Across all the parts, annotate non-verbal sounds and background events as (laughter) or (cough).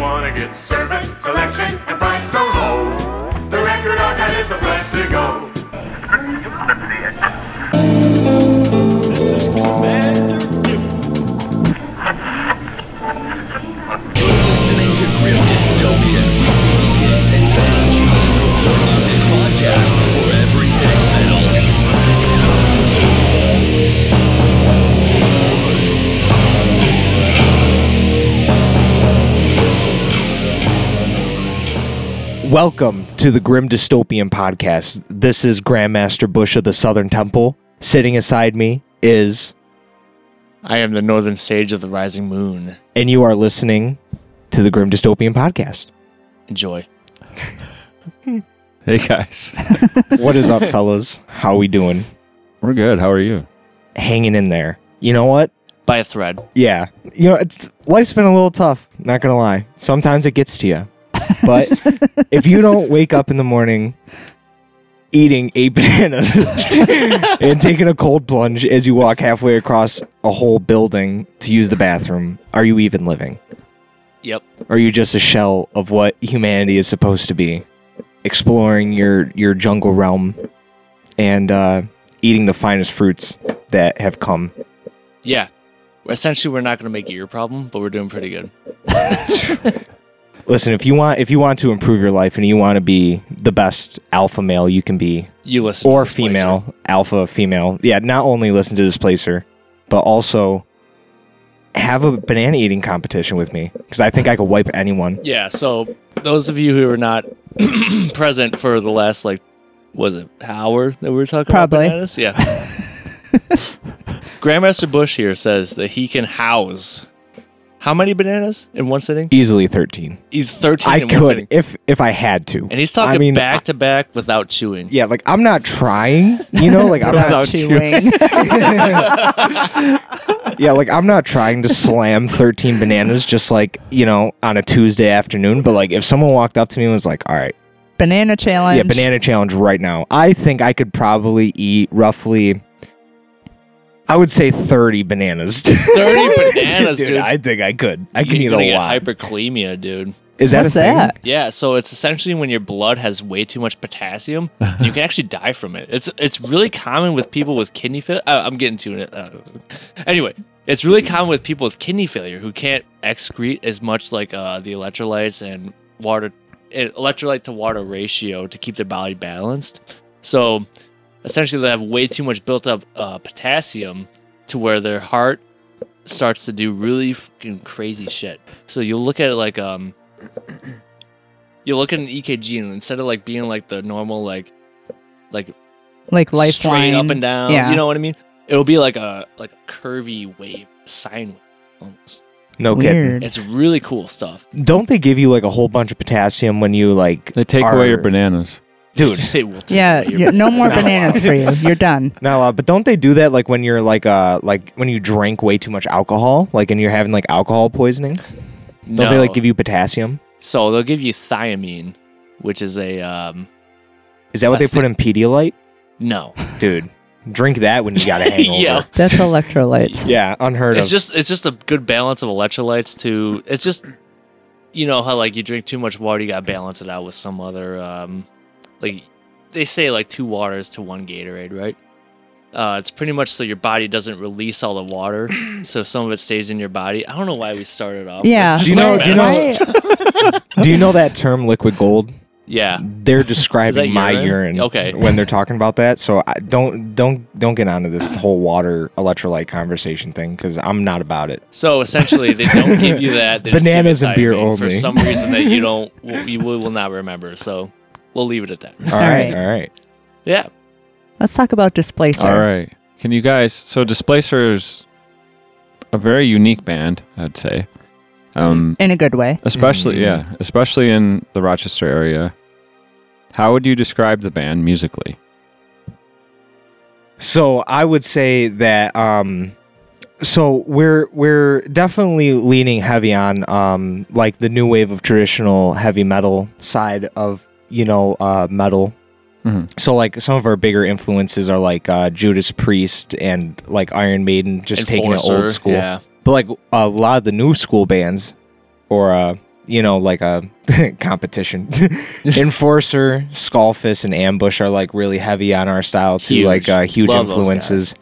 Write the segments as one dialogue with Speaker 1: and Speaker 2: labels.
Speaker 1: wanna get service, selection, and price so low. The Record Archive is the place to go.
Speaker 2: This is Commander Dibble.
Speaker 3: listening to Grim Dystopia with Freaky Kids and Benny G. The music podcast for everything metal.
Speaker 4: Welcome to the Grim Dystopian Podcast. This is Grandmaster Bush of the Southern Temple. Sitting aside me is,
Speaker 5: I am the northern sage of the rising moon.
Speaker 4: and you are listening to the Grim Dystopian Podcast.
Speaker 5: Enjoy.
Speaker 6: Hey guys,
Speaker 4: What is up, (laughs) fellas? How we doing?
Speaker 6: we're good. How are you?
Speaker 4: Hanging in there. You know what?
Speaker 5: By a thread.
Speaker 4: Yeah. You know, it's life's been a little tough, not gonna lie. Sometimes it gets to you. But if you don't wake up in the morning eating eight (laughs) bananas and taking a cold plunge as you walk halfway across a whole building to use the bathroom, are you even living?
Speaker 5: Yep.
Speaker 4: Are you just a shell of what humanity is supposed to be? Exploring your your jungle realm and uh, eating the finest fruits that have come.
Speaker 5: Yeah. Essentially, we're not going to make it your problem, but we're doing pretty good.
Speaker 4: Listen, if you want if you want to improve your life and you want to be the best alpha male you can be
Speaker 5: You listen.
Speaker 4: or
Speaker 5: to this place,
Speaker 4: female,
Speaker 5: right?
Speaker 4: alpha female. Yeah, not only listen to Displacer, but also have a banana eating competition with me cuz I think I could wipe anyone.
Speaker 5: Yeah. So those of you who were not (clears throat) present for the last like, was it hour that we were talking
Speaker 7: Probably.
Speaker 5: about bananas?
Speaker 4: (laughs)
Speaker 5: Yeah. Grandmaster Bush here says that he can house how many bananas in one sitting?
Speaker 4: Easily 13.
Speaker 5: He's thirteen.
Speaker 4: I
Speaker 5: in One
Speaker 4: could
Speaker 5: sitting.
Speaker 4: if if I had to.
Speaker 5: And he's talking
Speaker 4: I mean,
Speaker 5: back to back without chewing.
Speaker 4: yeah, like I'm not trying, you know, like I'm
Speaker 5: (laughs)
Speaker 4: not
Speaker 6: Without
Speaker 7: chewing. (laughs)
Speaker 4: yeah, like I'm not trying to slam 13 bananas just like, you know, on a Tuesday afternoon, but like if someone walked up to me and was like, "All right,
Speaker 7: banana challenge.
Speaker 4: Yeah, banana challenge right now. I think I could probably eat roughly, I would say 30 bananas. (laughs)
Speaker 5: Thirty bananas, dude.
Speaker 4: I think I could. I
Speaker 5: You're
Speaker 4: can eat
Speaker 5: gonna
Speaker 4: a
Speaker 5: get
Speaker 4: lot.
Speaker 5: Hyperkalemia, dude.
Speaker 4: Is that
Speaker 7: What's
Speaker 4: a thing?
Speaker 7: that?
Speaker 5: Yeah, so it's essentially when your blood has way too much potassium, you can actually die from it. It's it's really common with people with kidney failure. Uh, I'm getting to it. Uh, anyway, it's really common with people with kidney failure who can't excrete as much like uh, the electrolytes and water eh, electrolyte to water ratio to keep their body balanced. So essentially, they have way too much built up uh, potassium to where their heart starts to do really fucking crazy shit. So you'll look at it like um you look at an EKG and instead of like being like the normal like like
Speaker 7: like lifeline.
Speaker 5: straight up and down,
Speaker 7: Yeah.
Speaker 5: you know what I mean? It'll be like a like a curvy wave, sine wave almost.
Speaker 4: No kidding.
Speaker 7: Weird.
Speaker 5: It's really cool stuff.
Speaker 4: Don't they give you like a whole bunch of potassium when you like.
Speaker 6: They take
Speaker 4: are-
Speaker 6: away your bananas.
Speaker 4: Dude.
Speaker 5: (laughs) They will take
Speaker 7: Yeah,
Speaker 5: away your-
Speaker 7: yeah, no more
Speaker 5: It's not
Speaker 7: bananas for you. You're done.
Speaker 4: Not a lot, but don't they do that like when you're like uh like when you drink way too much alcohol, like and you're having like alcohol poisoning?
Speaker 5: allowed.
Speaker 4: Don't they like
Speaker 5: No.
Speaker 4: give you potassium?
Speaker 5: So they'll give you thiamine, which is a um
Speaker 4: Is that what
Speaker 5: I
Speaker 4: they put in Pedialyte?
Speaker 5: no.
Speaker 4: Dude, drink that when you
Speaker 5: (laughs)
Speaker 4: got a hangover.
Speaker 5: yeah. (laughs)
Speaker 7: That's electrolytes.
Speaker 4: Yeah, unheard
Speaker 5: It's
Speaker 4: of.
Speaker 5: just it's just a good balance of electrolytes to it's just you know how like you drink too much water you gotta balance it out with some other um like they say like two waters to one Gatorade, right? Uh, it's pretty much so your body doesn't release all the water, so some of it stays in your body. I don't know why we started off. with
Speaker 7: Yeah.
Speaker 5: just
Speaker 4: Do you know- do you know-
Speaker 5: bananas.
Speaker 4: Do you know that term liquid gold?
Speaker 5: Yeah. (laughs)
Speaker 4: They're describing my
Speaker 5: urine?
Speaker 4: urine?
Speaker 5: Okay.
Speaker 4: when they're talking about that. So I don't don't don't get onto this whole water electrolyte conversation thing because I'm not about it.
Speaker 5: So essentially, they don't give you that. They just give you
Speaker 4: Bananas and beer
Speaker 5: thiamine
Speaker 4: only.
Speaker 5: for some reason that you don't you will will not remember. So we'll leave it at that.
Speaker 4: (laughs) All right,
Speaker 7: right.
Speaker 4: all right.
Speaker 5: Yeah.
Speaker 7: Let's talk about displacer.
Speaker 6: All right. Can you guys? So Displacer's a very unique band, I'd say. Um,
Speaker 7: In a good way.
Speaker 6: especially yeah, especially in the Rochester area. How would you describe the band musically?
Speaker 4: So I would say that um, so we're we're definitely leaning heavy on um like the new wave of traditional heavy metal side of you know uh metal.
Speaker 5: Mm-hmm.
Speaker 6: Mhm.
Speaker 4: So like some of our bigger influences are like uh, Judas Priest and like Iron Maiden, just taking it
Speaker 5: Enforcer,
Speaker 4: old school.
Speaker 5: Yeah.
Speaker 4: But like a lot of the new school bands, or uh, (laughs) you know, like a
Speaker 5: (laughs)
Speaker 4: competition. Enforcer, Skullfist, and Ambush are like really heavy on our style too,
Speaker 5: Huge.
Speaker 4: like uh, huge
Speaker 5: Love those
Speaker 4: influences.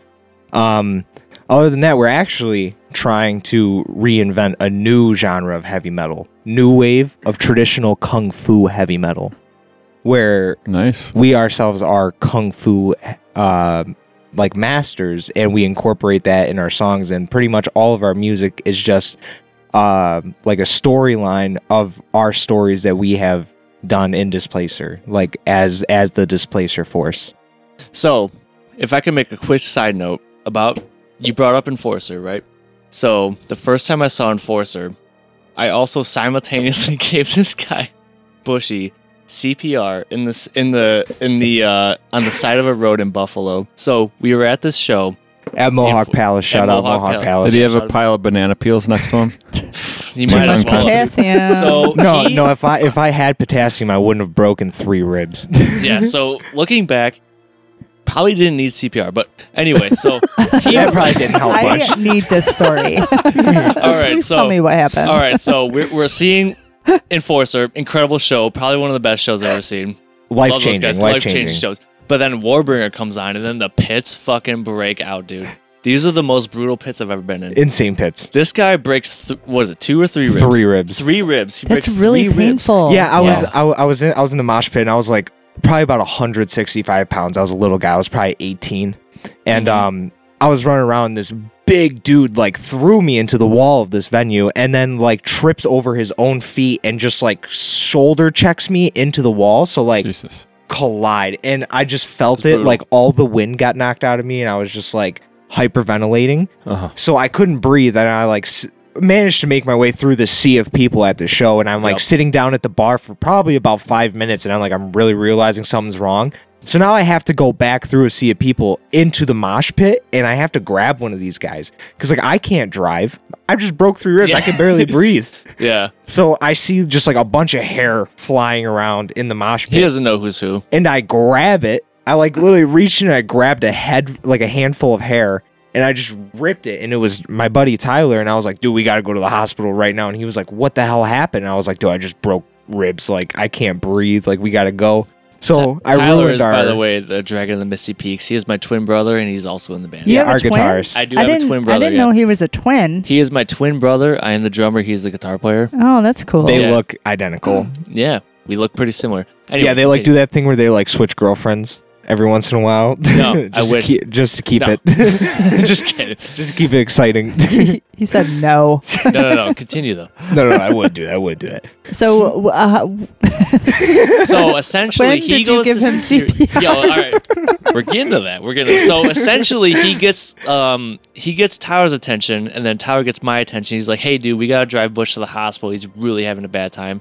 Speaker 4: Um, other than that, we're actually trying to reinvent a new genre of heavy metal, new wave of traditional kung fu heavy metal, where
Speaker 6: Nice.
Speaker 4: we ourselves are kung fu uh, like masters and we incorporate that in our songs and pretty much all of our music is just uh, like a storyline of our stories that we have done in displacer like as as the displacer force
Speaker 5: So, if I can make a quick side note about you brought up Enforcer, right? So, the first time I saw Enforcer, I also simultaneously (laughs) gave this guy Bushy CPR in this in the in the uh, on the side of a road in Buffalo. So, we were at this show.
Speaker 4: at mohawk
Speaker 5: Influ-
Speaker 4: palace
Speaker 5: at
Speaker 4: shout out
Speaker 5: Mohawk
Speaker 4: mohawk,
Speaker 5: Palace.
Speaker 6: Did
Speaker 4: palace,
Speaker 6: he have a
Speaker 5: Shut-
Speaker 6: pile of banana peels next to him?
Speaker 5: You
Speaker 7: (laughs)
Speaker 5: might as
Speaker 6: Sounds
Speaker 5: well.
Speaker 7: Potassium. (laughs)
Speaker 5: So
Speaker 4: no
Speaker 5: he-
Speaker 4: no if i if i had potassium i wouldn't have broken three ribs (laughs)
Speaker 5: yeah.
Speaker 7: Mm-hmm.
Speaker 5: So looking back, probably didn't need CPR, but anyway.
Speaker 7: (laughs)
Speaker 5: So he
Speaker 4: that probably didn't help much
Speaker 7: I need this
Speaker 5: (laughs)
Speaker 7: story. (laughs) All
Speaker 5: right,
Speaker 7: Please
Speaker 5: so-
Speaker 7: tell me what happened.
Speaker 5: All right, so we're, we're seeing Enforcer, incredible show, probably one of the best shows I've ever seen.
Speaker 4: life
Speaker 5: Love those guys,
Speaker 4: changing life
Speaker 5: life-changing
Speaker 4: changing
Speaker 5: shows. But then Warbringer comes on, and then the pits fucking break out, dude. These are the most brutal pits I've ever been in.
Speaker 4: insane pits
Speaker 5: this guy breaks, th- what is it, two or three ribs?
Speaker 4: Three ribs.
Speaker 5: Three ribs. He
Speaker 7: That's
Speaker 5: breaks
Speaker 7: really
Speaker 5: three ribs.
Speaker 7: painful.
Speaker 4: Yeah, I was
Speaker 6: Wow.
Speaker 4: I, I was in I was in the mosh pit and I was like probably about 165 pounds. I was a little guy. I was probably 18, and um, I was running around. And this big dude like threw me into the wall of this venue, and then like trips over his own feet and just like shoulder checks me into the wall. So like
Speaker 6: Jesus.
Speaker 4: collide, and I just felt
Speaker 5: That's
Speaker 4: it.
Speaker 5: brutal.
Speaker 4: Like all the wind got knocked out of me, and I was just like hyperventilating
Speaker 6: Uh-huh.
Speaker 4: so I couldn't breathe, and I like s- managed to make my way through the sea of people at the show, and I'm like
Speaker 5: Yep.
Speaker 4: sitting down at the bar for probably about five minutes, and I'm like I'm really realizing something's wrong. So now I have to go back through a sea of people into the mosh pit, and I have to grab one of these guys because like I can't drive. I just broke three ribs. I can
Speaker 5: (laughs)
Speaker 4: barely breathe.
Speaker 5: Yeah.
Speaker 4: So I see just like a bunch of hair flying around in the mosh pit
Speaker 5: He doesn't know who's who.
Speaker 4: and I grab it. I like literally reached in and I grabbed a head, like a handful of hair, and I just ripped it. And it was my buddy Tyler, and I was like, "Dude, we got to go to the hospital right now." And he was like, "What the hell happened?" And I was like, "Dude, I just broke ribs. Like I can't breathe. Like we got to go." So Oh, I
Speaker 5: Tyler
Speaker 4: ruined
Speaker 5: is,
Speaker 4: our
Speaker 5: by the way, the Dragon of the Misty Peaks. He is my twin brother, and he's also in the band.
Speaker 7: You
Speaker 4: yeah
Speaker 7: have a
Speaker 4: our
Speaker 7: twin?
Speaker 4: guitarist.
Speaker 5: I do
Speaker 7: I
Speaker 5: have
Speaker 7: didn't.
Speaker 5: a twin brother.
Speaker 7: I didn't
Speaker 5: yeah.
Speaker 7: know he was a twin.
Speaker 5: He is my twin brother. I am the drummer. He's the guitar player.
Speaker 7: Oh, that's cool.
Speaker 4: they
Speaker 5: Yeah. Mm.
Speaker 4: look identical.
Speaker 5: Yeah, we look pretty similar.
Speaker 4: yeah, they like do that thing where they like switch girlfriends every once in a while.
Speaker 5: No,
Speaker 4: (laughs)
Speaker 5: I
Speaker 4: just to
Speaker 5: wouldn't.
Speaker 4: keep, just to keep
Speaker 5: No.
Speaker 4: it, (laughs)
Speaker 5: that. (laughs) Just kidding.
Speaker 4: just to keep it
Speaker 5: (laughs)
Speaker 4: exciting.
Speaker 7: (laughs) he, he said no.
Speaker 5: No, no,
Speaker 4: (laughs)
Speaker 5: no. Continue though.
Speaker 4: no, no, I would do that. I would do that.
Speaker 7: So uh,
Speaker 5: So essentially,
Speaker 7: When
Speaker 5: he
Speaker 7: did you
Speaker 5: goes
Speaker 7: give
Speaker 5: to
Speaker 7: him
Speaker 5: security-
Speaker 7: CPR?
Speaker 5: Yo, all right, we're getting to that. We're getting so essentially he gets um he gets Tower's attention, and then Tower gets my attention. He's like, "Hey, dude, we gotta drive Bush to the hospital. He's really having a bad time."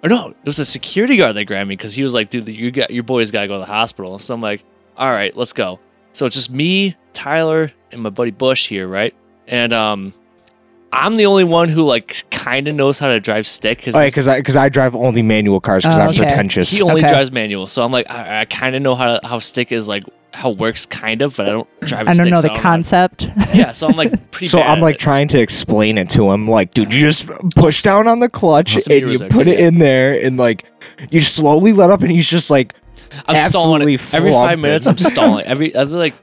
Speaker 5: Or no, it was a security guard that grabbed me because he was like, "Dude, you got your boys gotta go to the hospital." So I'm like, "All right, let's go." So it's just me, Tyler, and my buddy Bush here, right? And um. I'm the only one who like kind of knows how to drive stick because
Speaker 4: Oh, because I because I drive only manual cars because
Speaker 7: Oh,
Speaker 4: I'm
Speaker 7: okay.
Speaker 4: pretentious.
Speaker 5: he only
Speaker 7: Okay.
Speaker 5: drives manual, so I'm like, I, I kind of know how how stick is like how it works, kind of, but I don't drive. a
Speaker 7: I don't
Speaker 5: stick,
Speaker 7: know
Speaker 5: so
Speaker 7: the concept.
Speaker 5: Yeah, so I'm
Speaker 7: (laughs)
Speaker 5: like pretty.
Speaker 4: so
Speaker 5: bad
Speaker 4: I'm
Speaker 5: at
Speaker 4: like
Speaker 5: it.
Speaker 4: trying to explain it to him. Like, dude, you just push down on the clutch
Speaker 5: Must be
Speaker 4: and you
Speaker 5: reserved,
Speaker 4: put it
Speaker 5: yeah.
Speaker 4: in there, and like you slowly let up, and he's just like,
Speaker 5: I'm stalling it.
Speaker 4: absolutely
Speaker 5: every five
Speaker 4: flubbed
Speaker 5: minutes.
Speaker 4: it.
Speaker 5: I'm stalling every every like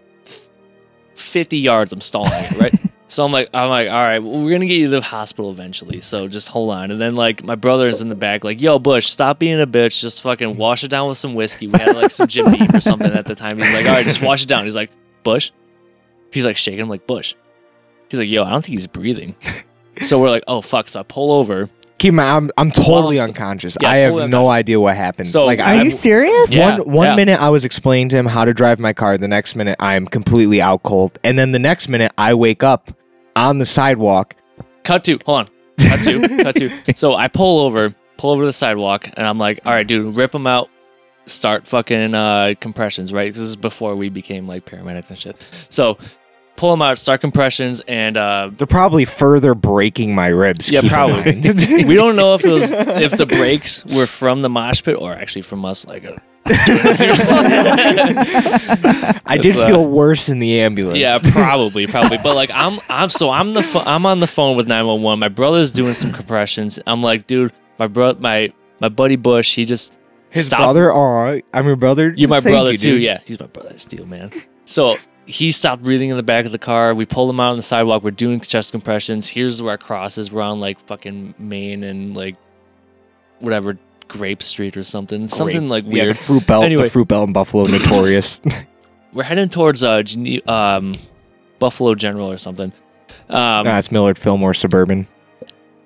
Speaker 5: fifty yards. I'm stalling it right. So I'm like, I'm like, all right, well, we're gonna get you to the hospital eventually. So just hold on. And then like my brother is in the back, like, yo, Bush, stop being a bitch. Just fucking wash it down with some whiskey. We had like some Jim Beam or something at the time. He's like, all right, just wash it down. He's like, Bush. He's like shaking. I'm like, Bush. He's like, yo, I don't think he's breathing. So we're like, oh fuck. So I pull over.
Speaker 4: keep my, I'm I'm totally
Speaker 5: Whilst-
Speaker 4: unconscious.
Speaker 5: Yeah,
Speaker 4: I
Speaker 5: totally
Speaker 4: have no idea what happened.
Speaker 5: So-
Speaker 4: like,
Speaker 7: Are
Speaker 4: I
Speaker 7: you serious?
Speaker 4: (laughs)
Speaker 5: Yeah.
Speaker 4: one one
Speaker 5: yeah.
Speaker 4: minute I was explaining to him how to drive my car. The next minute I am completely out cold, and then the next minute I wake up on the sidewalk.
Speaker 5: cut to hold on cut to cut to so i pull over pull over to the sidewalk and i'm like all right dude rip them out start fucking uh compressions right 'Cause this is before we became like paramedics and shit so pull them out, start compressions, and uh,
Speaker 4: They're probably further breaking my ribs.
Speaker 5: Yeah,
Speaker 4: keep in
Speaker 5: probably. (laughs)
Speaker 4: mind.
Speaker 5: we don't know if it was if the breaks were from the mosh pit or actually from us. Like, uh,
Speaker 4: I did
Speaker 5: uh,
Speaker 4: feel worse in the ambulance.
Speaker 5: yeah, probably, probably. But like, I'm I'm so I'm the pho- I'm on the phone with 911. My brother's doing some compressions. I'm like, dude, my bro, my my buddy Bush, he just
Speaker 4: His
Speaker 5: stopped-
Speaker 4: brother. Oh, I'm your brother.
Speaker 5: You're my
Speaker 4: Thank
Speaker 5: brother
Speaker 4: you,
Speaker 5: too.
Speaker 4: dude.
Speaker 5: Yeah, he's my brother. Steel man. So he stopped breathing in the back of the car. We pulled him out on the sidewalk. We're doing chest compressions. Here's where our cross is. We're on like fucking Maine and like whatever Grape Street or something. Something
Speaker 4: Great.
Speaker 5: like
Speaker 4: Yeah, the
Speaker 5: weird.
Speaker 4: fruit belt.
Speaker 5: Anyway.
Speaker 4: The fruit belt in
Speaker 5: (laughs)
Speaker 4: Buffalo, notorious.
Speaker 5: We're heading towards uh Gene- um Buffalo General or something. Um,
Speaker 4: nah, it's Millard Fillmore Suburban.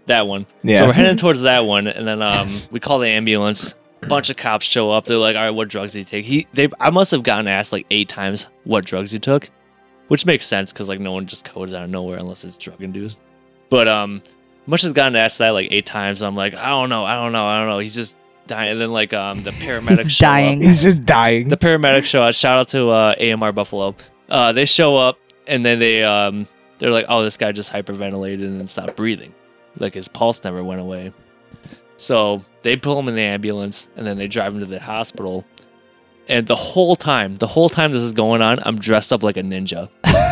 Speaker 5: that one.
Speaker 4: Yeah.
Speaker 5: So we're heading towards that one, and then um, we call the ambulance. Bunch of cops show up. They're like, "All right, what drugs did he take?" He, they, I must have gotten asked like eight times what drugs he took, which makes sense because like no one just codes out of nowhere unless it's drug induced. But um, much has gotten asked that like eight times. I'm like, I don't know, I don't know, I don't know. He's just dying. And then like um,
Speaker 7: (laughs)
Speaker 5: the paramedics
Speaker 7: He's
Speaker 5: show up.
Speaker 4: (laughs)
Speaker 7: dying.
Speaker 4: He's just dying.
Speaker 5: The paramedics show out. Shout out to uh, AMR Buffalo. Uh, they show up and then they um, they're like, "Oh, this guy just hyperventilated and stopped breathing. Like his pulse never went away." So they pull him in the ambulance and then they drive him to the hospital. And the whole time, the whole time this is going on, I'm dressed up like a ninja.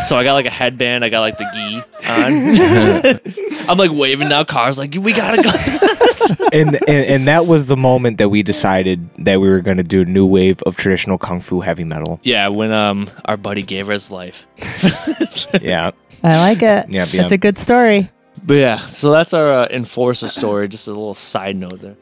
Speaker 5: So I got like a headband, I got like the gi on. I'm like waving down cars, like we gotta go.
Speaker 4: (laughs)
Speaker 5: (laughs)
Speaker 4: and, and and that was the moment that we decided that we were going to do a new wave of traditional kung fu heavy
Speaker 5: (laughs)
Speaker 4: metal.
Speaker 5: yeah, when um our buddy gave her his life.
Speaker 4: Yeah.
Speaker 7: I like it.
Speaker 4: Yeah,
Speaker 7: It's
Speaker 4: yeah.
Speaker 7: a good story.
Speaker 5: But yeah, so that's our uh, enforcer story. Just a little side note there.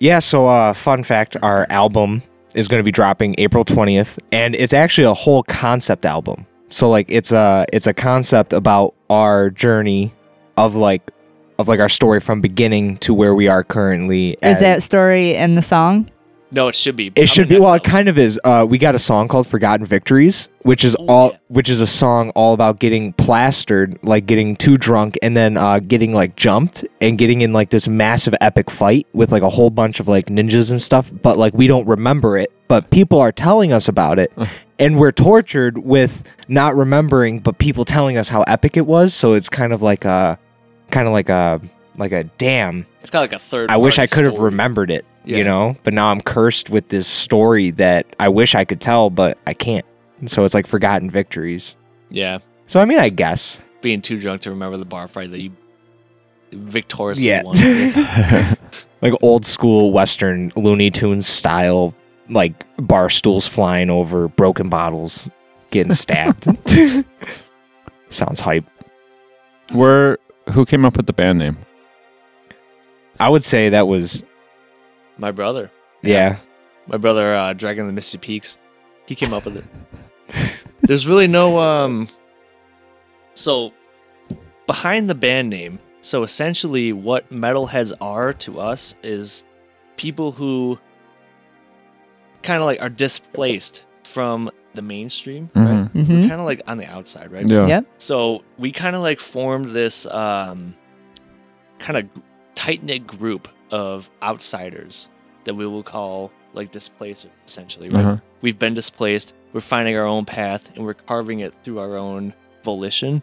Speaker 4: Yeah, so uh fun fact, our album is going to be dropping April 20th and it's actually a whole concept album. So like it's a it's a concept about our journey of like of like our story from beginning to where we are currently.
Speaker 7: Is
Speaker 4: and-
Speaker 7: that story in the song?
Speaker 5: No, it should be.
Speaker 4: it should be well it kind of is uh, we got a song called forgotten victories which is all
Speaker 5: yeah.
Speaker 4: which is a song all about getting plastered like getting too drunk and then uh, getting like jumped and getting in like this massive epic fight with like a whole bunch of like ninjas and stuff but like we don't remember it but people are telling us about it and we're tortured with not remembering but people telling us how epic it was so it's kind of like a kind of like a like a damn
Speaker 5: It's got like a third.
Speaker 4: I wish I
Speaker 5: party
Speaker 4: could have
Speaker 5: story.
Speaker 4: remembered it,
Speaker 5: Yeah.
Speaker 4: you know, but now I'm cursed with this story that I wish I could tell, but I can't. And so it's like forgotten victories.
Speaker 5: Yeah,
Speaker 4: So I mean, I guess.
Speaker 5: being too drunk to remember the bar fight that you victoriously
Speaker 4: Yeah.
Speaker 5: won.
Speaker 4: (laughs) like old school Western Looney Tunes style, like bar stools flying over, broken bottles, getting stabbed. Sounds hype.
Speaker 6: Where who came up with the band name?
Speaker 4: I would say that was,
Speaker 5: My brother,
Speaker 4: yeah.
Speaker 5: my brother, uh, Dragon of the Misty Peaks, he came up with it. There's really no um. So, behind the band name, so essentially, what metalheads are to us is people who kind of like are displaced from the mainstream, right?
Speaker 6: Mhm.
Speaker 7: Mm-hmm.
Speaker 5: kind of like on the outside, right?
Speaker 6: Yeah.
Speaker 7: Yep.
Speaker 5: So we kind of like formed this um, kind of tight knit group of outsiders that we will call like displaced, essentially, right?
Speaker 6: Uh-huh.
Speaker 5: We've been displaced. We're finding our own path and we're carving it through our own volition.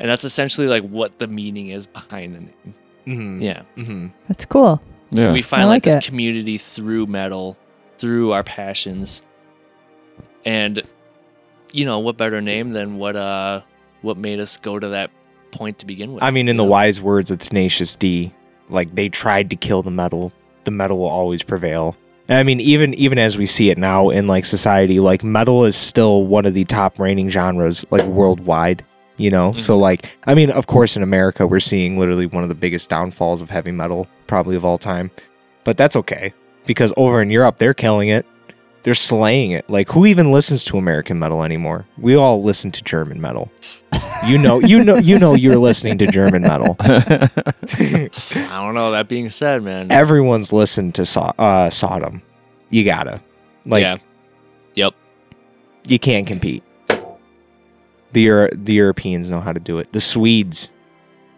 Speaker 5: And that's essentially like what the meaning is behind the name.
Speaker 4: Mm-hmm.
Speaker 5: Yeah.
Speaker 4: Mm-hmm.
Speaker 7: That's cool.
Speaker 6: Yeah.
Speaker 5: We
Speaker 6: (laughs)
Speaker 5: find
Speaker 7: I
Speaker 5: like,
Speaker 7: like
Speaker 5: this
Speaker 7: it.
Speaker 5: community through metal, through our passions, and you know what better name than what uh what made us go to that point to begin with.
Speaker 4: I mean, in the
Speaker 5: you know?
Speaker 4: wise words of Tenacious D, like they tried to kill the metal. The metal will always prevail. And I mean, even even as we see it now in like society, like metal is still one of the top reigning genres, like worldwide. You know, so like, I mean, of course, in America, we're seeing literally one of the biggest downfalls of heavy metal, probably of all time. But that's okay because over in Europe, they're killing it. They're slaying it. Like, who even listens to American metal anymore? We all listen to German metal. You know, you know, you know, you're listening to German metal.
Speaker 5: I don't know. That being said, man,
Speaker 4: Everyone's listened to so- uh, Sodom. You gotta, like,
Speaker 5: yeah, yep,
Speaker 4: you can't compete. The Euro- the Europeans know how to do it. The Swedes,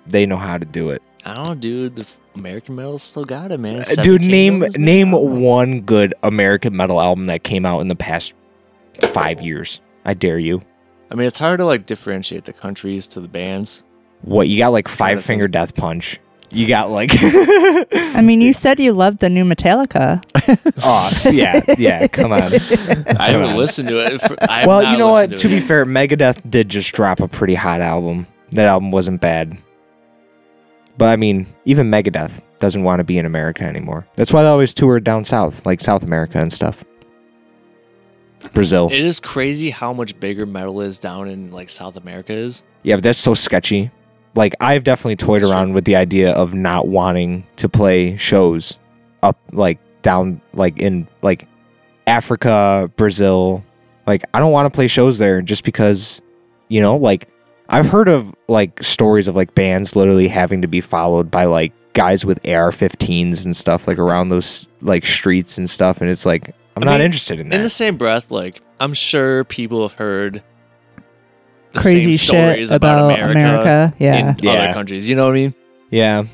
Speaker 4: they know how to do it.
Speaker 5: I don't know, dude. The f- American metal still got it, man.
Speaker 4: Uh,
Speaker 5: Seven
Speaker 4: Dude, name
Speaker 5: Kingdoms, man,
Speaker 4: name
Speaker 5: I don't know.
Speaker 4: one good American metal album that came out in the past five years. I dare you.
Speaker 5: I mean, it's hard to like differentiate the countries to the bands.
Speaker 4: What you got like
Speaker 5: Trying to
Speaker 4: five finger death punch. You got like (laughs)
Speaker 7: I mean, you said you loved the new Metallica.
Speaker 4: oh yeah, yeah, come on.
Speaker 5: (laughs) I
Speaker 4: Come
Speaker 5: haven't
Speaker 4: on.
Speaker 5: listened to
Speaker 4: (laughs)
Speaker 5: it. For, I have
Speaker 4: well,
Speaker 5: not
Speaker 4: you know what?
Speaker 5: listened
Speaker 4: To be
Speaker 5: it yet.
Speaker 4: fair, Megadeth did just drop a pretty hot album. That album wasn't bad. But I mean, even Megadeth doesn't want to be in America anymore. That's why they always tour down south, like South America and stuff. Brazil.
Speaker 5: it is crazy how much bigger metal is down in like South America is.
Speaker 4: Yeah, but that's so sketchy. Like I've definitely toyed
Speaker 5: That's true.
Speaker 4: around with the idea of not wanting to play shows up like down like in like Africa, Brazil. Like I don't want to play shows there just because you know, like I've heard of like stories of like bands literally having to be followed by like guys with AR15s and stuff like around those like streets and stuff and it's like I'm
Speaker 5: I
Speaker 4: not
Speaker 5: mean,
Speaker 4: interested in that.
Speaker 5: In the same breath, like I'm sure people have heard the
Speaker 7: Crazy
Speaker 5: same stories
Speaker 7: shit about America. Yeah.
Speaker 5: in
Speaker 4: Yeah.
Speaker 5: other countries. You know what I mean?
Speaker 4: yeah.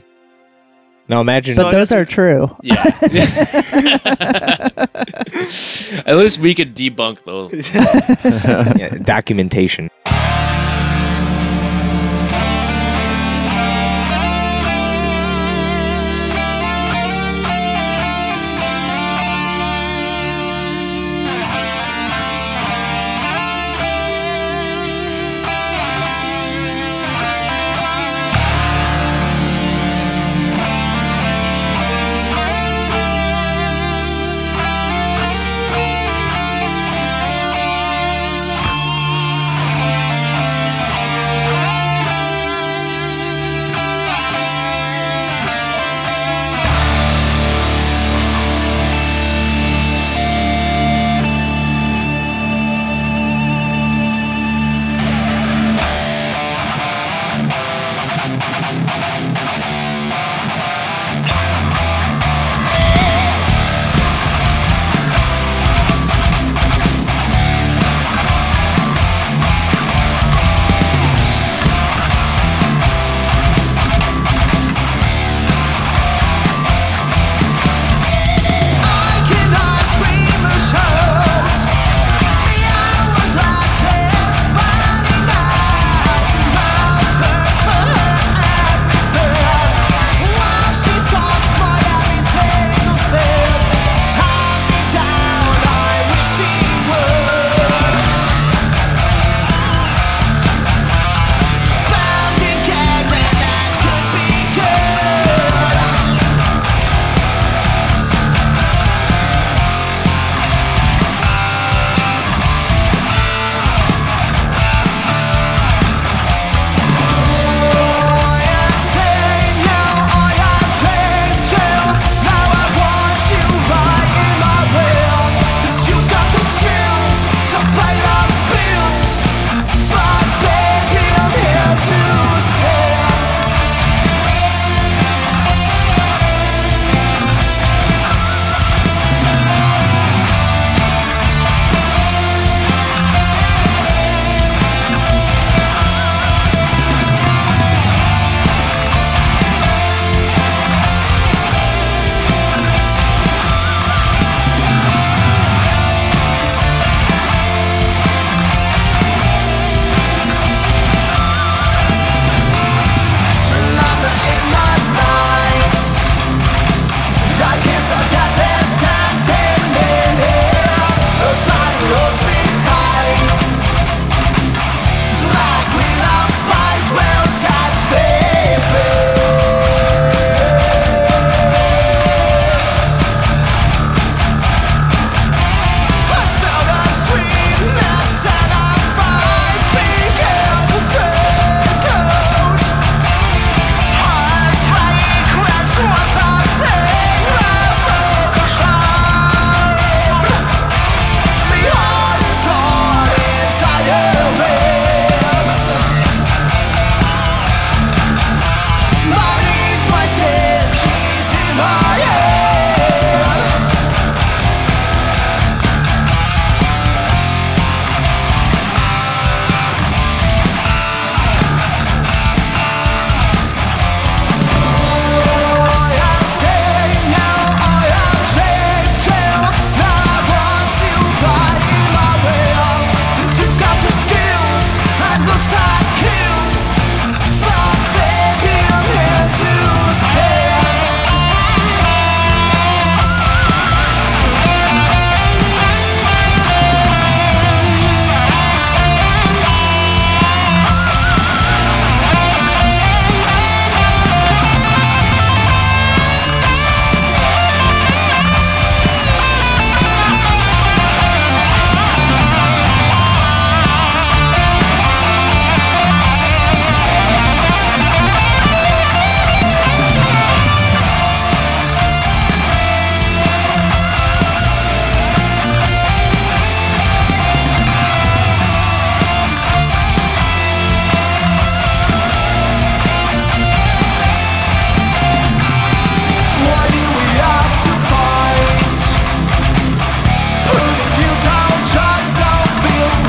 Speaker 4: Now imagine (laughs)
Speaker 7: but those are true.
Speaker 5: Yeah. At least we could debunk those.
Speaker 4: yeah, documentation.
Speaker 1: Thank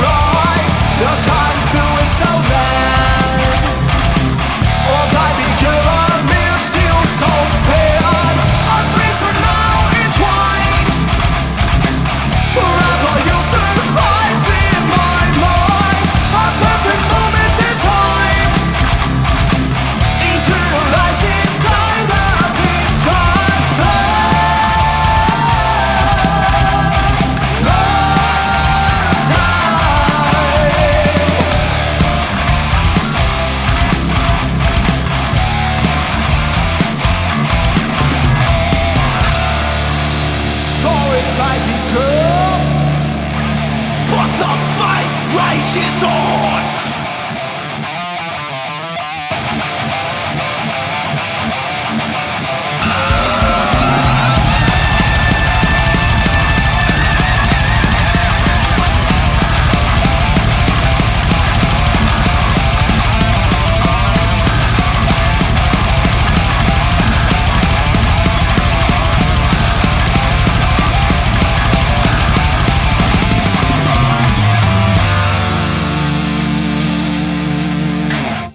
Speaker 8: Oh,
Speaker 3: Lights is on!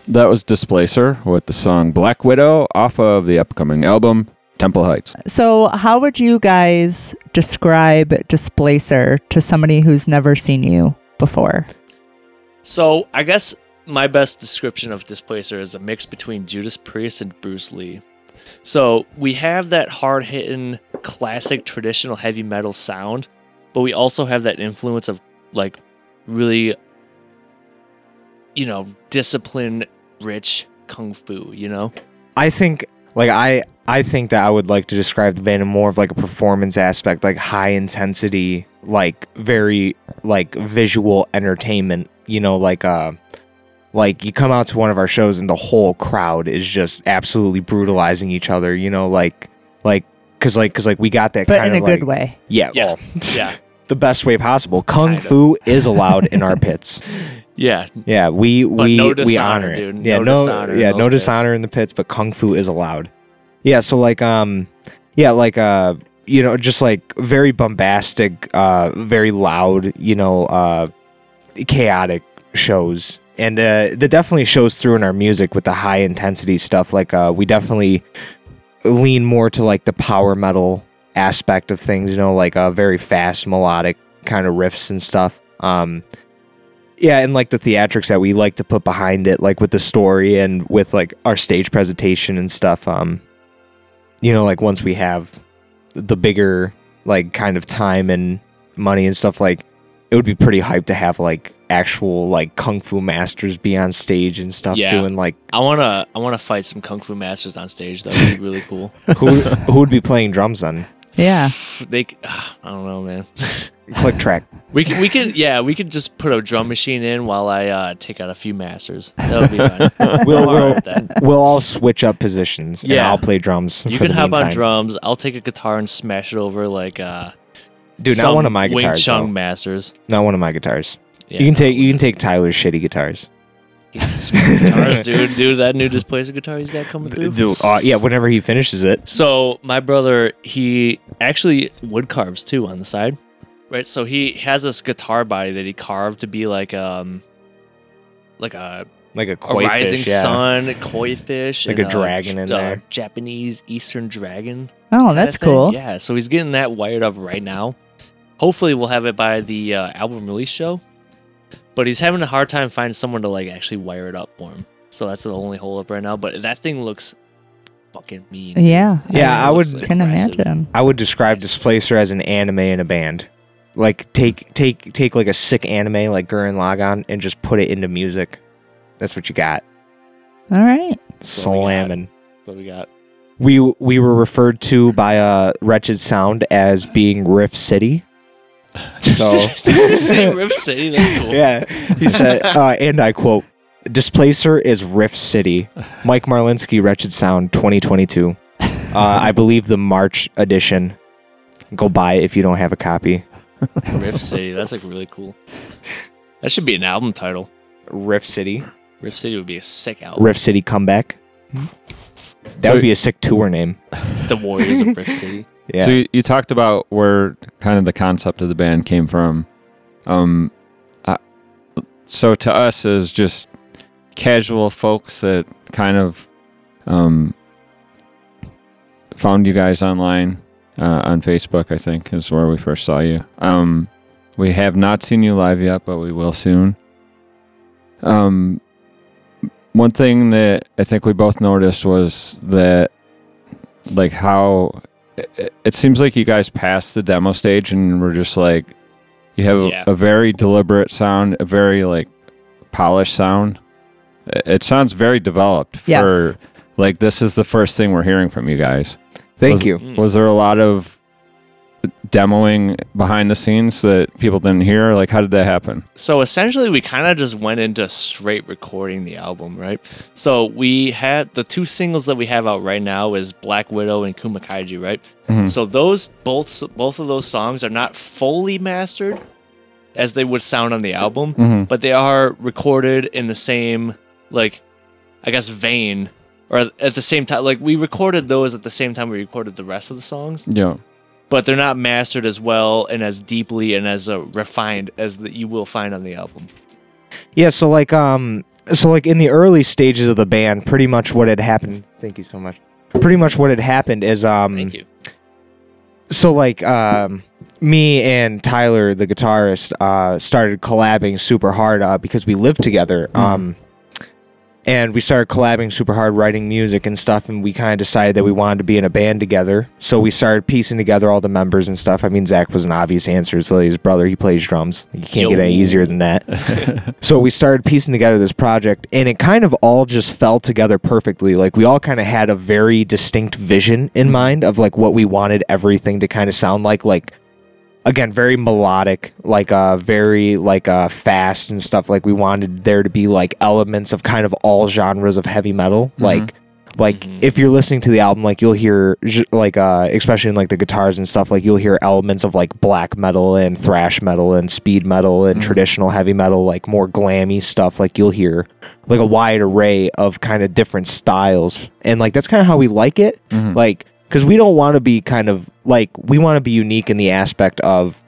Speaker 6: That was Displacer with the song Black Widow off of the upcoming album Temple Heights.
Speaker 7: So, how would you guys describe Displacer to somebody who's never seen you before?
Speaker 5: So I guess my best description of Displacer is a mix between Judas Priest and Bruce Lee. So we have that hard hitting classic traditional heavy metal sound, but we also have that influence of like really you know, discipline rich kung fu, you know?
Speaker 4: I think like I I think that I would like to describe the band in more of like a performance aspect, like high intensity, like very like visual entertainment, you know, like uh like you come out to one of our shows and the whole crowd is just absolutely brutalizing each other, you know, like like cuz like cuz like we got that
Speaker 7: But
Speaker 4: kind
Speaker 7: in a
Speaker 4: of like
Speaker 7: good way.
Speaker 4: yeah,
Speaker 5: Yeah.
Speaker 4: well,
Speaker 5: Yeah.
Speaker 4: (laughs) the best way possible. Kung
Speaker 5: Kind of.
Speaker 4: fu is allowed in our pits.
Speaker 5: (laughs) Yeah.
Speaker 4: Yeah, we we
Speaker 5: no
Speaker 4: we
Speaker 5: dishonor,
Speaker 4: honor it.
Speaker 5: dude.
Speaker 4: Yeah,
Speaker 5: No
Speaker 4: no,
Speaker 5: dishonor in
Speaker 4: yeah,
Speaker 5: those
Speaker 4: no
Speaker 5: pits.
Speaker 4: dishonor in the pits, but kung fu is allowed. Yeah, so like um, yeah, like uh, you know, just like very bombastic, uh, very loud, you know, uh, chaotic shows, and uh, that definitely shows through in our music with the high intensity stuff. Like uh, we definitely lean more to like the power metal aspect of things, you know, like uh, very fast melodic kind of riffs and stuff. Um, yeah, and like the theatrics that we like to put behind it, like with the story and with like our stage presentation and stuff. Um, you know, like once we have the bigger like kind of time and money and stuff, like it would be pretty hype to have like actual like kung fu masters be on stage and stuff
Speaker 5: Yeah.
Speaker 4: doing like
Speaker 5: I wanna I wanna fight some kung fu masters on stage. That would be really cool.
Speaker 4: who who would be playing drums then?
Speaker 7: Yeah.
Speaker 5: (laughs) They c- (sighs) I don't know, man. (laughs)
Speaker 4: Click track.
Speaker 5: We can, we can, yeah, we could just put a drum machine in while I uh, take out a few masters. That would be
Speaker 4: (laughs)
Speaker 5: fun.
Speaker 4: We'll-
Speaker 5: I'm all
Speaker 4: we'll-
Speaker 5: with that.
Speaker 4: We'll all switch up positions. Yeah,
Speaker 5: Yeah.
Speaker 4: I'll play drums.
Speaker 5: You
Speaker 4: for
Speaker 5: can
Speaker 4: the
Speaker 5: hop on
Speaker 4: meantime.
Speaker 5: drums. I'll take a guitar and smash it over like uh,
Speaker 4: Dude,
Speaker 5: some
Speaker 4: not one of my
Speaker 5: Wing
Speaker 4: guitars.
Speaker 5: Chun
Speaker 4: though.
Speaker 5: masters.
Speaker 4: Not one of my guitars.
Speaker 5: Yeah.
Speaker 4: you can take you can take Tyler's shitty guitars.
Speaker 5: Yes, guitars,
Speaker 4: (laughs)
Speaker 5: dude. Dude, that new displacer guitar he's got coming through.
Speaker 4: Do- uh, yeah, whenever he finishes it.
Speaker 5: So my brother, he actually wood carves too on the side, right? So he has this guitar body that he carved to be like um, like a
Speaker 4: Like a
Speaker 5: a
Speaker 4: koi
Speaker 5: rising
Speaker 4: fish, yeah.
Speaker 5: sun, koi fish,
Speaker 4: Like
Speaker 5: and
Speaker 4: a dragon in
Speaker 5: uh,
Speaker 4: there.
Speaker 5: Japanese Eastern dragon.
Speaker 7: Oh,
Speaker 5: kinda
Speaker 7: that's
Speaker 5: thing.
Speaker 7: cool.
Speaker 5: Yeah, so he's getting that wired up right now. Hopefully, we'll have it by the uh, album release show. But he's having a hard time finding someone to like actually wire it up for him. So that's the only hole up right now. But that thing looks fucking mean.
Speaker 7: Yeah.
Speaker 4: Yeah, I
Speaker 5: It looks
Speaker 4: would-
Speaker 7: can
Speaker 5: impressive.
Speaker 7: imagine.
Speaker 4: I would describe Displacer as an anime in a band. Like take take take like a sick anime like Gurren Lagann and just put it into music. That's what you got.
Speaker 7: All right.
Speaker 5: what we got.
Speaker 4: Slamming.
Speaker 5: What we got?
Speaker 4: We we were referred to by uh, Wretched Sound as being Riff City.
Speaker 5: (laughs)
Speaker 4: So
Speaker 5: Say Riff
Speaker 4: (laughs)
Speaker 5: City. That's cool.
Speaker 4: yeah, he said, uh, and I quote, "Displacer is Riff City." Mike Marlinski, Wretched Sound, 2022. Uh, I believe the March edition. Go buy it if you don't have a copy.
Speaker 5: Riff City. That's like really cool. That should be an album title.
Speaker 4: Riff City,
Speaker 5: Riff City would be a sick album.
Speaker 4: Riff City comeback. That would be a sick tour name.
Speaker 5: the Warriors of Riff City.
Speaker 4: Yeah,
Speaker 6: So you, you talked about where kind of the concept of the band came from. Um, I, so to us is just casual folks that kind of um, found you guys online uh, on Facebook. I think is where we first saw you. Um, we have not seen you live yet, but we will soon. Um, one thing that I think we both noticed was that, like, how it, it seems like you guys passed the demo stage and were just like you have a-
Speaker 5: Yeah.
Speaker 6: a, very deliberate sound a very like polished sound it, it sounds very developed
Speaker 7: Yes.
Speaker 6: for like this is the first thing we're hearing from you guys
Speaker 4: thank
Speaker 6: was-
Speaker 4: you.
Speaker 5: Mm.
Speaker 6: was there a lot of demoing behind the scenes that people didn't hear? Like, how did that happen?
Speaker 5: So essentially, we kind of just went into straight recording the album, right? So we had the two singles that we have out right now is Black Widow and Kumakaiji, right? So those both both of those songs are not fully mastered as they would sound on the album, but they are recorded in the same like I guess vein or at the same time like we recorded those at the same time we recorded the rest of the songs
Speaker 6: Yeah.
Speaker 5: but they're not mastered as well and as deeply and as uh, refined as that you will find on the album.
Speaker 4: Yeah, so like um so like in the early stages of the band, pretty much what had happened thank you so much. Pretty much what had happened is um
Speaker 5: Thank you.
Speaker 4: so like um me and Tyler the guitarist uh started collabing super hard uh, because we lived together um and we started collabing super hard writing music and stuff and we kind of decided that we wanted to be in a band together so we started piecing together all the members and stuff i mean zach was an obvious answer so his brother he plays drums you can't get any
Speaker 5: Yo.
Speaker 4: easier than that so we started piecing together this project and it kind of all just fell together perfectly like we all kind of had a very distinct vision in mind of like what we wanted everything to kind of sound like like again very melodic like uh very like uh fast and stuff like we wanted there to be like elements of kind of all genres of heavy metal like like if you're listening to the album like you'll hear j- like uh especially in like the guitars and stuff like you'll hear elements of like black metal and thrash metal and speed metal and traditional heavy metal like more glammy stuff like you'll hear like a wide array of kind of different styles and like that's kind of how we like it
Speaker 6: Mm-hmm.
Speaker 4: like because we don't want to be kind of like we want to be unique in the aspect of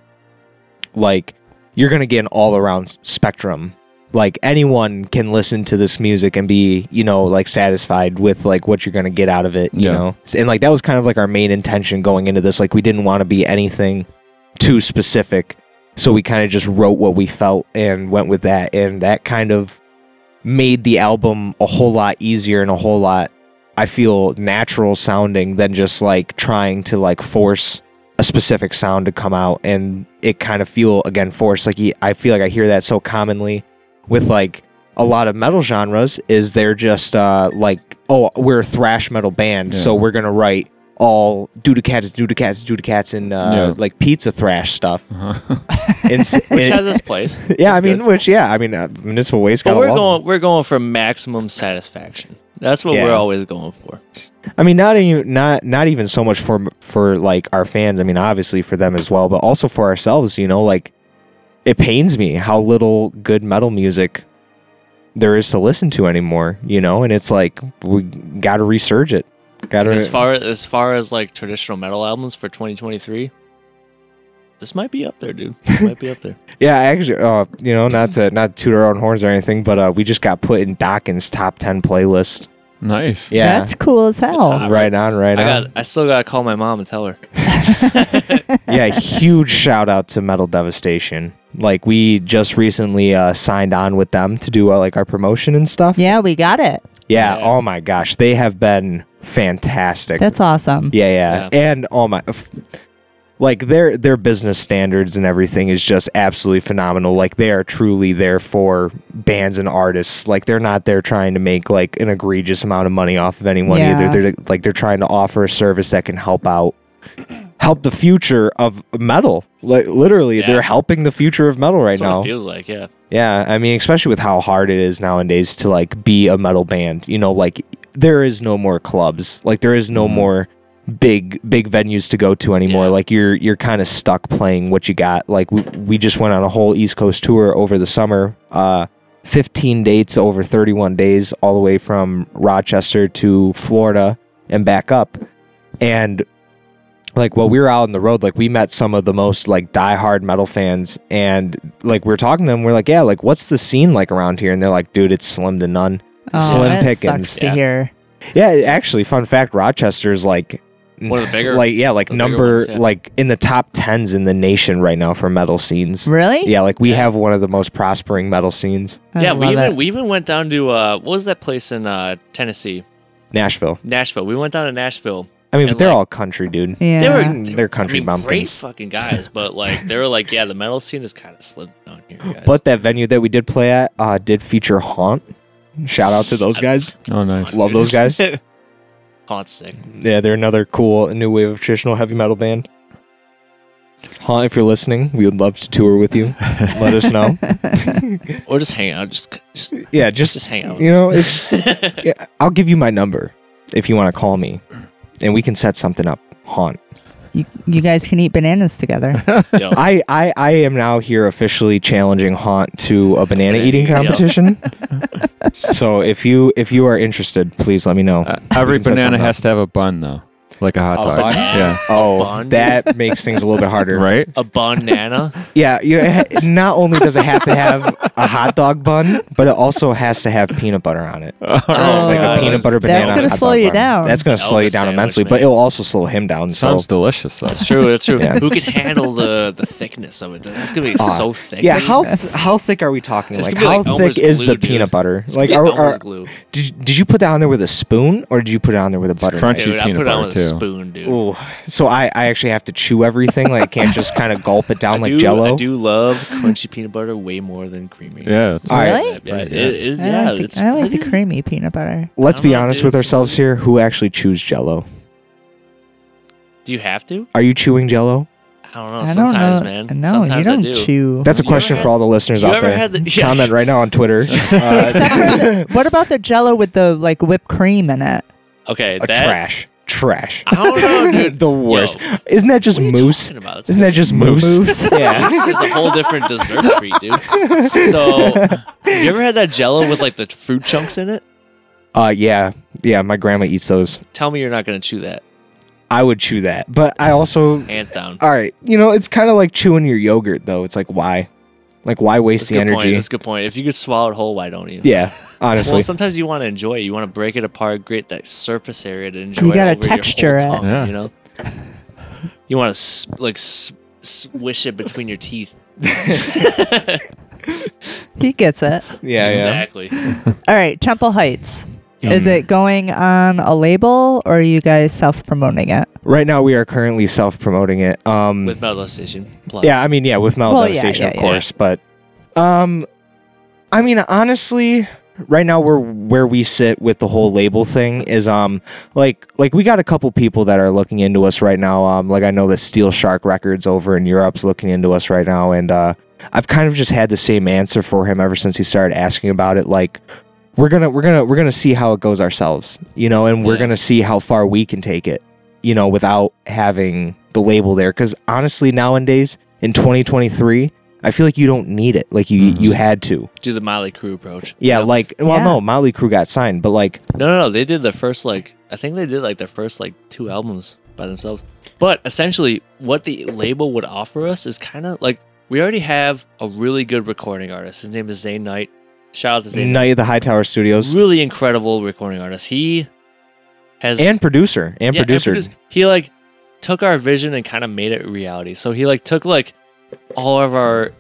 Speaker 4: like you're gonna get an all around spectrum. Like anyone can listen to this music and be, you know, like satisfied with like what you're gonna get out of it, you
Speaker 6: Yeah.
Speaker 4: know. S- And like that was kind of like our main intention going into this. Like we didn't want to be anything too specific, so we kind of just wrote what we felt and went with that, and that kind of made the album a whole lot easier and a whole lot I feel natural sounding than just like trying to like force a specific sound to come out and it kind of feel again forced like y- i feel like i hear that so commonly with like a lot of metal genres is they're just uh like oh we're a thrash metal band so we're gonna write all Dudacats, Dudacats, Dudacats, and uh,
Speaker 6: Yeah.
Speaker 4: like pizza thrash stuff.
Speaker 5: (laughs)
Speaker 6: Uh-huh. (laughs)
Speaker 4: And s-
Speaker 5: Which
Speaker 4: and-
Speaker 5: has its place.
Speaker 4: (laughs) yeah, I
Speaker 5: It's
Speaker 4: mean,
Speaker 5: good.
Speaker 4: which yeah, I mean, uh, municipal waste.
Speaker 5: but
Speaker 4: got a
Speaker 5: we're
Speaker 4: lot of
Speaker 5: going we're going for maximum satisfaction. That's what
Speaker 4: Yeah.
Speaker 5: we're always going for.
Speaker 4: I mean, not even not not even so much for for like our fans. I mean, obviously for them as well, but also for ourselves. You know, like it pains me how little good metal music there is to listen to anymore. You know, and it's like we got to resurge it. Got to.
Speaker 5: As far as far as like traditional metal albums for 2023, this might be up
Speaker 4: (laughs)
Speaker 5: there, dude. This might be up there.
Speaker 4: yeah, actually, uh, you know, not to not toot our own horns or anything, but uh, we just got put in Dawkins' top ten playlist.
Speaker 6: Nice.
Speaker 4: Yeah,
Speaker 7: That's cool as hell.
Speaker 5: hot.
Speaker 4: right on, right
Speaker 5: I
Speaker 4: on.
Speaker 5: got I still gotta call my mom and tell her.
Speaker 4: yeah, huge shout out to Metal Devastation. Like we just recently uh, signed on with them to do uh, like our promotion and stuff.
Speaker 7: Yeah, we got it.
Speaker 4: Yeah,
Speaker 5: Yeah.
Speaker 4: Oh my gosh, they have been fantastic.
Speaker 7: That's awesome.
Speaker 5: Mm-hmm.
Speaker 4: yeah, yeah, And oh my, f- like their their business standards and everything is just absolutely phenomenal. Like they are truly there for bands and artists. Like they're not there trying to make like an egregious amount of money off of anyone
Speaker 7: Yeah.
Speaker 4: either. They're like they're trying to offer a service that can help out help the future of metal. Like literally,
Speaker 5: Yeah.
Speaker 4: they're helping the future of metal right
Speaker 5: That's
Speaker 4: now.
Speaker 5: what it feels
Speaker 4: (laughs)
Speaker 5: like, yeah.
Speaker 4: Yeah, I mean, especially with how hard it is nowadays to like be a metal band. You know, like there is no more clubs. Like there is no more big big venues to go to anymore.
Speaker 5: Yeah.
Speaker 4: Like you're you're kind of stuck playing what you got. Like we we just went on a whole East Coast tour over the summer. Uh 15 dates over 31 days all the way from Rochester to Florida and back up. And like while we were out on the road, like we met some of the most like diehard metal fans, and like we were talking to them, we're like, yeah, like what's the scene like around here? And they're like, dude, it's slim to none.
Speaker 7: Oh,
Speaker 4: Slim
Speaker 7: that
Speaker 4: pickings.
Speaker 7: Sucks to
Speaker 5: Yeah.
Speaker 7: hear.
Speaker 4: Yeah, actually, fun fact, Rochester's like
Speaker 5: One of the bigger
Speaker 4: like yeah, like
Speaker 5: the bigger
Speaker 4: number
Speaker 5: ones, yeah.
Speaker 4: like in the top tens in the nation right now for metal scenes.
Speaker 7: Really?
Speaker 4: Yeah, like we have one of the most prospering metal scenes,
Speaker 7: I
Speaker 5: yeah, we
Speaker 7: love
Speaker 5: even
Speaker 7: it.
Speaker 5: we even went down to uh what was that place in uh Tennessee?
Speaker 4: Nashville.
Speaker 5: Nashville. We went down to Nashville.
Speaker 4: I mean,
Speaker 5: And,
Speaker 4: but they're
Speaker 5: like-
Speaker 4: all country, dude.
Speaker 7: yeah.
Speaker 5: They were
Speaker 4: They're country
Speaker 5: I mean, Great
Speaker 4: bumpkins.
Speaker 5: fucking guys, but like they were
Speaker 4: (laughs)
Speaker 5: like, yeah, the metal scene is kind of slim down here, guys.
Speaker 4: But that venue that we did play at uh, did feature Haunt. Shout out to those guys.
Speaker 6: Oh, nice.
Speaker 4: Love those
Speaker 5: (laughs)
Speaker 4: guys.
Speaker 5: Haunt's sick.
Speaker 4: Yeah, they're another cool new wave of traditional heavy metal band. Haunt, if you're listening, we would love to tour with you. Let us know.
Speaker 5: Or just hang out. Just,
Speaker 4: (laughs)
Speaker 5: just (laughs)
Speaker 4: Yeah, just,
Speaker 5: Just hang out.
Speaker 4: You know, if, yeah, I'll give you my number if you want to call me, and we can set something up. Haunt.
Speaker 7: You, you guys can eat bananas together.
Speaker 5: yo,
Speaker 4: I, I, I am now here officially challenging Haunt to a banana eating
Speaker 5: Yeah.
Speaker 4: competition. so if you if you are interested, please let me know.
Speaker 6: Uh, every
Speaker 4: can set
Speaker 6: banana
Speaker 4: something
Speaker 6: has
Speaker 4: up.
Speaker 6: to have a bun, though, like a hot
Speaker 4: A
Speaker 6: dog.
Speaker 4: bun?
Speaker 6: Yeah,
Speaker 4: oh,
Speaker 5: bun?
Speaker 4: that makes things a little bit
Speaker 6: (laughs)
Speaker 4: harder, (laughs)
Speaker 6: right.
Speaker 5: a banana.
Speaker 4: Yeah, you know, it
Speaker 7: (laughs)
Speaker 4: ha- not only does it have to have a hot dog bun, but it also has to have peanut butter on it.
Speaker 5: Oh,
Speaker 4: like
Speaker 5: God.
Speaker 4: a peanut butter banana.
Speaker 7: That's gonna
Speaker 4: hot
Speaker 7: slow
Speaker 4: dog
Speaker 7: you
Speaker 4: bun.
Speaker 7: down.
Speaker 4: That's gonna slow you
Speaker 5: Elvis
Speaker 4: down
Speaker 5: sandwich,
Speaker 4: immensely,
Speaker 5: man.
Speaker 4: but it'll also slow him down. So
Speaker 6: (laughs) Sounds delicious, though.
Speaker 5: That's
Speaker 6: (laughs)
Speaker 5: true. That's true.
Speaker 4: Yeah.
Speaker 5: Who could handle the the thickness of it? That's gonna be
Speaker 4: Ah,
Speaker 5: so thick.
Speaker 4: yeah, how how thick are we talking?
Speaker 5: It's
Speaker 4: Like
Speaker 5: gonna be
Speaker 4: how
Speaker 5: like Elmer's
Speaker 4: thick is
Speaker 5: glue,
Speaker 4: the
Speaker 5: dude.
Speaker 4: peanut butter? Like,
Speaker 5: Yeah,
Speaker 4: are,
Speaker 5: Elmer's
Speaker 4: are-
Speaker 5: glue. Dude,
Speaker 4: did did you put that on there with a spoon or did you put it on there with a butter?
Speaker 6: crunchy.
Speaker 4: knife?
Speaker 6: cheap
Speaker 5: I
Speaker 6: peanut
Speaker 5: put it on
Speaker 6: butter,
Speaker 5: with
Speaker 6: too.
Speaker 5: a spoon, dude.
Speaker 4: Ooh, so I I actually have to chew everything. Like, I
Speaker 5: (laughs)
Speaker 4: can't just kind of gulp it down
Speaker 5: I
Speaker 4: like
Speaker 5: do,
Speaker 4: Jello.
Speaker 5: I do love crunchy peanut butter way more than creamy.
Speaker 6: Yeah. it's-
Speaker 4: All right.
Speaker 7: Really?
Speaker 5: Yeah,
Speaker 6: Right,
Speaker 5: it is- (laughs)
Speaker 7: I
Speaker 5: yeah,
Speaker 7: like,
Speaker 5: it's
Speaker 7: the, I like the
Speaker 5: pretty-
Speaker 7: creamy peanut butter.
Speaker 4: Let's be
Speaker 5: I'm not,
Speaker 4: honest
Speaker 5: dude,
Speaker 4: with
Speaker 5: it's-
Speaker 4: ourselves here. Who actually chews Jello?
Speaker 5: Do you have to?
Speaker 4: Are you chewing Jello?
Speaker 5: I don't know.
Speaker 7: I don't
Speaker 5: Oh, sometimes,
Speaker 7: know.
Speaker 5: man.
Speaker 7: No,
Speaker 5: sometimes
Speaker 7: you don't
Speaker 5: I do.
Speaker 7: chew.
Speaker 4: That's a
Speaker 5: You ever
Speaker 4: question
Speaker 5: had-
Speaker 4: for all the listeners
Speaker 5: you
Speaker 4: out
Speaker 5: ever
Speaker 4: there.
Speaker 5: had the- yeah. (laughs)
Speaker 4: Comment right now on Twitter. Uh,
Speaker 7: (laughs) Except for the, what about the Jello with the like whipped cream in it?
Speaker 5: Okay,
Speaker 4: (laughs) a
Speaker 5: that.
Speaker 4: trash, trash.
Speaker 5: I don't know,
Speaker 4: (laughs)
Speaker 5: dude.
Speaker 4: the worst.
Speaker 5: Yo,
Speaker 4: Isn't that just
Speaker 5: what are you
Speaker 4: moose?
Speaker 5: talking about? It's
Speaker 4: Isn't that just moose? (laughs)
Speaker 7: (laughs)
Speaker 4: yeah.
Speaker 5: This is a whole different dessert treat, dude. So, you ever had that Jello with like the fruit chunks in it?
Speaker 4: Uh, yeah, yeah. My grandma eats those.
Speaker 5: Tell me you're not gonna chew that.
Speaker 4: I would chew that, but I also,
Speaker 5: Hands down.
Speaker 4: all right. You know, it's kind of like chewing your yogurt, though. It's like why, like why waste
Speaker 5: That's a good
Speaker 4: the
Speaker 5: point.
Speaker 4: energy?
Speaker 5: That's a good point. If you could swallow it whole, why don't you?
Speaker 4: Yeah, honestly.
Speaker 5: Well, sometimes you want to enjoy it. You want to break it apart, grate that surface area to enjoy.
Speaker 7: gotta
Speaker 5: it over
Speaker 7: texture
Speaker 5: your
Speaker 7: it.
Speaker 5: whole tongue,
Speaker 6: Yeah.
Speaker 5: You know. You want to s like s- swish it between your teeth.
Speaker 7: He gets it.
Speaker 4: yeah, yeah.
Speaker 5: Exactly.
Speaker 7: All right, Temple Heights. Is it going on a label or are you guys self promoting it?
Speaker 4: Right now, we are currently self-promoting it. Um,
Speaker 5: With Metal Station. Plug.
Speaker 4: yeah, I mean, yeah, with
Speaker 7: Well, yeah,
Speaker 4: maladaptation,
Speaker 7: yeah,
Speaker 4: of
Speaker 7: yeah.
Speaker 4: course. But, um, I mean, honestly, right now we're where we sit with the whole label thing is, um, like, like we got a couple people that are looking into us right now. Um, like I know that Steel Shark Records over in Europe's looking into us right now, and uh, I've kind of just had the same answer for him ever since he started asking about it. Like, we're gonna, we're gonna, we're gonna see how it goes ourselves, you know, and we're
Speaker 5: Yeah.
Speaker 4: gonna see how far we can take it you know, without having the label there. Because honestly, nowadays in 2023, I feel like you don't need it. Like you,
Speaker 5: Mm-hmm.
Speaker 4: you had to.
Speaker 5: Do the Miley Crew approach.
Speaker 4: Yeah, like well,
Speaker 7: Yeah.
Speaker 4: no, Motley Crue got signed, but like
Speaker 5: No, no, no. They did their first like I think they did like their first like two albums by themselves. But essentially, what the label would offer us is kind of like we already have a really good recording artist. His name is Zane Knight. Shout out to Zane.
Speaker 4: Night of the High Tower Studios
Speaker 5: really incredible recording artist. He has
Speaker 4: and producer and
Speaker 5: Yeah,
Speaker 4: producer.
Speaker 5: produce- he like took our vision and kind of made it reality. So he like took like all of our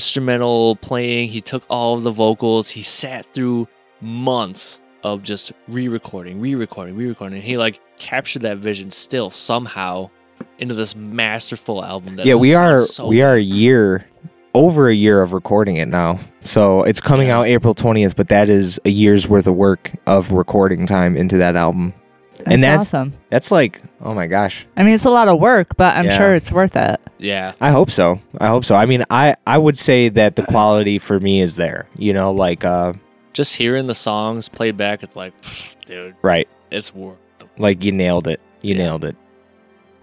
Speaker 5: instrumental playing. He took all of the vocals. He sat through months of just re-recording, re-recording, re-recording. And he like captured that vision still somehow into this masterful album. That
Speaker 4: yeah,
Speaker 5: was
Speaker 4: we
Speaker 5: so-
Speaker 4: are
Speaker 5: so
Speaker 4: we are a year over a year of recording it now. So it's coming
Speaker 5: Yeah.
Speaker 4: out April 20th, but that is a year's worth of work of recording time into that album.
Speaker 7: That's
Speaker 4: And that's-
Speaker 7: awesome.
Speaker 4: That's like, oh my gosh.
Speaker 7: I mean, it's a lot of work, but I'm
Speaker 4: Yeah.
Speaker 7: sure it's worth it.
Speaker 5: yeah.
Speaker 4: I hope so. I hope so. I mean, I I would say that the quality for me is there. You know, like uh,
Speaker 5: Just hearing the songs played back, it's like, dude,
Speaker 4: right,
Speaker 5: it's worth the
Speaker 4: like you nailed it. You
Speaker 5: Yeah.
Speaker 4: nailed it.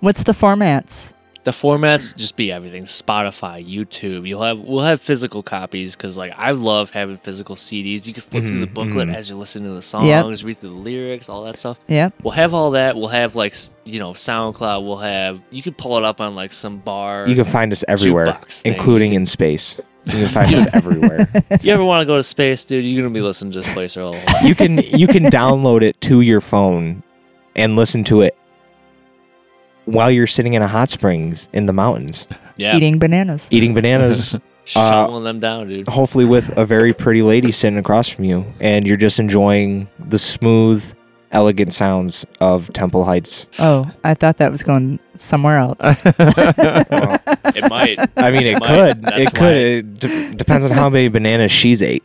Speaker 7: What's the formats?
Speaker 5: the formats just be everything spotify youtube you'll have we'll have physical copies because like i love having physical cds you can flip through the
Speaker 4: Mhm,
Speaker 5: booklet
Speaker 4: mhm.
Speaker 5: as you're listening to the songs
Speaker 7: Yep.
Speaker 5: read through the lyrics all that stuff
Speaker 7: Yep.
Speaker 5: we'll have all that we'll have like s- you know soundcloud we'll have you can pull it up on like some bar
Speaker 4: You can find us everywhere,
Speaker 5: jukebox thing.
Speaker 4: including in space. You can find
Speaker 5: (laughs)
Speaker 4: us everywhere.
Speaker 5: you ever want to go to space dude you're gonna be listening to this place all
Speaker 4: You can you can download it to your phone and listen to it while you're sitting in a hot springs in the mountains
Speaker 5: yeah
Speaker 7: Eating bananas.
Speaker 4: eating
Speaker 5: (laughs)
Speaker 4: bananas Uh,
Speaker 5: shoveling them down dude
Speaker 4: hopefully with a very pretty lady sitting across from you and you're just enjoying the smooth elegant sounds of temple heights
Speaker 7: Oh, I thought that was going
Speaker 4: (laughs)
Speaker 7: somewhere else.
Speaker 5: it might
Speaker 4: I mean, it
Speaker 5: Might.
Speaker 4: could.
Speaker 5: That's
Speaker 4: It could. It de- depends on how many bananas she's ate.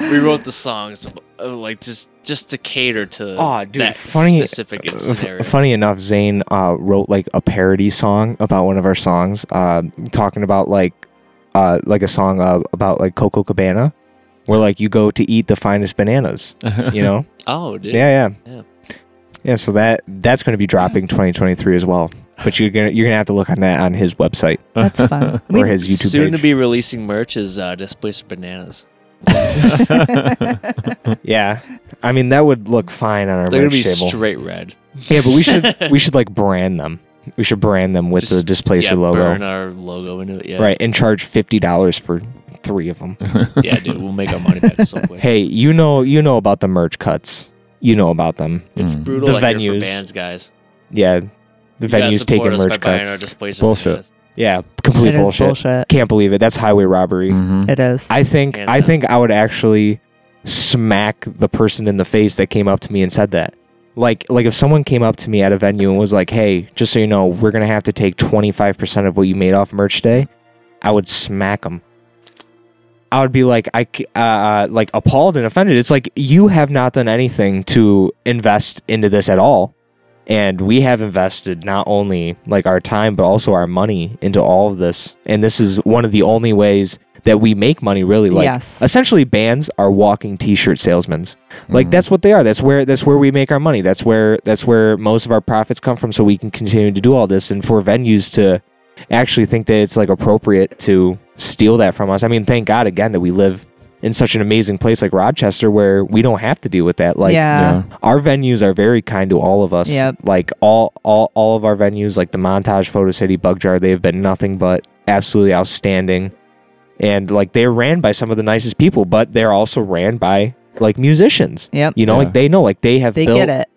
Speaker 5: we wrote the songs uh, like just just to cater to
Speaker 4: Aw, dude,
Speaker 5: that
Speaker 4: funny-
Speaker 5: specific
Speaker 4: F-
Speaker 5: scenario.
Speaker 4: funny enough, Zayn uh, wrote like a parody song about one of our songs, uh, talking about like uh, like a song uh, about like Coco Cabana, where like you go to eat the finest bananas. You know?
Speaker 5: oh, dude.
Speaker 4: yeah, yeah,
Speaker 5: (laughs) Yeah.
Speaker 4: yeah. so that that's going to be dropping 2023 as well. But you're gonna you're gonna have to look on that on his website
Speaker 7: That's fun.
Speaker 4: or his YouTube
Speaker 5: Soon
Speaker 4: page.
Speaker 5: to be releasing merch is uh, Displaced Bananas.
Speaker 4: (laughs) yeah, I mean that would look fine on our
Speaker 5: They're gonna
Speaker 4: merch
Speaker 5: be
Speaker 4: table.
Speaker 5: straight red.
Speaker 4: yeah, but we
Speaker 5: (laughs)
Speaker 4: should we should like brand them. We should brand them with the
Speaker 5: Just-
Speaker 4: displacer
Speaker 5: yeah,
Speaker 4: logo.
Speaker 5: Burn our logo into it. Yeah. Mm-hmm.
Speaker 4: Right, and charge fifty dollars for three of them.
Speaker 5: Yeah, dude. We'll make our money back so
Speaker 4: (laughs)
Speaker 5: quick.
Speaker 4: hey, you know, you know about the merch cuts. You know about them.
Speaker 5: it's brutal
Speaker 4: mm. The
Speaker 5: out here
Speaker 4: venues.
Speaker 5: for bands, guys.
Speaker 4: Yeah, the
Speaker 5: You gotta
Speaker 4: venues
Speaker 5: support
Speaker 4: taking
Speaker 5: us by
Speaker 4: merch
Speaker 5: buying
Speaker 4: cuts.
Speaker 5: Our Displaced
Speaker 6: Bullshit.
Speaker 5: Bananas.
Speaker 4: Yeah,
Speaker 7: It
Speaker 4: complete
Speaker 7: is
Speaker 4: bullshit.
Speaker 7: bullshit.
Speaker 4: Can't believe it. That's highway robbery.
Speaker 6: Mhm.
Speaker 7: It is.
Speaker 4: I think.
Speaker 5: Hands
Speaker 4: I
Speaker 5: down.
Speaker 4: think I would actually smack the person in the face that came up to me and said that. Like, like if someone came up to me at a venue and was like, "Hey, just so you know, we're gonna have to take twenty five percent of what you made off merch day," I would smack them. I would be like, I c- uh, uh, like appalled and offended. It's like you have not done anything to invest into this at all, and we have invested not only like our time but also our money into all of this. And this is one of the only ways that we make money. Really, like
Speaker 7: Yes.
Speaker 4: essentially, bands are walking T-shirt salesmen. Like that's what they are. That's where that's where we make our money. That's where that's where most of our profits come from. So we can continue to do all this, and for venues to actually think that it's like appropriate to steal that from us. I mean, thank God again that we live in such an amazing place like Rochester where we don't have to deal with that. Like
Speaker 7: yeah.
Speaker 6: Yeah.
Speaker 4: our venues are very kind to all of us.
Speaker 7: Yep.
Speaker 4: Like all all all of our venues, like the Montage Photo City Bug Jar, they've been nothing but absolutely outstanding. And like they're ran by some of the nicest people, but they're also ran by like musicians.
Speaker 7: Yep.
Speaker 4: You know,
Speaker 6: Yeah.
Speaker 4: like they know, like they have
Speaker 7: They
Speaker 4: built
Speaker 7: get it.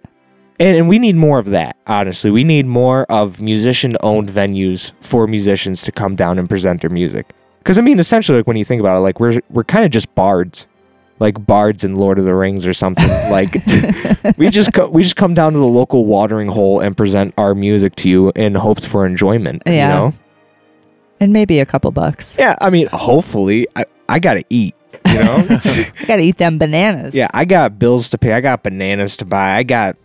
Speaker 4: and, and we need more of that, honestly. We need more of musician owned venues for musicians to come down and present their music. Because, I mean, essentially, like when you think about it, like we're, we're kind of just bards, like bards in Lord of the Rings or something. like we, just co- we just come down to the local watering hole and present our music to you in hopes for enjoyment.
Speaker 7: Yeah.
Speaker 4: You know?
Speaker 7: And maybe a couple bucks.
Speaker 4: Yeah. I mean, hopefully, I, I got to eat, you know?
Speaker 7: You gotta eat them bananas.
Speaker 4: yeah. I got bills to pay. I got bananas to buy. I got.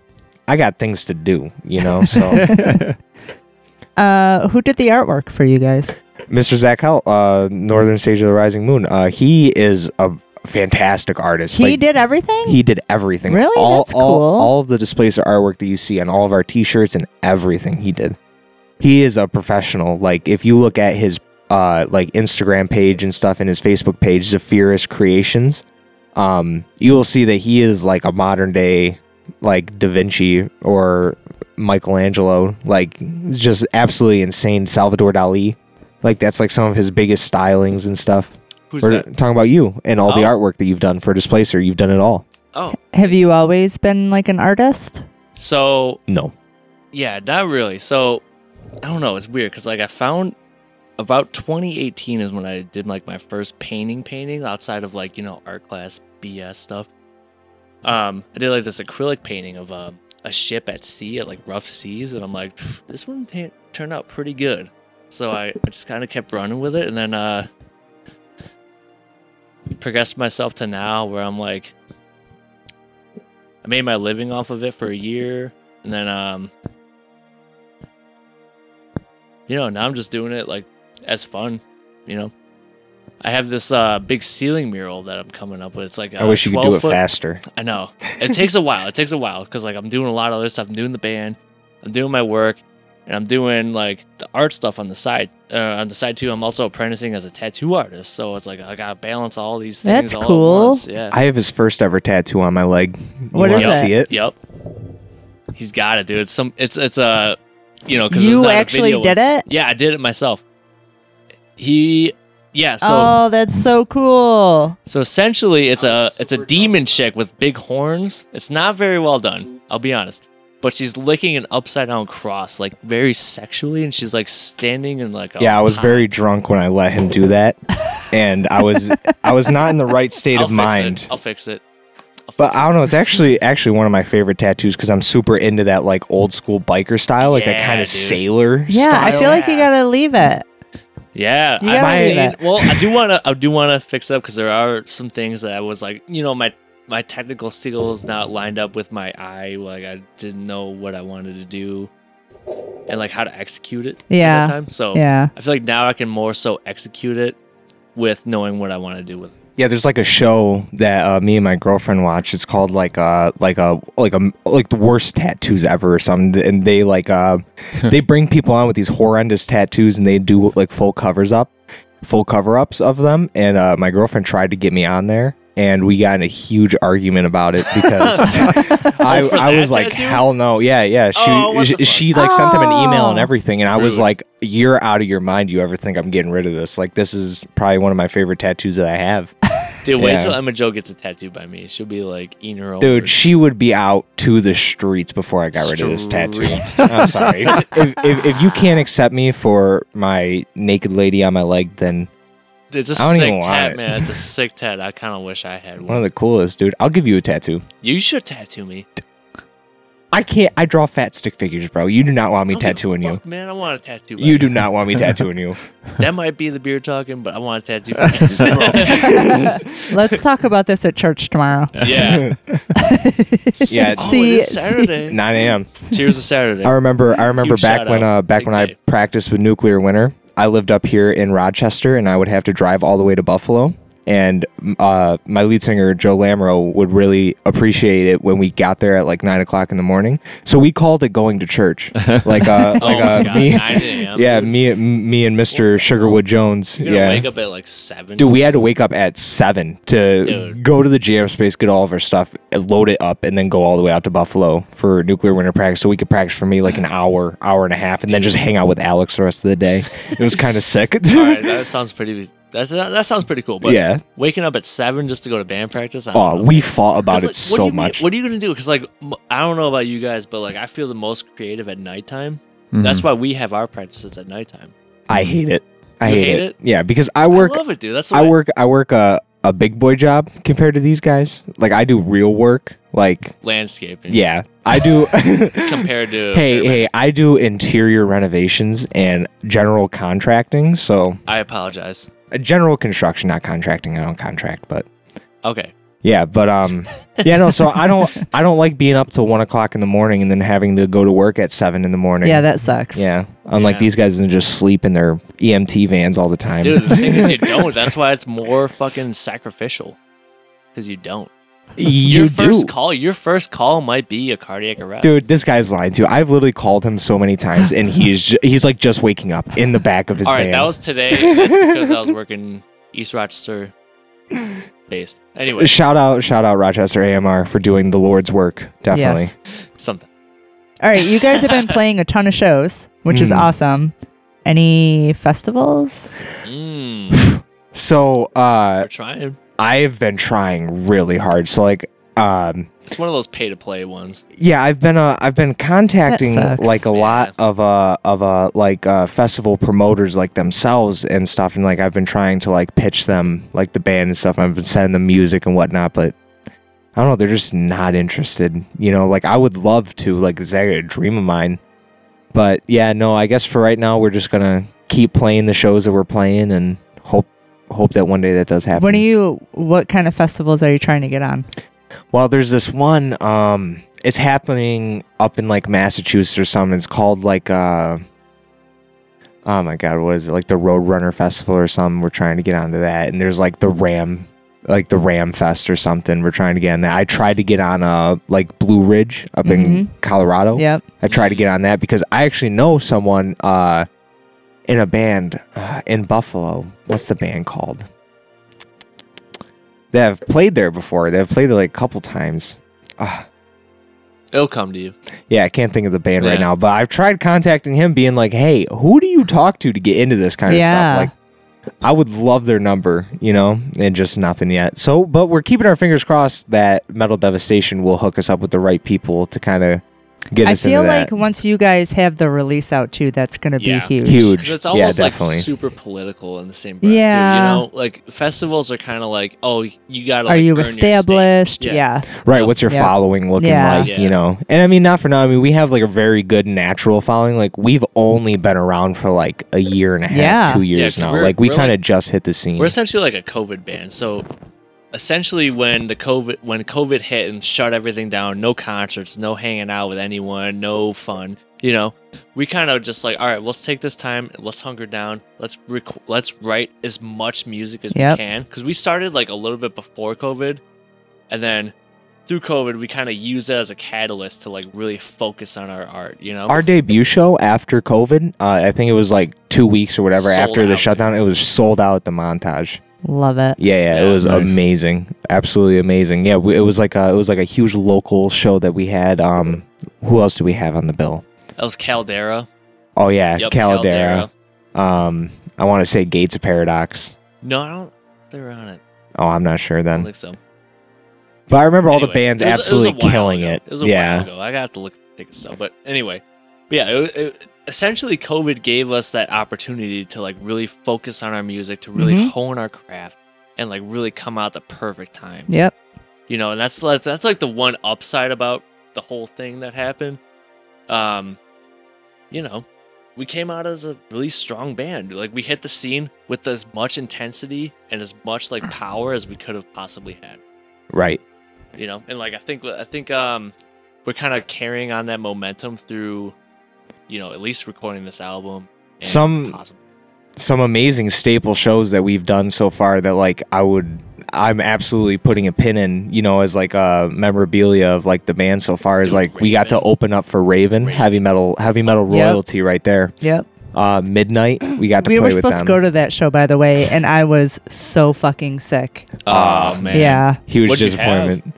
Speaker 4: I got things to do, you know. So
Speaker 7: Uh, who did the artwork for you guys?
Speaker 4: Mr. Zach Hell, uh, Northern Stage of the Rising Moon. Uh, he is a fantastic artist.
Speaker 7: He
Speaker 4: Like,
Speaker 7: did everything.
Speaker 4: He did everything.
Speaker 7: Really?
Speaker 4: All,
Speaker 7: That's
Speaker 4: all,
Speaker 7: cool.
Speaker 4: All of the displays of artwork that you see on all of our T-shirts and everything he did. He is a professional. Like if you look at his uh, like Instagram page and stuff and his Facebook page, Zephyrus Creations, um, you will see that he is like a modern day like Da Vinci or Michelangelo. Like just absolutely insane Salvador Dali. Like that's like some of his biggest stylings and stuff.
Speaker 5: Who's
Speaker 4: We're
Speaker 5: that?
Speaker 4: talking about you and all the
Speaker 5: Oh.
Speaker 4: artwork that you've done for Displacer. You've done it all.
Speaker 5: Oh,
Speaker 7: Have you always been like an artist?
Speaker 5: so
Speaker 4: No.
Speaker 5: Yeah, not really. So I don't know. It's weird because like I found about 2018 is when I did like my first painting painting outside of like you know art class BS stuff. Um, I did like this acrylic painting of um, a ship at sea at like rough seas, and I'm like, this one t- turned out pretty good. So I, I just kind of kept running with it, and then uh, progressed myself to now where I'm like, I made my living off of it for a year, and then um, you know, now I'm just doing it like as fun, you know. I have this uh, big ceiling mural that I'm coming up with. It's like I
Speaker 4: I wish you could do it faster.
Speaker 5: I know. It takes a while. It takes a while because like I'm doing a lot of other stuff. I'm doing the band, I'm doing my work, and I'm doing like the art stuff on the side. Uh, on the side too, I'm also apprenticing as a tattoo artist. So it's like I gotta balance all these things.
Speaker 7: That's
Speaker 5: all
Speaker 7: cool.
Speaker 5: At once. Yeah.
Speaker 4: I have his first ever tattoo on my leg. You
Speaker 7: What is
Speaker 4: wanna
Speaker 7: it?
Speaker 4: see it?
Speaker 5: yep. He's got it, dude. It's some. It's it's a. You know, because
Speaker 7: You actually did it.
Speaker 5: Yeah, I did it myself. He. Yeah. So.
Speaker 7: oh, that's so cool.
Speaker 5: So essentially, it's a it's a demon chick with big horns. It's not very well done, I'll be honest. But she's licking an upside down cross, like very sexually, and she's like standing in like. A
Speaker 4: Yeah, I was
Speaker 5: pie.
Speaker 4: very drunk when I let him do that, and I was I was not in the right state
Speaker 5: I'll
Speaker 4: of
Speaker 5: fix
Speaker 4: mind.
Speaker 5: It. I'll fix it. I'll
Speaker 4: But
Speaker 5: fix
Speaker 4: I don't know. It's actually actually one of my favorite tattoos because I'm super into that like old school biker style, like that
Speaker 5: Yeah,
Speaker 4: kind of
Speaker 5: dude.
Speaker 4: sailor.
Speaker 7: Yeah, I
Speaker 4: style.
Speaker 7: feel like you gotta leave it.
Speaker 5: it. yeah.
Speaker 7: You
Speaker 5: I
Speaker 7: gotta
Speaker 5: might-
Speaker 7: do that.
Speaker 5: well, I do wanna I do wanna fix it up because there are some things that I was like, you know, my my technical skills not lined up with my eye. Like I didn't know what I wanted to do, and like how to execute it. at that
Speaker 7: Yeah.
Speaker 5: time. So
Speaker 7: Yeah.
Speaker 5: I feel like now I can more so execute it with knowing what I want to do with it.
Speaker 4: Yeah, there's like a show that uh, me and my girlfriend watch. It's called like uh like a like a like the worst tattoos ever or something. And they like
Speaker 5: (laughs)
Speaker 4: uh they bring people on with these horrendous tattoos and they do like full covers up, full cover ups of them. And uh, my girlfriend tried to get me on there, and we got in a huge argument about it because (laughs) I
Speaker 5: (laughs) Oh, for
Speaker 4: I was
Speaker 5: that
Speaker 4: like
Speaker 5: tattoo?
Speaker 4: hell no yeah yeah she
Speaker 5: Oh, what the
Speaker 4: she,
Speaker 5: fuck?
Speaker 4: she like sent them an email and
Speaker 7: Oh.
Speaker 4: everything, and I was
Speaker 5: Rude.
Speaker 4: like you're out of your mind. You ever think I'm getting rid of this? Like this is probably one of my favorite tattoos that I have.
Speaker 5: Dude, wait
Speaker 4: Yeah.
Speaker 5: till Emma Joe gets a tattoo by me. She'll be like eating her own.
Speaker 4: Dude,
Speaker 5: words.
Speaker 4: she would be out to the streets before I got rid of this tattoo. (laughs) I'm sorry. if, if, if you can't accept me for my naked lady on my leg, then
Speaker 5: it's a
Speaker 4: I don't
Speaker 5: sick
Speaker 4: even want
Speaker 5: tat,
Speaker 4: it.
Speaker 5: man. It's a sick tat. I kind of wish I had
Speaker 4: one of
Speaker 5: one.
Speaker 4: the coolest, dude. I'll give you a tattoo.
Speaker 5: You should tattoo me.
Speaker 4: I can't. I draw fat stick figures, bro. You do not want me
Speaker 5: I don't give a
Speaker 4: tattooing you.
Speaker 5: fuck, man. I want a tattoo. by
Speaker 4: You
Speaker 5: (laughs)
Speaker 4: do not want me tattooing (laughs) you.
Speaker 5: That might be the beer talking, but I want a tattoo.
Speaker 4: (laughs)
Speaker 5: From
Speaker 7: Let's talk about this at church tomorrow. (laughs)
Speaker 5: yeah.
Speaker 4: Yeah.
Speaker 5: Oh,
Speaker 7: See-
Speaker 5: it is Saturday.
Speaker 4: 9 a.m.
Speaker 5: Cheers to Saturday.
Speaker 4: I remember. I remember
Speaker 5: Huge
Speaker 4: back
Speaker 5: shout
Speaker 4: when
Speaker 5: out.
Speaker 4: uh, back
Speaker 5: Big
Speaker 4: when I
Speaker 5: day.
Speaker 4: practiced with Nuclear Winter. I lived up here in Rochester, and I would have to drive all the way to Buffalo. And m- uh, my lead singer Joe Lamro would really appreciate it when we got there at like nine o'clock in the morning. So we called it going to
Speaker 5: (laughs)
Speaker 4: church, like uh,
Speaker 5: oh
Speaker 4: like
Speaker 5: my
Speaker 4: uh,
Speaker 5: god,
Speaker 4: me,
Speaker 5: 9
Speaker 4: (laughs)
Speaker 5: a.m.
Speaker 4: yeah,
Speaker 5: dude.
Speaker 4: me, m- me and Mister Sugarwood Jones,
Speaker 5: You're gonna
Speaker 4: yeah.
Speaker 5: wake up at like seven.
Speaker 4: Dude, we had to wake up at seven to
Speaker 5: Dude.
Speaker 4: go to the jam space, get all of our stuff, and load it up, and then go all the way out to Buffalo for nuclear winter practice. So we could practice for me like an hour, hour and a half, and then just hang out with Alex the rest of the day. It was
Speaker 5: (laughs)
Speaker 4: kind of sick.
Speaker 5: All
Speaker 4: (laughs)
Speaker 5: right, that sounds pretty. That, that, that sounds pretty cool. But
Speaker 4: Yeah.
Speaker 5: waking up at seven just to go to band practice. I don't
Speaker 4: oh,
Speaker 5: know.
Speaker 4: we fought about
Speaker 5: 'Cause,
Speaker 4: it
Speaker 5: like, what do
Speaker 4: so
Speaker 5: you mean-
Speaker 4: much.
Speaker 5: What are you gonna do? Because like m- I don't know about you guys, but like I feel the most creative at nighttime.
Speaker 4: Mm-hmm.
Speaker 5: That's why we have our practices at nighttime.
Speaker 4: I hate it. I
Speaker 5: You
Speaker 4: hate,
Speaker 5: hate
Speaker 4: it.
Speaker 5: it?
Speaker 4: Yeah, because I
Speaker 5: I
Speaker 4: work.
Speaker 5: love it, dude. That's the
Speaker 4: I
Speaker 5: way-
Speaker 4: work. I work a a big boy job compared to these guys. Like I do real work. Like
Speaker 5: landscaping.
Speaker 4: yeah, I
Speaker 5: (laughs)
Speaker 4: do. (laughs)
Speaker 5: compared to
Speaker 4: Hey, hey, I do interior renovations and general contracting. So,
Speaker 5: I apologize.
Speaker 4: uh, general construction, not contracting. I don't contract, but
Speaker 5: Okay,
Speaker 4: yeah, but
Speaker 5: (laughs)
Speaker 4: um, yeah, no. So I don't, I don't like being up till one o'clock in the morning and then having to go to work at seven in the morning.
Speaker 7: Yeah, that sucks.
Speaker 4: yeah. Unlike
Speaker 5: Yeah.
Speaker 4: these guys that just sleep in their EMT vans all the time.
Speaker 5: dude. The thing is, you don't. That's why it's more fucking sacrificial because you don't.
Speaker 4: (laughs) you
Speaker 5: your first
Speaker 4: do.
Speaker 5: call, your first call might be a cardiac arrest,
Speaker 4: Dude, this guy's lying to you. I've literally called him so many times, and he's ju- he's like just waking up in the back of his
Speaker 5: All right,
Speaker 4: van.
Speaker 5: that was today. That's because I was working
Speaker 4: (laughs)
Speaker 5: East Rochester based. Anyway,
Speaker 4: shout out, shout out Rochester AMR for doing the Lord's work. Definitely.
Speaker 5: something.
Speaker 7: All right, you guys have been playing a ton of shows, which is
Speaker 4: Mm.
Speaker 7: awesome. Any festivals?
Speaker 5: Mm,
Speaker 4: (laughs) So uh
Speaker 5: we're trying.
Speaker 4: I've been trying really hard. So like um
Speaker 5: It's one of those pay to play ones.
Speaker 4: yeah, I've been uh I've been contacting
Speaker 7: That sucks.
Speaker 4: like a lot of uh of uh like uh festival promoters like themselves and stuff and like I've been trying to like pitch them like the band and stuff. I've been sending them music and whatnot, but I don't know, they're just not interested. You know, like I would love to, like it's like a dream of mine. But yeah, no, I guess for right now we're just gonna keep playing the shows that we're playing and hope hope that one day that does happen.
Speaker 7: When are you? What kind of festivals are you trying to get on?
Speaker 4: Well, there's this one. Um, it's happening up in like Massachusetts or something. It's called like uh, oh my god, what is it? Like the Roadrunner Festival or something. We're trying to get onto that. And there's like the Ram, like the Ram Fest or something. We're trying to get on that. I tried to get on uh like Blue Ridge up in
Speaker 7: Mhm.
Speaker 4: Colorado.
Speaker 7: Yep.
Speaker 4: I tried to get on that because I actually know someone uh in a band uh, in Buffalo. What's the band called? They have played there before. They have played there like a couple times. Ah,
Speaker 5: It'll come to you.
Speaker 4: yeah, I can't think of the band right
Speaker 5: Yeah.
Speaker 4: now, but I've tried contacting him, being like, "Hey, who do you talk to to get into this kind of
Speaker 7: Yeah.
Speaker 4: stuff?" Like, I would love their number, you know, and just nothing yet. So, but we're keeping our fingers crossed that Metal Devastation will hook us up with the right people to kind of get
Speaker 7: I
Speaker 4: us into
Speaker 7: feel like
Speaker 4: that.
Speaker 7: once you guys have the release out too, that's going to
Speaker 5: Yeah.
Speaker 7: be huge.
Speaker 4: huge.
Speaker 5: 'Cause it's almost
Speaker 4: yeah,
Speaker 5: like
Speaker 4: definitely.
Speaker 5: super political in the same breath.
Speaker 7: Yeah.
Speaker 5: Too, you know, like festivals are kind of like, oh, you gotta.
Speaker 7: are
Speaker 5: like,
Speaker 7: you
Speaker 5: earn your steak.
Speaker 7: established?
Speaker 5: Yeah.
Speaker 7: yeah.
Speaker 4: Right. What's your
Speaker 7: Yeah.
Speaker 4: following looking
Speaker 7: Yeah.
Speaker 4: like?
Speaker 5: Yeah.
Speaker 4: You know, and I mean, not for now. I mean, we have like a very good natural following. Like we've only been around for like a year and a half,
Speaker 7: Yeah.
Speaker 4: two
Speaker 5: Yeah,
Speaker 4: years
Speaker 5: 'cause
Speaker 4: now.
Speaker 5: we're-
Speaker 4: Like we
Speaker 5: we're
Speaker 4: kind of
Speaker 5: like-
Speaker 4: just hit the scene.
Speaker 5: We're essentially like a COVID band, so essentially when the COVID when COVID hit and shut everything down, no concerts, no hanging out with anyone, no fun. You know, we kind of just like, all right, let's take this time, let's hunker down, let's rec- let's write as much music as
Speaker 7: Yep.
Speaker 5: we can because we started like a little bit before COVID, and then through COVID, we kind of used it as a catalyst to like really focus on our art. You know,
Speaker 4: Our debut show after COVID, uh, I think it was like two weeks or whatever
Speaker 5: Sold
Speaker 4: after the
Speaker 5: out.
Speaker 4: shutdown, it was sold out at the montage.
Speaker 7: Love it.
Speaker 4: Yeah, yeah,
Speaker 5: Yeah.
Speaker 4: it was
Speaker 6: Nice.
Speaker 4: amazing, absolutely amazing. Yeah, we, it was like a it was like a huge local show that we had. Um, who else did we have on the bill?
Speaker 5: that was Caldera.
Speaker 4: Oh yeah,
Speaker 5: Yep,
Speaker 4: Caldera. Um, I want to say Gates of Paradox.
Speaker 5: No, I don't. They're on it.
Speaker 4: Oh, I'm not sure
Speaker 5: I don't
Speaker 4: then,
Speaker 5: think so.
Speaker 4: but I remember all the
Speaker 5: Anyway,
Speaker 4: bands
Speaker 5: it was- it was a
Speaker 4: absolutely
Speaker 5: while
Speaker 4: killing
Speaker 5: ago.
Speaker 4: it.
Speaker 5: It was a
Speaker 4: yeah,
Speaker 5: while ago. I got to look at tickets stuff, but anyway, but yeah. It, it, essentially, COVID gave us that opportunity to like really focus on our music, to really
Speaker 4: Mm-hmm.
Speaker 7: Mhm.
Speaker 5: hone our craft, and like really come out the perfect time.
Speaker 7: Yep.
Speaker 5: You know, and that's that's, that's like the one upside about the whole thing that happened. Um, you know, we came out as a really strong band. Like we hit the scene with as much intensity and as much like power as we could have possibly had
Speaker 4: right.
Speaker 5: you know and like i think i think um we're kind of carrying on that momentum through you know at least recording this album and
Speaker 4: Some-
Speaker 5: possibly-
Speaker 4: some amazing staple shows that we've done so far that like I would I'm absolutely putting a pin in, you know, as like uh memorabilia of like the band so far is
Speaker 5: Dude,
Speaker 4: like we got to
Speaker 5: Raven.
Speaker 4: open up for Raven,
Speaker 5: Raven.
Speaker 4: heavy metal heavy metal
Speaker 7: Yep.
Speaker 4: royalty right there.
Speaker 7: Yep.
Speaker 4: Uh midnight, we got to
Speaker 7: We
Speaker 4: play
Speaker 7: were
Speaker 4: with
Speaker 7: supposed
Speaker 4: them.
Speaker 7: to go to that show, by the way, and I was so fucking sick.
Speaker 5: oh man
Speaker 7: Yeah.
Speaker 4: Huge
Speaker 5: What'd you
Speaker 4: disappointment.
Speaker 7: Uh, I show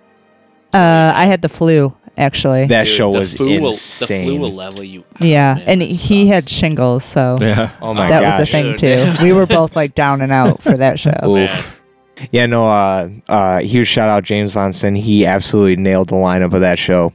Speaker 7: was will actually.
Speaker 4: That
Speaker 5: Dude,
Speaker 4: show
Speaker 5: the
Speaker 4: was
Speaker 5: flu will-
Speaker 4: insane.
Speaker 5: the flu will level you out,
Speaker 7: yeah,
Speaker 5: man.
Speaker 7: and
Speaker 5: It
Speaker 7: he
Speaker 5: sucks.
Speaker 7: had shingles, so
Speaker 6: Mm-hmm. Yeah.
Speaker 4: oh my
Speaker 7: that
Speaker 4: gosh.
Speaker 7: was a thing
Speaker 5: Dude,
Speaker 7: too.
Speaker 5: yeah.
Speaker 7: we
Speaker 5: (laughs)
Speaker 7: were both like down and out for that show.
Speaker 4: Oof.
Speaker 5: Man.
Speaker 4: Yeah, no, uh uh huge shout out James Vonson. He absolutely nailed the lineup of that show.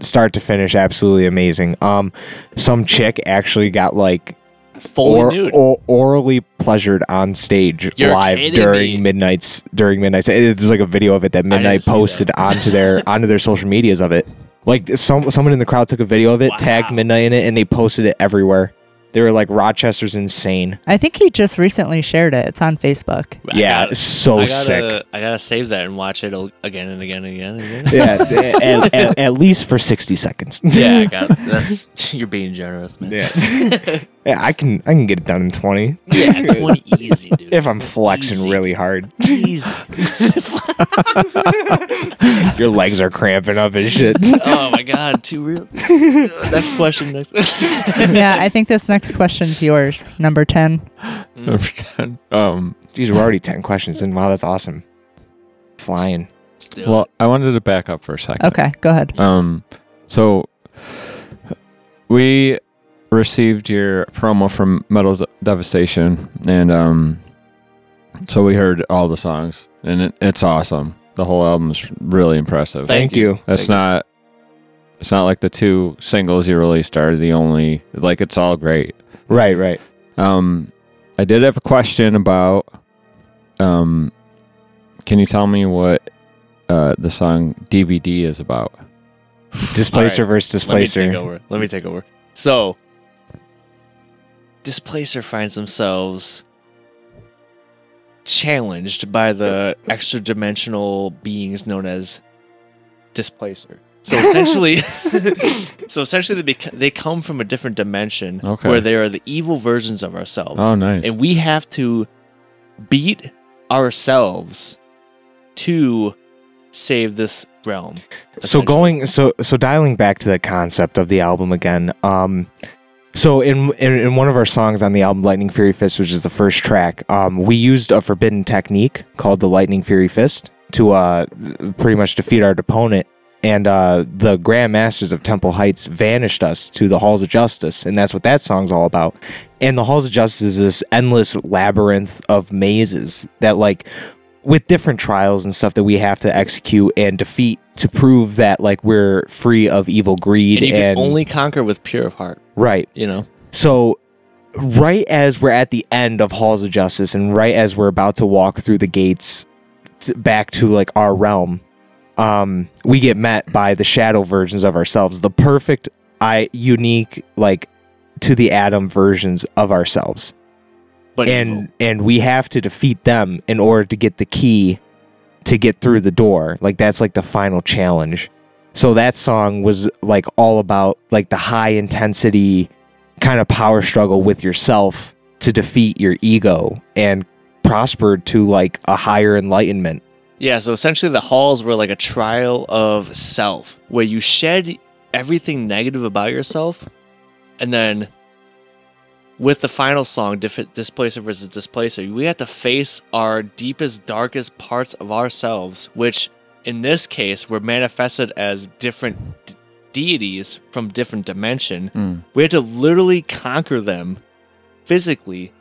Speaker 4: Start to finish, absolutely amazing. Um some chick actually got like
Speaker 5: fully
Speaker 4: or,
Speaker 5: nude
Speaker 4: or- orally pleasured on stage
Speaker 5: You're
Speaker 4: live
Speaker 5: kidding
Speaker 4: during
Speaker 5: me.
Speaker 4: midnight's during midnight's it- there's like a video of it that midnight
Speaker 5: see that.
Speaker 4: posted onto
Speaker 5: (laughs)
Speaker 4: their onto their social medias of it like some someone in the crowd took a video of it tagged
Speaker 5: Wow.
Speaker 4: midnight in it and they posted it everywhere they were like rochester's insane
Speaker 7: I think he just recently shared it. It's
Speaker 5: (laughs)
Speaker 7: on Facebook.
Speaker 5: I
Speaker 4: yeah
Speaker 5: gotta-
Speaker 4: it's so
Speaker 5: I gotta,
Speaker 4: sick
Speaker 5: I gotta save that and watch it al- again and again and again. And again.
Speaker 4: (laughs) yeah at, at, at least for 60 seconds
Speaker 5: (laughs) yeah, I
Speaker 4: (laughs)
Speaker 5: got it. That's (laughs) you're being generous, man.
Speaker 4: yeah Yeah, i can i can get it done in 20
Speaker 5: (laughs) Yeah, twenty easy, dude.
Speaker 4: (laughs) if i'm flexing
Speaker 5: Easy.
Speaker 4: really hard
Speaker 5: easy.
Speaker 4: your legs are cramping up and (laughs) shit
Speaker 5: oh my god, too
Speaker 4: (laughs)
Speaker 5: real. next question. Next.
Speaker 7: yeah, I think this next question's yours, number ten.
Speaker 6: Number
Speaker 7: Mm.
Speaker 6: 10. (laughs) Um,
Speaker 4: Jeez, we're already 10 questions and wow, that's awesome. Flying.
Speaker 5: Still.
Speaker 6: well, I wanted to back up for a second.
Speaker 7: Okay, go ahead.
Speaker 6: Um, so we received your promo from Metal Z- Devastation, and um, so we heard all the songs, and it, it's awesome. The whole album's really impressive.
Speaker 5: Thank
Speaker 4: Thank, you.
Speaker 6: That's not. It's not like the two singles you released are the only. Like it's all great.
Speaker 4: Right, right.
Speaker 6: Um, I did have a question about. Um, can you tell me what uh, the song DVD is about?
Speaker 4: Displacer versus
Speaker 5: Let me take
Speaker 4: displacer.
Speaker 5: over. Let me take over. So, Displacer finds themselves challenged by the extra dimensional beings known as Displacer. So essentially, (laughs) so essentially, they, bec- they come from a different dimension
Speaker 6: Okay.
Speaker 5: where they are the evil versions of ourselves,
Speaker 6: Oh, nice.
Speaker 5: and we have to beat ourselves to save this realm.
Speaker 4: So
Speaker 5: essentially.
Speaker 4: going so so dialing back to the concept of the album again. Um so in, in in one of our songs on the album Lightning Fury Fist, which is the first track, um we used a forbidden technique called the Lightning Fury Fist to uh pretty much defeat our opponent and uh the Grand Masters of Temple Heights vanished us to the halls of justice and that's what that song's all about. And the halls of justice is this endless labyrinth of mazes that like with different trials and stuff that we have to execute and defeat to prove that like we're free of evil greed
Speaker 5: and
Speaker 4: and,
Speaker 5: you can only conquer with pure of heart.
Speaker 4: right
Speaker 5: You know,
Speaker 4: so right as we're at the end of halls of justice and right as we're about to walk through the gates t- back to like our realm um we get met by the shadow versions of ourselves the perfect i unique like to the atom versions of ourselves
Speaker 5: but
Speaker 4: and
Speaker 5: evil.
Speaker 4: and we have to defeat them in order to get the key to get through the door. Like that's like the final challenge. So that song was like all about like the high intensity kind of power struggle with yourself to defeat your ego and prospered to like a higher enlightenment.
Speaker 5: Yeah, so essentially the halls were like a trial of self where you shed everything negative about yourself and then with the final song Dif- displacer versus displacer we have to face our deepest darkest parts of ourselves which in this case were manifested as different d- deities from different dimension
Speaker 4: Hmm.
Speaker 6: Mm.
Speaker 5: we had to literally conquer them physically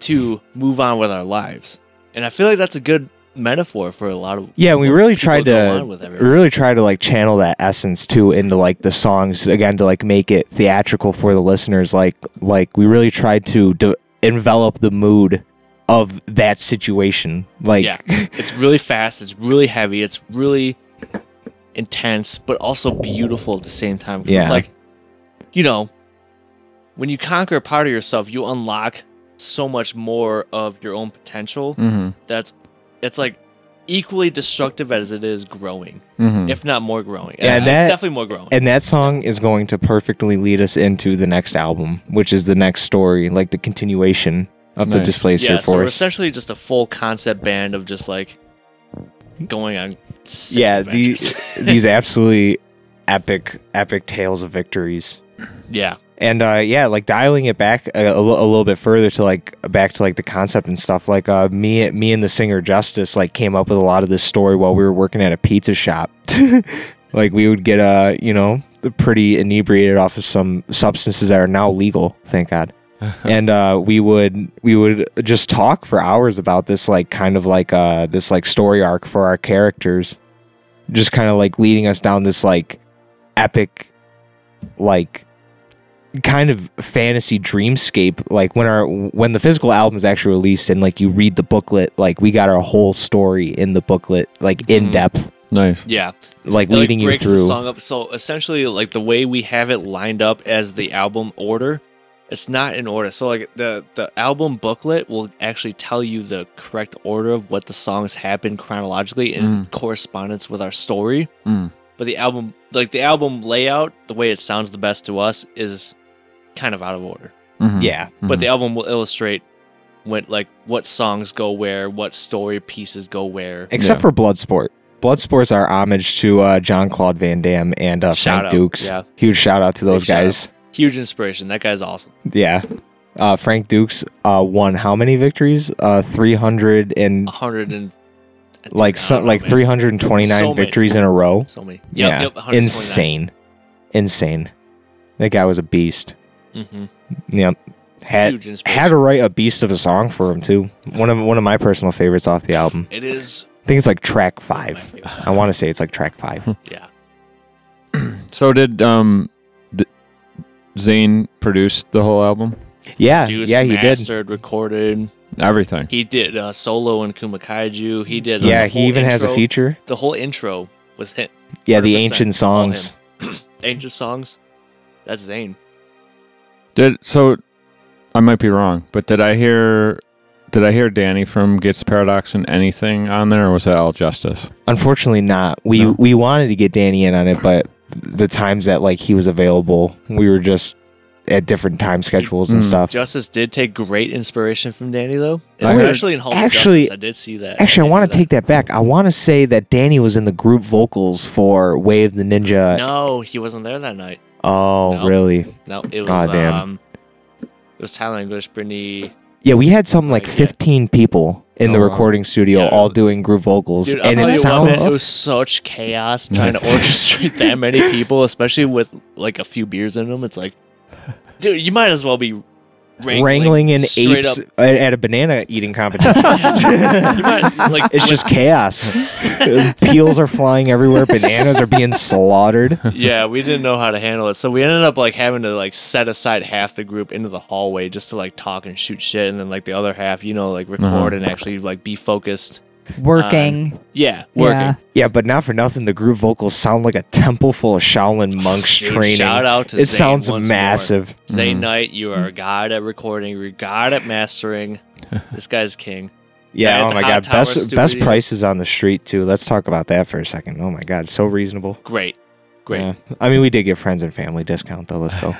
Speaker 5: to move on with our lives and i feel like that's a good metaphor for a lot of
Speaker 4: Yeah, we
Speaker 5: what
Speaker 4: really
Speaker 5: people
Speaker 4: tried
Speaker 5: go
Speaker 4: to
Speaker 5: on with
Speaker 4: we
Speaker 5: everyone.
Speaker 4: really tried to like channel that essence too into like the songs again to like make it theatrical for the listeners. Like like we really tried to de- envelop the mood of that situation. Like
Speaker 5: yeah it's really fast it's really heavy it's really intense but also beautiful at the same time 'cause
Speaker 4: Yeah.
Speaker 5: it's like you know when you conquer a part of yourself you unlock so much more of your own potential
Speaker 4: Hmm.
Speaker 6: Mm-hmm.
Speaker 5: that's it's like equally destructive as it is growing
Speaker 6: Mm-hmm.
Speaker 5: if not more growing
Speaker 4: Hmm. Yeah,
Speaker 5: Uh,
Speaker 4: and that-
Speaker 5: definitely more growing
Speaker 4: (laughs) And that song is going to perfectly lead us into the next album, which is the next story, like the continuation of the
Speaker 6: Nice.
Speaker 4: Displacer
Speaker 5: yeah so we're
Speaker 4: Force.
Speaker 5: essentially just a full concept band of just like going on sick
Speaker 4: yeah, these (laughs)
Speaker 5: adventures. (laughs)
Speaker 4: these absolutely epic epic tales of victories.
Speaker 5: yeah
Speaker 4: And uh, yeah, like dialing it back a, a li- a little bit further to like back to like the concept and stuff. Like uh, me, me and the singer Justice like came up with a lot of this story while we were working at a pizza shop. (laughs) like we would get uh, you know, pretty inebriated off of some substances that are now legal, thank
Speaker 5: (laughs)
Speaker 4: God. and uh, we would we would just talk for hours about this like kind of like uh, this like story arc for our characters, just kind of like leading us down this like epic like kind of fantasy dreamscape like when our when the physical album is actually released and like you read the booklet like we got our whole story in the booklet like in
Speaker 5: Mhm.
Speaker 4: depth
Speaker 6: Nice.
Speaker 5: yeah
Speaker 4: like
Speaker 5: It, like,
Speaker 4: leading you
Speaker 5: breaks the
Speaker 4: through
Speaker 5: song up. So essentially, like the way we have it lined up as the album order, it's not in order. So like the the album booklet will actually tell you the correct order of what the songs happen chronologically
Speaker 4: Mm.
Speaker 5: in correspondence with our story.
Speaker 6: Mm.
Speaker 5: But the album, like the album layout, the way it sounds the best to us is kind of out of order.
Speaker 6: Mm-hmm.
Speaker 4: yeah
Speaker 5: But the album will illustrate when like what songs go where, what story pieces go where.
Speaker 4: except
Speaker 6: Yeah.
Speaker 4: for Bloodsport. Bloodsport's our homage to uh, John Claude Van Damme and uh,
Speaker 5: Shout
Speaker 4: Frank
Speaker 5: out,
Speaker 4: Dukes.
Speaker 5: yeah.
Speaker 4: Huge shout out to those
Speaker 5: shout
Speaker 4: guys.
Speaker 5: Huge inspiration. That guy's awesome.
Speaker 4: Yeah. Uh, Frank Dukes uh, won how many victories? Uh, 300 and
Speaker 5: A hundred and
Speaker 4: like
Speaker 5: so,
Speaker 4: some, like 329
Speaker 5: oh, So many.
Speaker 4: victories in a row.
Speaker 5: So many. Yep,
Speaker 4: yeah.
Speaker 5: Yep, 129.
Speaker 4: Insane. Insane. That guy was a beast.
Speaker 5: Mhm.
Speaker 4: Yep. Had
Speaker 5: Huge inspiration.
Speaker 4: had to write a beast of a song for him too. One of one of my personal favorites off the album.
Speaker 5: it is.
Speaker 4: I think it's like track
Speaker 5: one of my
Speaker 4: 5.
Speaker 5: favorites.
Speaker 4: I want to say it's like track 5.
Speaker 5: Yeah.
Speaker 6: So did um, d- Zane produce the whole album?
Speaker 4: Yeah.
Speaker 5: Deuce
Speaker 4: yeah, he did.
Speaker 5: mastered, recorded.
Speaker 6: Everything.
Speaker 5: He did uh, solo in Kumakaiju. He did. uh,
Speaker 4: Yeah,
Speaker 5: the
Speaker 4: he
Speaker 5: whole
Speaker 4: even has a
Speaker 5: intro-
Speaker 4: feature.
Speaker 5: The whole intro was him.
Speaker 4: Yeah, the
Speaker 5: 100%.
Speaker 4: ancient
Speaker 5: All him.
Speaker 4: songs.
Speaker 5: (clears throat) ancient songs. That's Zane.
Speaker 6: Did so? I might be wrong, but did I hear? Did I hear Danny from Gets Paradox and anything on there, or was that all Justice?
Speaker 4: Unfortunately, not. We
Speaker 6: No.
Speaker 4: we wanted to get Danny in on it, but the times that like he was available, we were just at different time schedules and
Speaker 6: Mm.
Speaker 4: stuff.
Speaker 5: Justice did take great inspiration from Danny though,
Speaker 6: I heard-
Speaker 5: especially in Hulk
Speaker 4: actually-
Speaker 5: Justice. I did see that.
Speaker 4: Actually, I
Speaker 5: did
Speaker 4: want to
Speaker 5: hear
Speaker 4: take that back. I want to say that Danny was in the group vocals for Wave the
Speaker 5: that.
Speaker 4: Ninja.
Speaker 5: No, he wasn't there that night.
Speaker 4: Oh,
Speaker 5: No.
Speaker 4: really?
Speaker 5: No, it was.
Speaker 4: Aw, damn.
Speaker 5: um, it was Tyler English, Brittany.
Speaker 4: Yeah, we had some like
Speaker 5: Yeah.
Speaker 4: 15 people in the
Speaker 6: Oh, wow.
Speaker 4: recording studio
Speaker 5: Yeah, it
Speaker 4: all
Speaker 5: was-
Speaker 4: doing group vocals
Speaker 5: Dude, I'll
Speaker 4: and
Speaker 5: tell
Speaker 4: it
Speaker 5: you what,
Speaker 4: sounds
Speaker 5: man, it was such chaos
Speaker 4: (laughs)
Speaker 5: trying to orchestrate that many people, especially with like a few beers in them. It's like, dude, you might as well be wrangling,
Speaker 4: wrangling in
Speaker 5: straight
Speaker 4: apes
Speaker 5: up-
Speaker 4: a- at a banana eating competition. (laughs)
Speaker 5: (laughs) You might, like,
Speaker 4: It's just chaos. Peels are flying everywhere. Bananas are being slaughtered.
Speaker 5: yeah, we didn't know how to handle it, so we ended up like having to like set aside half the group into the hallway just to like talk and shoot shit, and then like the other half, you know, like record
Speaker 4: Uh-huh.
Speaker 5: and actually like be focused.
Speaker 7: Working.
Speaker 5: Yeah, working.
Speaker 7: Yeah.
Speaker 4: Yeah, but not for nothing. The groove vocals sound like a temple full of Shaolin monks
Speaker 5: Dude,
Speaker 4: training.
Speaker 5: shout out to
Speaker 4: it
Speaker 5: Zane
Speaker 4: sounds
Speaker 5: once more.
Speaker 4: massive. Mm. (laughs)
Speaker 5: Zane Knight, you are a god at recording, you're a god at mastering. this guy's king. Right
Speaker 4: Yeah.
Speaker 5: at
Speaker 4: oh
Speaker 5: the
Speaker 4: my
Speaker 5: Hot
Speaker 4: God.
Speaker 5: Tower
Speaker 4: Best best
Speaker 5: Studio.
Speaker 4: prices on the street too. Let's talk about that for a second. Oh my God. So reasonable.
Speaker 5: Great. Great.
Speaker 4: Yeah. I mean, we did get friends and family discount though. Let's
Speaker 5: (laughs)
Speaker 4: go.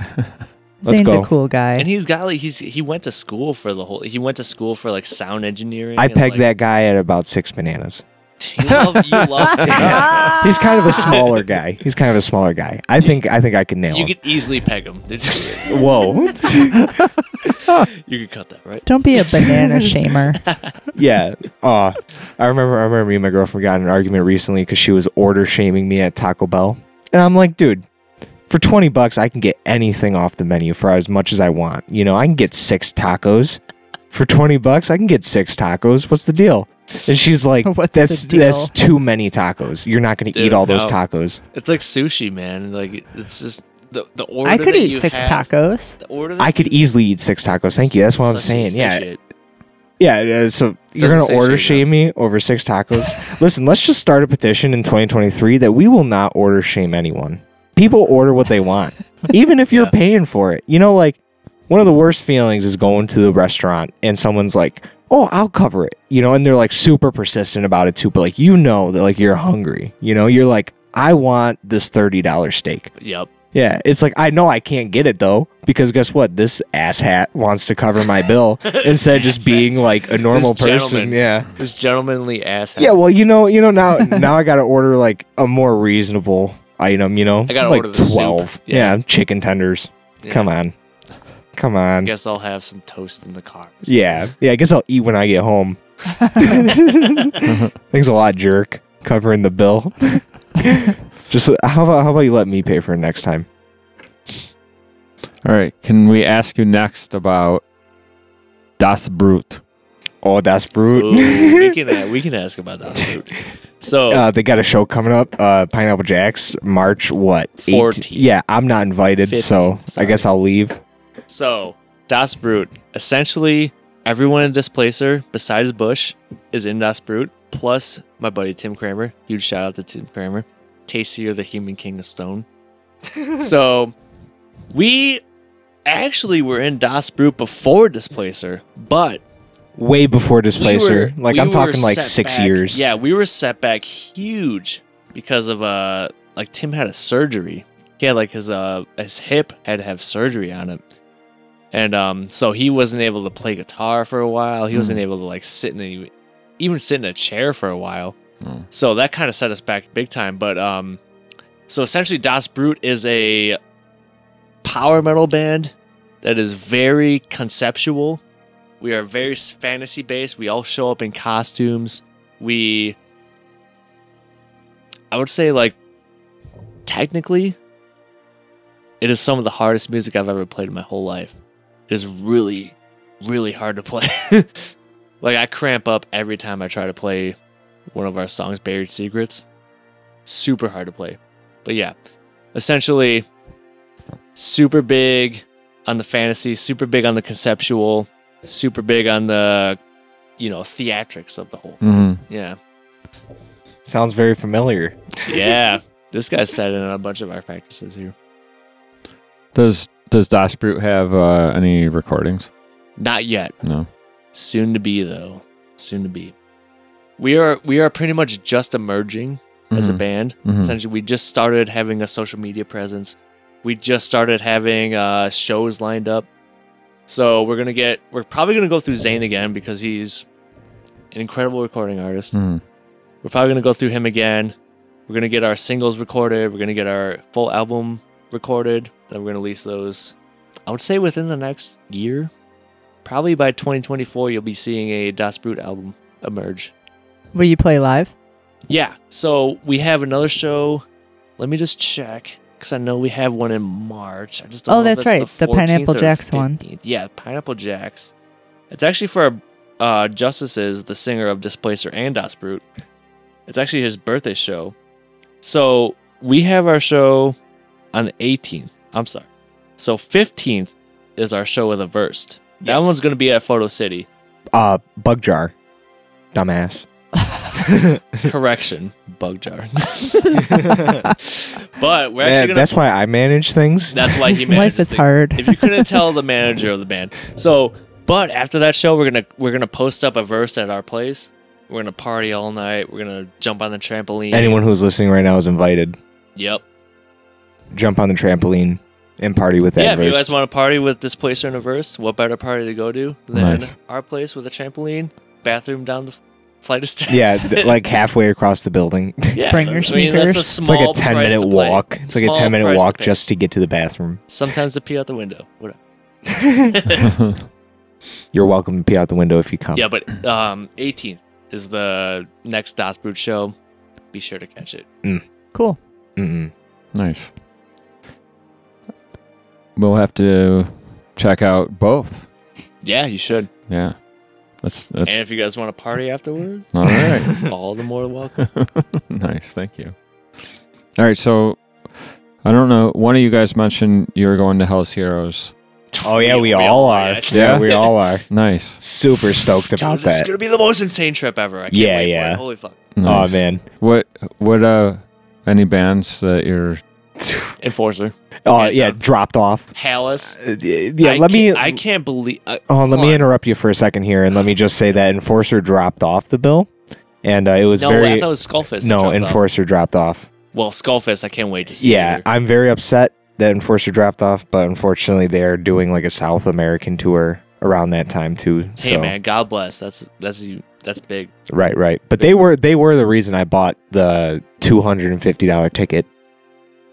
Speaker 4: Let's
Speaker 7: Zane's
Speaker 4: go.
Speaker 7: a cool guy.
Speaker 5: And he's got like he's he went to school for the whole he went to school for like sound engineering.
Speaker 4: I
Speaker 5: and,
Speaker 4: pegged
Speaker 5: like-
Speaker 4: that guy at about six bananas.
Speaker 5: (laughs) You love
Speaker 4: (laughs)
Speaker 5: you love that.
Speaker 4: He's kind of a smaller guy. He's kind of a smaller guy. I think I think I can nail
Speaker 5: You
Speaker 4: him.
Speaker 5: could easily peg him. (laughs)
Speaker 4: Whoa.
Speaker 5: you could cut that, right? (laughs)
Speaker 7: Don't be a banana shamer.
Speaker 4: yeah. Uh, I remember I remember me and my girlfriend got in an argument recently because she was order shaming me at Taco Bell. And I'm like, dude, for 20 bucks, I can get anything off the menu for as much as I want. You know, I can get six tacos. For 20 bucks, I can get six tacos. What's the deal? And she's like,
Speaker 7: (laughs) What's the
Speaker 4: that's
Speaker 7: deal?
Speaker 4: that's too many tacos. You're not going to
Speaker 5: Dude,
Speaker 4: eat all those
Speaker 5: no.
Speaker 4: tacos.
Speaker 5: It's like sushi, man. Like it's just the the order.
Speaker 7: I could
Speaker 5: that
Speaker 7: eat
Speaker 5: you
Speaker 7: six
Speaker 5: have-
Speaker 7: tacos.
Speaker 5: The order. That
Speaker 4: I could easily eat six tacos. Thank you. That's what I'm
Speaker 5: Such
Speaker 4: saying.
Speaker 5: piece of
Speaker 4: Yeah.
Speaker 5: shit.
Speaker 4: Yeah, uh, so you're
Speaker 5: Doesn't
Speaker 4: gonna
Speaker 5: say
Speaker 4: order
Speaker 5: shame,
Speaker 4: shame me over six tacos.
Speaker 5: (laughs)
Speaker 4: Listen, let's just start a petition in 2023 that we will not order shame anyone. People order what they
Speaker 5: (laughs)
Speaker 4: want, even if you're
Speaker 5: Yeah.
Speaker 4: paying for it. You know, like one of the worst feelings is going to the restaurant and someone's like, "Oh, I'll cover it," you know, and they're like super persistent about it too. But like you know that like you're hungry. You know, you're like, "I want this thirty dollar steak."
Speaker 5: Yep.
Speaker 4: Yeah, it's like I know I can't get it though because guess what? This asshat wants to cover my
Speaker 5: (laughs)
Speaker 4: bill instead of just being like a normal
Speaker 5: This
Speaker 4: person.
Speaker 5: gentleman.
Speaker 4: Yeah.
Speaker 5: This gentlemanly ass.
Speaker 4: Yeah, well, you know, you know now (laughs) now I got to order like a more reasonable item, you know.
Speaker 5: I gotta
Speaker 4: like
Speaker 5: order the soup.
Speaker 4: 12.
Speaker 5: Yeah.
Speaker 4: Yeah. chicken tenders.
Speaker 5: Yeah.
Speaker 4: Come on. Come
Speaker 5: I
Speaker 4: on.
Speaker 5: guess I'll have some toast in the car.
Speaker 4: Yeah. Yeah, I guess I'll eat when I get
Speaker 5: (laughs)
Speaker 4: home. Thanks a lot, jerk, covering the bill. (laughs) just how about how about you let me pay for it next time?
Speaker 6: All right. Can we ask you next about Das Brut?
Speaker 4: Oh, that's
Speaker 5: Ooh,
Speaker 4: brute.
Speaker 5: we can a- we can ask about that. dude. So
Speaker 4: Uh, they got a show coming up, uh, Pineapple Jacks, March what? 8th?
Speaker 5: 14th.
Speaker 4: Yeah, I'm not invited, so
Speaker 5: 15th,
Speaker 4: I guess I'll leave.
Speaker 5: so Das Brut. Essentially, everyone in Displacer besides Bush is in Das Brut. Plus my buddy Tim Kramer. Huge shout out to Tim Kramer. Tastier the Human King of Stone. so we actually were in Das Brut before Displacer, but
Speaker 4: Way before
Speaker 5: we
Speaker 4: Displacer.
Speaker 5: were-
Speaker 4: like
Speaker 5: we
Speaker 4: I'm
Speaker 5: were
Speaker 4: talking like
Speaker 5: set
Speaker 4: six
Speaker 5: back-
Speaker 4: years.
Speaker 5: Yeah, we were set back huge because of uh like Tim had a surgery. He had like his uh his hip had to have surgery on it. And um so he wasn't able to play guitar for a while. He
Speaker 4: Hmm.
Speaker 5: wasn't able to like sit in any even sit in a chair for a while.
Speaker 4: Hmm.
Speaker 6: Mm.
Speaker 5: So that kind of set us back big time. But um so essentially Das Brute is a power metal band that is very conceptual. We are very fantasy based. We all show up in costumes. We, I would say, like, technically, it is some of the hardest music I've ever played in my whole life. It is really, really hard to play. (laughs) like, I cramp up every time I try to play one of our songs, Buried Secrets. Super hard to play. But yeah, essentially, super big on the fantasy, super big on the conceptual, super big on the, you know, theatrics of the whole.
Speaker 6: Mm-hmm.
Speaker 5: Yeah.
Speaker 4: Sounds very familiar.
Speaker 5: Yeah. this guy sat in on a bunch of our practices here.
Speaker 6: Does Does Das Brut have uh, any recordings?
Speaker 5: Not yet.
Speaker 6: No.
Speaker 5: Soon to be though. Soon to be. We are we are pretty much just emerging as a
Speaker 6: Mhm.
Speaker 5: band.
Speaker 6: Mhm.
Speaker 5: Essentially, we just started having a social media presence. We just started having uh, shows lined up. So we're gonna get. We're probably gonna go through Zane again because he's an incredible recording artist.
Speaker 6: Mhm.
Speaker 5: We're probably gonna go through him again. We're gonna get our singles recorded. We're gonna get our full album recorded. Then we're gonna release those. I would say within the next year, probably by 2024, you'll be seeing a Das Brut album emerge.
Speaker 7: Will you play live?
Speaker 5: Yeah. So we have another show. Let me just check because I know we have one in March. I just don't
Speaker 7: Oh,
Speaker 5: know if
Speaker 7: that's right, the
Speaker 5: 14th
Speaker 7: Pineapple
Speaker 5: or
Speaker 7: Jacks one.
Speaker 5: 15th. Yeah, Pineapple Jacks. It's actually for uh, Justices, the singer of Displacer and Das Brute. It's actually his birthday show. So we have our show on the 18th. I'm sorry. So 15th is our show with a versed. That one's going to be at Photo City.
Speaker 4: Uh bug jar. Dumbass.
Speaker 5: Correction, (laughs) bug jar. but we're actually
Speaker 4: Man,
Speaker 5: going to
Speaker 4: that's why I manage things.
Speaker 5: (laughs)
Speaker 7: (laughs)
Speaker 5: That's why he manages
Speaker 7: Life is
Speaker 5: the-
Speaker 7: hard. (laughs)
Speaker 5: if you couldn't tell the manager of the band. So But after that show, we're gonna we're gonna post up a verse at our place. We're gonna party all night. We're gonna jump on the trampoline.
Speaker 4: Anyone who's listening right now is invited.
Speaker 5: Yep.
Speaker 4: Jump on the trampoline and party with that.
Speaker 5: yeah, if you
Speaker 4: verse.
Speaker 5: guys want to party with this place or in a verse, what better party to go to than
Speaker 6: Nice.
Speaker 5: our place with a trampoline, bathroom down the flight of stairs? (laughs)
Speaker 4: Yeah, th- like halfway across the building. (laughs)
Speaker 5: Yeah,
Speaker 7: Bring your
Speaker 5: I mean, that's a
Speaker 7: sneakers.
Speaker 4: It's like
Speaker 5: small
Speaker 4: a 10
Speaker 5: price
Speaker 4: minute
Speaker 5: to pay.
Speaker 4: walk. It's like a
Speaker 5: Small
Speaker 4: 10 minute
Speaker 5: price to
Speaker 4: walk
Speaker 5: pay.
Speaker 4: just to get to the bathroom.
Speaker 5: sometimes to pee out the window.
Speaker 4: (laughs)
Speaker 5: Whatever.
Speaker 4: You're welcome to pee out the window if you come.
Speaker 5: Yeah, but um, 18th is the next Dots Brood show. Be sure to catch it.
Speaker 7: Cool.
Speaker 4: Mm-mm.
Speaker 6: nice. We'll have to check out both.
Speaker 5: Yeah, you should.
Speaker 6: Yeah. That's that's
Speaker 5: And if you guys want to
Speaker 4: (laughs)
Speaker 5: party afterwards,
Speaker 6: all right.
Speaker 5: all the more welcome.
Speaker 6: (laughs) nice, thank you. All right, so I don't know. One of you guys mentioned you were going to Hell's Heroes.
Speaker 4: Oh, yeah, we, all are. (laughs) Yeah.
Speaker 5: actually.
Speaker 6: Yeah.
Speaker 4: we all are.
Speaker 6: Nice.
Speaker 4: Super (laughs) stoked about
Speaker 5: Dude, this is
Speaker 4: that.
Speaker 5: gonna be the most insane trip ever. I can't
Speaker 4: Yeah,
Speaker 5: wait for
Speaker 4: yeah.
Speaker 5: it. Holy fuck!
Speaker 4: Oh,
Speaker 6: nice.
Speaker 4: man.
Speaker 6: What what uh any bands that you're
Speaker 5: Enforcer,
Speaker 4: Oh,
Speaker 5: Hands
Speaker 4: yeah,
Speaker 5: down.
Speaker 4: dropped off.
Speaker 5: Hallis.
Speaker 4: Uh, yeah,
Speaker 5: I
Speaker 4: let me.
Speaker 5: can't- I can't believe. Uh,
Speaker 4: Oh, let
Speaker 5: hold
Speaker 4: me
Speaker 5: on.
Speaker 4: interrupt you for a second here, and let me just say that Enforcer dropped off the bill, and uh, it was
Speaker 5: no,
Speaker 4: very
Speaker 5: I thought it was Skullfist. that
Speaker 4: no
Speaker 5: dropped off.
Speaker 4: Enforcer dropped off.
Speaker 5: Well, Skullfist, I can't wait to see.
Speaker 4: Yeah,
Speaker 5: later.
Speaker 4: I'm very upset that Enforcer dropped off, but unfortunately, they are doing like a South American tour around that time too.
Speaker 5: Hey
Speaker 4: so
Speaker 5: man, God bless. That's that's you. That's big.
Speaker 4: right, right. But they were they were the reason I bought the two hundred and fifty dollar ticket.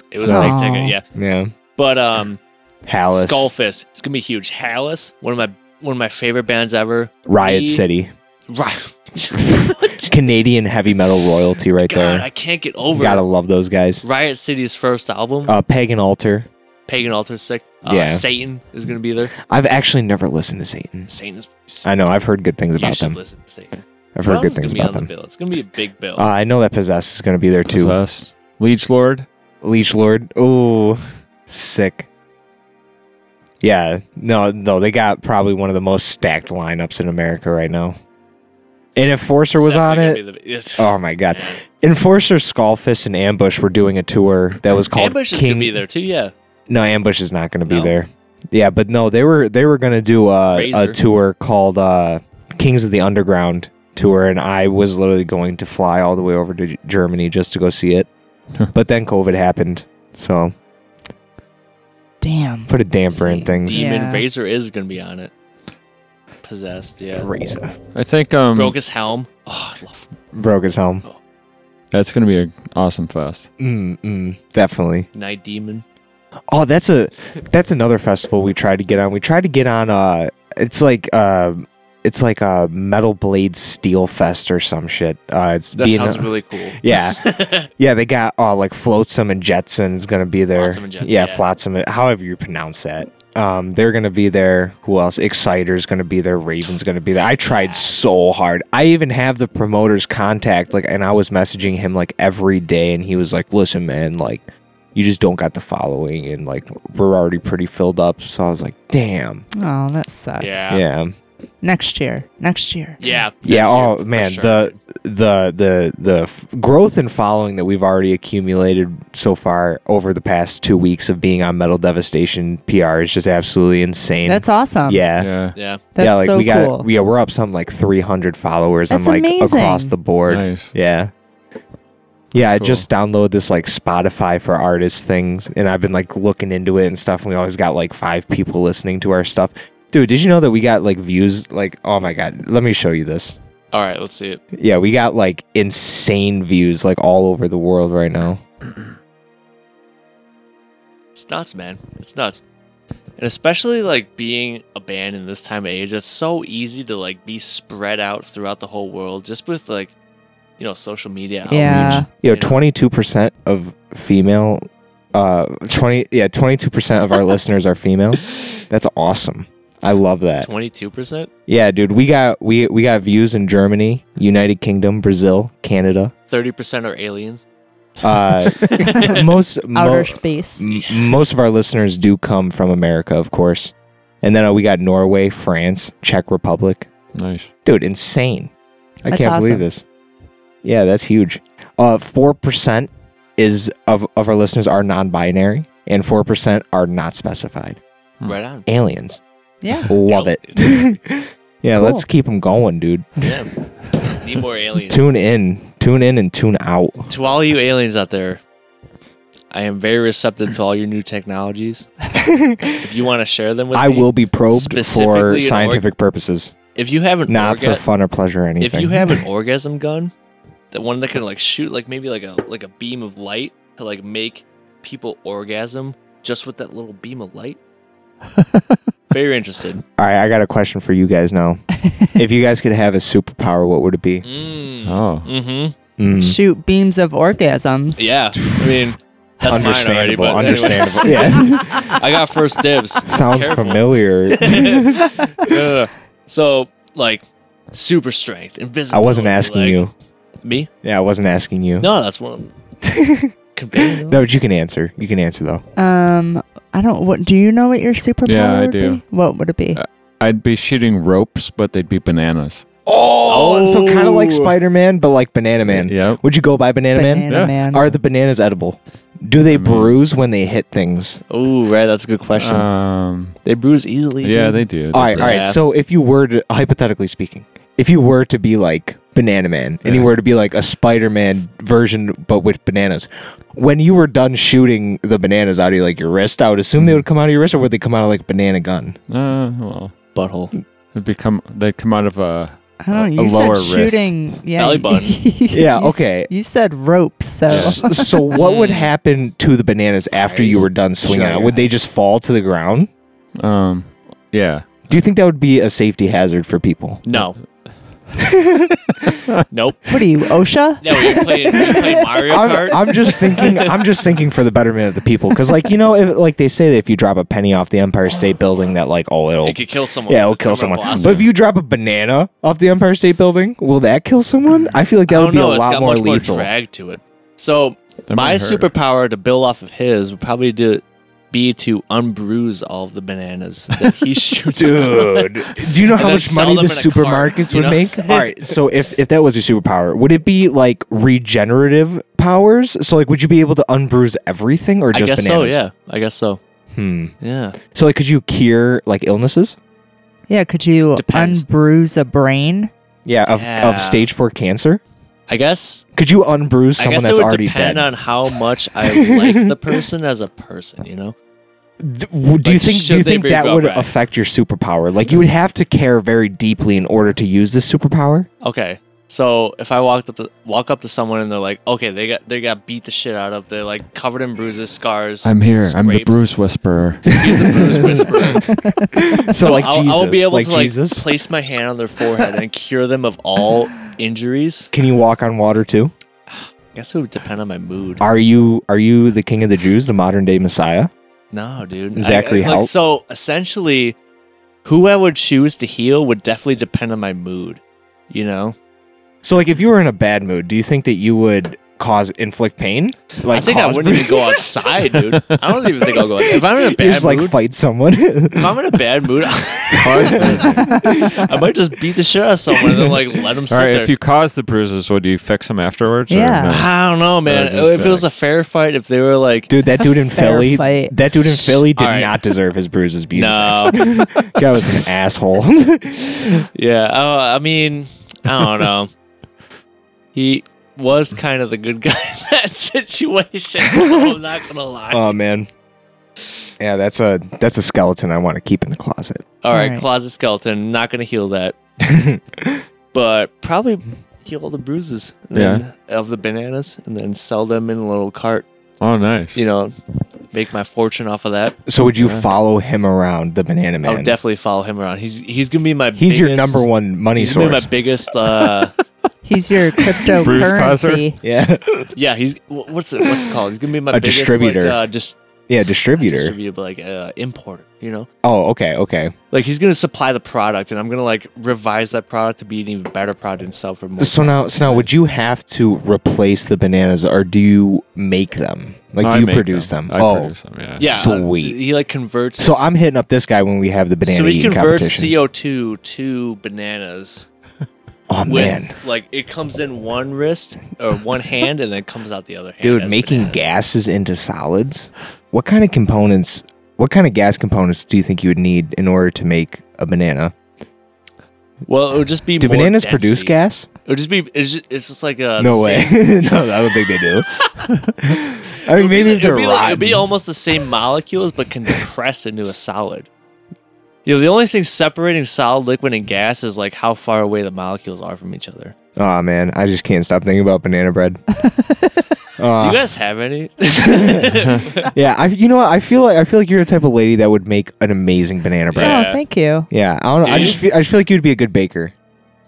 Speaker 5: It was
Speaker 4: So-
Speaker 5: a big ticket.
Speaker 7: Aw.
Speaker 5: Yeah,
Speaker 4: Yeah,
Speaker 5: but um,
Speaker 4: Hallis,
Speaker 5: Skullfist, it's gonna be huge. Hallis, one of my one of my favorite bands ever.
Speaker 4: Riot
Speaker 5: We-
Speaker 4: City,
Speaker 5: Right. (laughs)
Speaker 4: Canadian heavy metal royalty, right
Speaker 5: God, I
Speaker 4: there.
Speaker 5: can't get over
Speaker 4: Gotta
Speaker 5: it.
Speaker 4: love those guys.
Speaker 5: Riot City's first album,
Speaker 4: Uh, Pagan Altar.
Speaker 5: Pagan Altar Sick. Uh,
Speaker 4: yeah.
Speaker 5: Satan is gonna be there.
Speaker 4: I've actually never listened to Satan.
Speaker 5: Satan's.
Speaker 4: I know. I've heard good things
Speaker 5: you
Speaker 4: about
Speaker 5: should
Speaker 4: them.
Speaker 5: listen to Satan.
Speaker 4: I've
Speaker 5: What
Speaker 4: heard
Speaker 5: else
Speaker 4: good
Speaker 5: is
Speaker 4: things
Speaker 5: gonna be
Speaker 4: about
Speaker 5: on
Speaker 4: them.
Speaker 5: the bill? It's gonna be a big bill.
Speaker 4: Uh, I know that Possess is going to be there too.
Speaker 6: possessed? Liege Lord?
Speaker 4: Leech Lord. Ooh, sick. Yeah, no, no, they got probably one of the most stacked lineups in America right now. And Enforcer
Speaker 5: It's
Speaker 4: was on
Speaker 5: definitely
Speaker 4: it.
Speaker 5: gonna be the-
Speaker 4: Oh my god.
Speaker 5: Yeah.
Speaker 4: Enforcer, Skullfist, and Ambush were doing a tour that was called
Speaker 5: Ambush
Speaker 4: King.
Speaker 5: is gonna be there too. Yeah.
Speaker 4: No, Ambush is not going to be
Speaker 5: No?
Speaker 4: there. Yeah, but no, they were they were going to do a, a
Speaker 5: Razor.
Speaker 4: tour called uh, Kings of the Underground tour, and I was literally going to fly all the way over to G- Germany just to go see it,
Speaker 6: Huh.
Speaker 4: but then COVID happened, so
Speaker 7: Damn.
Speaker 4: put a damper in
Speaker 5: See,
Speaker 4: things.
Speaker 5: Demon
Speaker 7: Yeah.
Speaker 5: Razor is gonna be on it. Possessed, yeah.
Speaker 4: Razor
Speaker 6: I think um
Speaker 5: Broke his helm. Oh, I love
Speaker 4: broke his helm.
Speaker 6: that's gonna be an awesome fest.
Speaker 4: Mm, mm, definitely.
Speaker 5: Night Demon.
Speaker 4: Oh, that's a that's another festival we tried to get on. We tried to get on. Uh, it's like uh, it's like a Metal Blade Steel Fest or some shit. Uh, it's
Speaker 5: That
Speaker 4: being-
Speaker 5: sounds really cool.
Speaker 4: (laughs)
Speaker 5: (laughs)
Speaker 4: yeah. Yeah, they got oh like Flotsam and Jetsam is gonna be there.
Speaker 5: Flotsam and Jetsam,
Speaker 4: yeah,
Speaker 5: yeah.
Speaker 4: Flotsam, and- however you pronounce that. Um, they're gonna be there. Who else? Exciter's gonna be there. Raven's gonna be there. I tried so hard. I even have the promoter's contact, like, and I was messaging him like every day, and he was like, "Listen, man, like, you just don't got the following, and like, we're already pretty filled up." So I was like, "Damn,
Speaker 7: Oh, that sucks.
Speaker 5: Yeah.
Speaker 4: yeah, yeah."
Speaker 7: Next year. Next year.
Speaker 5: next year,
Speaker 4: oh
Speaker 5: for
Speaker 4: man,
Speaker 5: sure.
Speaker 4: the the the the f- growth and following that we've already accumulated so far over the past two weeks of being on Metal Devastation PR is just absolutely insane.
Speaker 7: That's awesome.
Speaker 4: yeah.
Speaker 6: Yeah.
Speaker 5: yeah.
Speaker 7: That's
Speaker 4: yeah, like
Speaker 7: so
Speaker 4: we got
Speaker 7: cool.
Speaker 4: yeah, we're up some like 300 followers on
Speaker 7: That's
Speaker 4: like
Speaker 7: amazing.
Speaker 4: across the board.
Speaker 6: Nice.
Speaker 4: Yeah. Yeah, I
Speaker 6: cool.
Speaker 4: just download this like Spotify for artists things and I've been like looking into it and stuff and we always got like five people listening to our stuff. Dude, did you know that we got like views like oh my god, let me show you this.
Speaker 5: All right, let's see it.
Speaker 4: Yeah, we got like insane views like all over the world right now.
Speaker 5: It's nuts, man. It's nuts. And especially like being a band in this time of age, it's so easy to like be spread out throughout the whole world just with like, you know, social media outreach.
Speaker 7: Yeah.
Speaker 4: You know,
Speaker 5: You know.
Speaker 4: 22% of female uh 20 yeah, 22% of our listeners are females. That's awesome. I love that.
Speaker 5: Twenty-two percent.
Speaker 4: Yeah, dude, we got we we got views in Germany, United Kingdom, Brazil, Canada.
Speaker 5: Thirty percent are aliens.
Speaker 4: Uh most mo-
Speaker 7: Outer space.
Speaker 4: m- most of our listeners do come from America, of course. And then uh, we got Norway, France, Czech Republic.
Speaker 6: Nice.
Speaker 4: Dude, insane. I
Speaker 7: That's
Speaker 4: can't believe
Speaker 7: awesome.
Speaker 4: this. Yeah, that's huge. Uh 4% is of of our listeners are non-binary and 4% are not specified.
Speaker 6: Hmm.
Speaker 5: Right on.
Speaker 4: Aliens.
Speaker 7: Yeah.
Speaker 4: Love
Speaker 5: Yeah.
Speaker 4: it. yeah,
Speaker 7: Cool.
Speaker 4: let's keep them going, dude.
Speaker 5: Yeah. Need more aliens.
Speaker 4: Tune in, tune in, and tune out.
Speaker 5: to all you aliens out there, I am very receptive to all your new technologies. if you want to share them with
Speaker 4: I
Speaker 5: me,
Speaker 4: will be probed
Speaker 5: Specifically an
Speaker 4: for
Speaker 5: org-
Speaker 4: scientific purposes,
Speaker 5: If you have an
Speaker 4: not
Speaker 5: orga-
Speaker 4: for fun or pleasure or anything.
Speaker 5: if you
Speaker 4: (laughs)
Speaker 5: have an orgasm gun, the one that can like shoot like maybe like a like a beam of light to like make people orgasm just with that little beam of
Speaker 4: (laughs)
Speaker 5: light. very interested.
Speaker 4: All right, I got a question for you guys
Speaker 7: (laughs)
Speaker 4: now. if you guys could have a superpower, what would it be? Mm-hmm.
Speaker 5: Mm.
Speaker 6: Oh,
Speaker 5: hmm
Speaker 4: Mm.
Speaker 7: Shoot beams of orgasms.
Speaker 5: Yeah. I mean, that's mine already,
Speaker 4: understandable.
Speaker 5: but anyway.
Speaker 4: understandable.
Speaker 5: (laughs)
Speaker 4: yeah, (laughs)
Speaker 5: I got first dibs. (laughs)
Speaker 4: sounds
Speaker 5: Careful. (laughs)
Speaker 4: familiar.
Speaker 5: No, no, no. So, like, super strength,
Speaker 4: I
Speaker 5: invisibility.
Speaker 4: wasn't asking
Speaker 5: like-
Speaker 4: you.
Speaker 5: Me?
Speaker 4: Yeah, I wasn't asking you.
Speaker 5: No, that's one.
Speaker 4: (laughs)
Speaker 5: Conveying.
Speaker 4: No, but you can answer. You can answer though.
Speaker 7: Um, I don't. What do you know? What your superpower?
Speaker 6: Yeah, I
Speaker 7: would
Speaker 6: do.
Speaker 7: Be? What would it be?
Speaker 6: Uh, I'd be shooting ropes, but they'd be bananas.
Speaker 4: Oh, so kind of like Spider Man, but like Banana Man.
Speaker 6: Yep.
Speaker 4: Would you go by Banana, Man?
Speaker 7: Banana
Speaker 6: Yeah.
Speaker 7: man.
Speaker 4: Are the bananas edible? Do they
Speaker 6: mean-
Speaker 4: bruise when they hit things?
Speaker 5: Oh, right. That's a good question.
Speaker 6: Um,
Speaker 5: they bruise easily.
Speaker 6: yeah,
Speaker 5: dude.
Speaker 6: they do.
Speaker 4: All right, all right.
Speaker 5: Yeah.
Speaker 4: So if you were to, hypothetically speaking, if you were to be like Banana Man, and you
Speaker 6: Yeah.
Speaker 4: were to be like a Spider-Man version but with bananas, when you were done shooting the bananas out of like your wrist, I would assume they would come out of your wrist, or would they come out of like a banana gun?
Speaker 6: Uh, well,
Speaker 5: butthole.
Speaker 6: it'd become they'd come out of uh, a
Speaker 7: I don't know.
Speaker 6: a
Speaker 7: You
Speaker 6: lower
Speaker 7: said
Speaker 6: wrist.
Speaker 7: shooting. Yeah.
Speaker 5: Belly
Speaker 7: you-
Speaker 5: button.
Speaker 4: Yeah,
Speaker 7: (laughs) you s-
Speaker 4: okay.
Speaker 7: You said ropes.
Speaker 4: (laughs)
Speaker 7: So
Speaker 4: S- so what would happen to the bananas after you were done swinging?
Speaker 6: Sure,
Speaker 4: out?
Speaker 6: yeah.
Speaker 4: Would they just fall to the ground?
Speaker 6: um, yeah.
Speaker 4: Do you think that would be a safety hazard for people?
Speaker 5: No. (laughs) nope.
Speaker 7: what are you, OSHA?
Speaker 5: No, we played, we played Mario Kart.
Speaker 4: I'm, I'm just thinking. I'm just thinking for the betterment of the people, because like you know, if, like they say that if you drop a penny off the Empire State Building, that like oh it'll
Speaker 5: it could kill someone.
Speaker 4: yeah it'll
Speaker 5: with
Speaker 4: kill
Speaker 5: terminal
Speaker 4: someone.
Speaker 5: velocity.
Speaker 4: But if you drop a banana off the Empire State Building, will that kill someone? I feel like that
Speaker 5: I
Speaker 4: would be
Speaker 5: don't know,
Speaker 4: a
Speaker 5: it's
Speaker 4: lot
Speaker 5: got
Speaker 4: more
Speaker 5: much
Speaker 4: lethal.
Speaker 5: more drag to it. So
Speaker 6: That
Speaker 5: my
Speaker 6: might hurt.
Speaker 5: superpower to build off of his would probably do, be to unbruise all of the bananas that he (laughs) shoots. (laughs)
Speaker 4: Dude, do you know how
Speaker 5: then
Speaker 4: much
Speaker 5: sell
Speaker 4: money
Speaker 5: them
Speaker 4: the
Speaker 5: in a cart,
Speaker 4: supermarkets
Speaker 5: you
Speaker 4: would
Speaker 5: know? (laughs)
Speaker 4: make? All right, so if if that was your superpower, would it be like regenerative powers? So like, would you be able to unbruise everything or
Speaker 5: I
Speaker 4: just
Speaker 5: guess
Speaker 4: bananas?
Speaker 5: so. Yeah, I guess so.
Speaker 4: yeah. Hmm.
Speaker 5: Yeah.
Speaker 4: So like, could you cure like illnesses?
Speaker 7: Yeah. Could you
Speaker 5: Depends.
Speaker 7: unbruise
Speaker 4: (laughs)
Speaker 7: a brain?
Speaker 4: Yeah, of,
Speaker 5: Yeah.
Speaker 4: of stage four cancer.
Speaker 5: I guess.
Speaker 4: Could you unbruise
Speaker 5: I
Speaker 4: someone
Speaker 5: guess
Speaker 4: that's
Speaker 5: it would
Speaker 4: already
Speaker 5: depend
Speaker 4: dead?
Speaker 5: on how much I
Speaker 4: (laughs)
Speaker 5: like the person as a person. You know.
Speaker 4: D- w- do you
Speaker 5: Like,
Speaker 4: think
Speaker 5: should
Speaker 4: do you
Speaker 5: they
Speaker 4: think
Speaker 5: be
Speaker 4: that would
Speaker 5: well-read?
Speaker 4: affect your superpower? Like you would have to care very deeply in order to use this
Speaker 5: (laughs)
Speaker 4: superpower.
Speaker 5: Okay. So if I walked up to walk up to someone and they're like, okay, they got they got beat the shit out of. They're like covered in bruises, scars.
Speaker 6: I'm here. I'm the
Speaker 5: scrapes.
Speaker 6: Bruce (laughs) Whisperer.
Speaker 5: He's the bruise whisperer.
Speaker 4: So like
Speaker 5: I'll,
Speaker 4: Jesus,
Speaker 5: I'll be able
Speaker 4: like
Speaker 5: to like
Speaker 4: Jesus,
Speaker 5: place my hand on their forehead and cure them of all injuries.
Speaker 4: can you walk on water too?
Speaker 5: I guess it would depend on my mood.
Speaker 4: Are you are you the king of the Jews, the modern day Messiah?
Speaker 5: No, dude. I-
Speaker 4: Zachary
Speaker 5: I, like,
Speaker 4: Hout?
Speaker 5: So essentially, who I would choose to heal would definitely depend on my mood. You know,
Speaker 4: So like if you were in a bad mood, do you think that you would cause inflict pain? Like
Speaker 5: I think I
Speaker 4: cause
Speaker 5: wouldn't even
Speaker 4: bruise-
Speaker 5: go outside, dude. I don't even think I'll go. out-
Speaker 4: (laughs)
Speaker 5: If I'm in a
Speaker 4: You
Speaker 5: bad
Speaker 4: just like
Speaker 5: mood,
Speaker 4: fight
Speaker 5: (laughs)
Speaker 4: someone. (laughs)
Speaker 5: if I'm in a bad mood, I might just beat the shit out of someone and then like let them sit
Speaker 6: (laughs) All right,
Speaker 5: there.
Speaker 6: if you cause the bruises, would you fix them afterwards? or
Speaker 7: Yeah.
Speaker 6: no?
Speaker 5: I don't know, man.
Speaker 6: Or just
Speaker 5: If it was a fair fight, if they were like,
Speaker 4: Dude, that dude in
Speaker 7: fair
Speaker 4: Philly,
Speaker 7: fight.
Speaker 4: that dude in Philly did
Speaker 5: All right.
Speaker 4: not deserve his
Speaker 5: (laughs)
Speaker 4: bruises being (laughs)
Speaker 5: no,
Speaker 4: fixed. Guy was an asshole. (laughs)
Speaker 5: Yeah, uh, I mean, I don't know. he was kind of the good guy in (laughs) that situation. (laughs) I'm not gonna lie.
Speaker 4: oh man. Yeah, that's a that's a skeleton I want to keep in the closet.
Speaker 5: all right,
Speaker 7: alright.
Speaker 5: closet skeleton. Not gonna heal
Speaker 6: (laughs)
Speaker 5: that, but probably heal all the bruises. and then- of the bananas, and then sell them in a little cart.
Speaker 6: Oh, nice.
Speaker 5: You know, make my fortune off of that.
Speaker 4: so would you follow him around, the banana man?
Speaker 5: I would definitely follow him around. He's he's gonna be my.
Speaker 4: He's your
Speaker 5: biggest-
Speaker 4: number one money
Speaker 5: He's gonna be
Speaker 4: source.
Speaker 5: my (laughs) biggest.
Speaker 4: (laughs)
Speaker 5: Uh,
Speaker 7: He's your cryptocurrency.
Speaker 4: yeah.
Speaker 5: yeah, he's wh- what's it, what's it called? He's gonna be my
Speaker 4: A
Speaker 5: biggest, like,
Speaker 4: distributor.
Speaker 5: uh, just
Speaker 4: Yeah, distributor.
Speaker 5: distributor, like uh, importer. You know.
Speaker 4: Oh, okay, okay.
Speaker 5: Like he's gonna supply the product, and I'm gonna like revise that product to be an even better product and sell for more.
Speaker 4: So now, so now, would you have to replace the bananas, or do you make them? Like,
Speaker 6: I
Speaker 4: do you
Speaker 6: make
Speaker 4: produce them?
Speaker 6: I
Speaker 4: oh,
Speaker 6: produce them. Yeah.
Speaker 5: yeah, uh,
Speaker 4: sweet.
Speaker 5: he like converts.
Speaker 4: so I'm hitting up this guy when we have the banana
Speaker 5: so he
Speaker 4: eating
Speaker 5: converts
Speaker 4: competition.
Speaker 5: CO2 to bananas
Speaker 4: oh
Speaker 5: with
Speaker 4: man,
Speaker 5: like it comes in one wrist or one hand, and then comes out the other hand.
Speaker 4: dude,
Speaker 5: as
Speaker 4: making
Speaker 5: bananas.
Speaker 4: gases into solids. What kind of components what kind of gas components do you think you would need in order to make a banana?
Speaker 5: Well, it would just be.
Speaker 4: Do
Speaker 5: more
Speaker 4: bananas produce
Speaker 5: density.
Speaker 4: gas?
Speaker 5: It would just be. It's just, it's just like uh, a.
Speaker 4: no (laughs) way. no, I don't think they
Speaker 5: (laughs)
Speaker 4: do. I mean, maybe if
Speaker 5: it'd
Speaker 4: they're
Speaker 5: be, like, it'd be
Speaker 4: rotten.
Speaker 5: almost the same molecules, but compressed into a solid. You know, the only thing separating solid, liquid, and gas is like how far away the molecules are from each other.
Speaker 4: Aw, man, I just can't stop thinking about banana
Speaker 5: (laughs)
Speaker 4: bread.
Speaker 5: Do
Speaker 4: Uh,
Speaker 5: you guys
Speaker 4: (laughs)
Speaker 5: have any? (laughs)
Speaker 4: yeah, I, you know what? I feel like I feel like you're the type of lady that would make an amazing banana bread.
Speaker 5: Yeah.
Speaker 7: Oh, thank you.
Speaker 4: Yeah, I don't know. I
Speaker 5: Do
Speaker 4: just feel, I just feel like you'd be a good baker.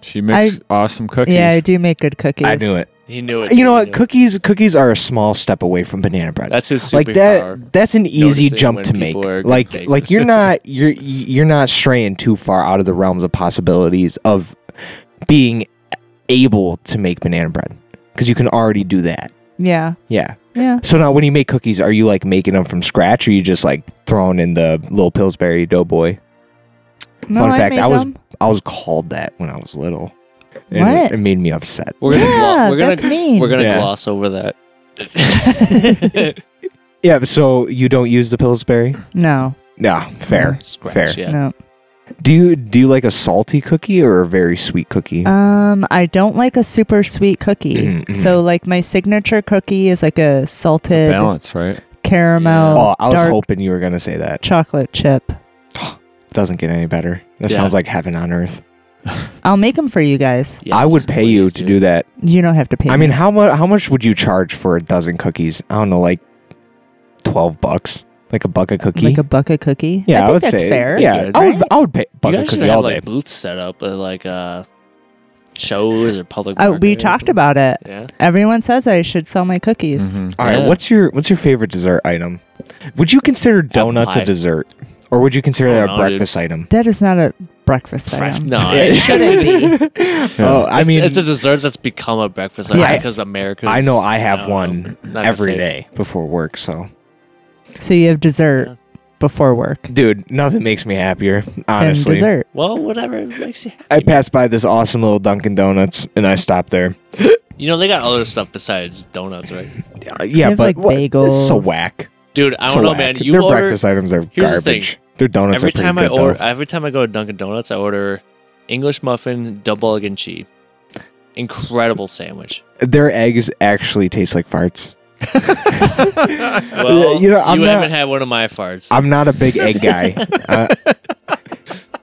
Speaker 6: She makes awesome cookies.
Speaker 7: Yeah, I do make good cookies.
Speaker 4: I knew it.
Speaker 5: he knew it.
Speaker 4: You know what?
Speaker 5: He knew it.
Speaker 4: Cookies cookies are a small step away from banana bread.
Speaker 5: That's his superpower.
Speaker 4: like that that's an easy
Speaker 5: Noticing
Speaker 4: jump
Speaker 5: when
Speaker 4: to make.
Speaker 5: people are good
Speaker 4: Like
Speaker 5: bakers.
Speaker 4: like you're
Speaker 5: (laughs)
Speaker 4: not you're you're not straying too far out of the realms of possibilities of being able to make banana bread because you can already do that.
Speaker 7: Yeah.
Speaker 4: Yeah.
Speaker 7: Yeah.
Speaker 4: So now when you make cookies, are you like making them from scratch or you just like throwing in the little Pillsbury doughboy?
Speaker 7: No,
Speaker 4: Fun
Speaker 7: I
Speaker 4: fact,
Speaker 7: made
Speaker 4: I was-
Speaker 7: them.
Speaker 4: I was called that when I was little. And
Speaker 7: What?
Speaker 4: It, it made me upset.
Speaker 5: We're gonna, glo-
Speaker 7: Yeah,
Speaker 5: we're gonna,
Speaker 7: that's mean.
Speaker 5: We're gonna
Speaker 4: Yeah.
Speaker 5: gloss over
Speaker 4: (laughs)
Speaker 5: that.
Speaker 4: Yeah, but so you don't use the Pillsbury?
Speaker 7: No.
Speaker 4: Yeah, fair. Fair.
Speaker 5: Scratch, yeah.
Speaker 7: No.
Speaker 4: Do you do you like a salty cookie or a very sweet cookie?
Speaker 7: Um, I don't like a super sweet cookie.
Speaker 4: Mhm, mhm.
Speaker 7: So like my signature cookie is like a salted
Speaker 6: Balance, right?
Speaker 7: caramel
Speaker 4: oh, I was
Speaker 7: dark
Speaker 4: hoping you were gonna say that.
Speaker 7: chocolate chip.
Speaker 4: Doesn't get any better. That
Speaker 5: Yeah.
Speaker 4: sounds like heaven on earth.
Speaker 7: I'll make them for you guys.
Speaker 4: I
Speaker 5: Yes,
Speaker 4: would pay you
Speaker 5: please
Speaker 4: to do that.
Speaker 7: You don't have to pay.
Speaker 4: I mean,
Speaker 7: me.
Speaker 4: how much? How much would you charge for a dozen cookies? I don't know, like twelve bucks, like a buck a cookie.
Speaker 7: like a bucket cookie.
Speaker 4: yeah,
Speaker 7: I
Speaker 4: I,
Speaker 7: think
Speaker 4: would
Speaker 7: that's
Speaker 4: say.
Speaker 7: fair.
Speaker 4: Yeah,
Speaker 5: Good,
Speaker 4: I would.
Speaker 7: right?
Speaker 4: I would pay buck
Speaker 5: You
Speaker 4: a
Speaker 5: guys should
Speaker 4: cookie
Speaker 5: have
Speaker 4: all
Speaker 5: like
Speaker 4: day.
Speaker 5: booths set up at like uh, shows or public.
Speaker 7: I, Oh, Uh, we
Speaker 5: markets or
Speaker 7: talked
Speaker 5: something.
Speaker 7: about it.
Speaker 5: Yeah.
Speaker 7: Everyone says I should sell my
Speaker 4: Mm-hmm.
Speaker 7: cookies.
Speaker 6: Mhm.
Speaker 4: All right,
Speaker 5: Yeah.
Speaker 4: what's your what's your favorite dessert item? Would you consider donuts
Speaker 5: pie.
Speaker 4: a dessert, or would you consider
Speaker 5: I
Speaker 4: that a
Speaker 5: don't know, dude.
Speaker 4: breakfast item?
Speaker 7: That is not a breakfast
Speaker 5: Fresh- (laughs)
Speaker 7: item.
Speaker 5: No,
Speaker 4: (laughs) Yeah.
Speaker 5: it shouldn't (laughs)
Speaker 4: (laughs)
Speaker 5: be.
Speaker 4: Oh, I
Speaker 5: It's-
Speaker 4: mean,
Speaker 5: it's a dessert that's become a breakfast item
Speaker 4: Yeah, I-
Speaker 5: because America.
Speaker 4: I know I have one every
Speaker 5: day.
Speaker 4: day before work. So,
Speaker 7: So you have dessert before work.
Speaker 4: dude, nothing makes me happier.
Speaker 7: And
Speaker 4: Honestly,
Speaker 7: dessert.
Speaker 5: Well, whatever makes you happy.
Speaker 4: I passed by this awesome little Dunkin' Donuts and I stopped there.
Speaker 5: You know they got other stuff besides donuts, right?
Speaker 4: Uh, yeah,
Speaker 7: have,
Speaker 4: but
Speaker 7: like,
Speaker 4: what- this is so
Speaker 7: bagels.
Speaker 4: whack.
Speaker 5: Dude, I
Speaker 4: So
Speaker 5: don't know,
Speaker 4: whack.
Speaker 5: man. You
Speaker 4: Their
Speaker 5: order
Speaker 4: breakfast items are
Speaker 5: Here's the thing.
Speaker 4: garbage. Their donuts
Speaker 5: every
Speaker 4: are pretty
Speaker 5: time I
Speaker 4: good
Speaker 5: order.
Speaker 4: though.
Speaker 5: Every time I go to Dunkin' Donuts, I order English muffin, double egg and cheese. Incredible
Speaker 4: (laughs)
Speaker 5: sandwich.
Speaker 4: Their eggs actually taste like farts. (laughs)
Speaker 5: Well,
Speaker 4: you
Speaker 5: you
Speaker 4: know, I'm not-
Speaker 5: haven't had one of my farts.
Speaker 4: I'm not a big egg
Speaker 5: (laughs)
Speaker 4: guy. Uh,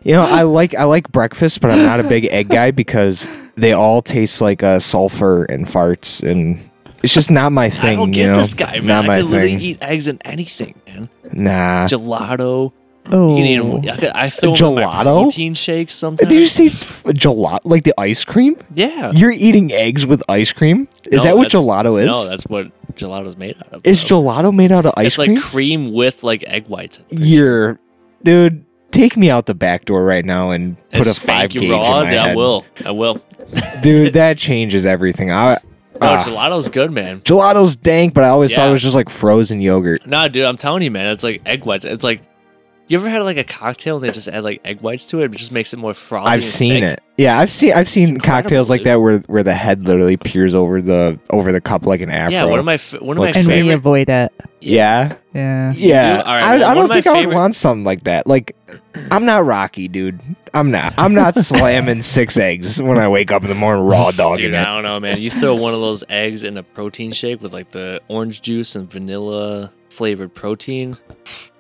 Speaker 4: you know, I like I like breakfast, but I'm not a big egg guy because they all taste like uh, sulfur and farts, and it's just not my thing.
Speaker 5: I don't
Speaker 4: you
Speaker 5: get
Speaker 4: know?
Speaker 5: this guy, man.
Speaker 4: Not
Speaker 5: I
Speaker 4: my
Speaker 5: could literally
Speaker 4: thing.
Speaker 5: eat eggs in anything, man.
Speaker 4: nah.
Speaker 5: Gelato.
Speaker 7: Oh,
Speaker 5: You can eat 'em- I, could, I throw 'em in my
Speaker 4: Gelato?
Speaker 5: protein shakes sometimes.
Speaker 4: Did you say f- gelato? Like the ice cream?
Speaker 5: yeah.
Speaker 4: You're eating eggs with ice cream? Is
Speaker 5: Uh, No,
Speaker 4: that what
Speaker 5: that's-
Speaker 4: gelato is?
Speaker 5: No, that's what gelato's made out of.
Speaker 4: is
Speaker 5: bro.
Speaker 4: gelato made out of ice
Speaker 5: It's like
Speaker 4: cream?
Speaker 5: cream with like egg whites. in it.
Speaker 4: You're, dude. Take me out the back door right now and
Speaker 5: And
Speaker 4: put a five
Speaker 5: spank you
Speaker 4: gauge in
Speaker 5: raw.
Speaker 4: my
Speaker 5: Yeah, I
Speaker 4: head.
Speaker 5: will. I will.
Speaker 4: dude.
Speaker 5: (laughs)
Speaker 4: That changes everything. I,
Speaker 5: No,
Speaker 4: ah.
Speaker 5: gelato's good, man.
Speaker 4: Gelato's dank, but I always thought it
Speaker 5: Yeah.
Speaker 4: was just like frozen yogurt.
Speaker 5: Nah, dude, I'm telling you, man. It's like egg whites. It's like you ever had like a cocktail and they just add like egg whites to it? It just makes it more frothy.
Speaker 4: I've
Speaker 5: and
Speaker 4: seen
Speaker 5: thick.
Speaker 4: it. Yeah, I've seen I've seen
Speaker 5: incredible,
Speaker 4: cocktails like
Speaker 5: dude.
Speaker 4: that where where the head literally peers over the over the cup like an afro.
Speaker 5: Yeah, one of my f- one of
Speaker 4: Like
Speaker 5: my
Speaker 7: and we
Speaker 5: favorite.
Speaker 7: avoid it.
Speaker 4: yeah
Speaker 7: Yeah.
Speaker 4: yeah.
Speaker 5: do? All right,
Speaker 4: I,
Speaker 5: well,
Speaker 4: I
Speaker 5: one
Speaker 4: don't
Speaker 5: of my
Speaker 4: think I would
Speaker 5: favorite-
Speaker 4: want something like that. Like I'm not Rocky, dude. I'm not. I'm
Speaker 5: (laughs)
Speaker 4: not slamming six eggs when I wake up in the morning raw dogging
Speaker 5: Dude,
Speaker 4: it.
Speaker 5: I don't know, man. You throw one of those eggs in a protein shake with like the orange juice and vanilla flavored protein,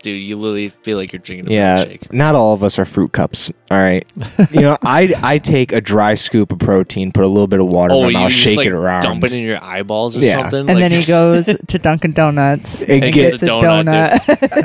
Speaker 5: dude. You literally feel like you're drinking a
Speaker 4: Yeah,
Speaker 5: milkshake.
Speaker 4: not all of us are fruit cups. All right, you know, I I take a dry scoop of protein, put a little bit of water in my mouth, shake
Speaker 5: Oh, like,
Speaker 4: it around,
Speaker 5: dump it in your eyeballs or
Speaker 4: Yeah.
Speaker 5: something.
Speaker 7: And then
Speaker 5: (laughs)
Speaker 7: he goes to Dunkin' Donuts.
Speaker 4: It
Speaker 5: And
Speaker 4: gets-
Speaker 5: gets a donut,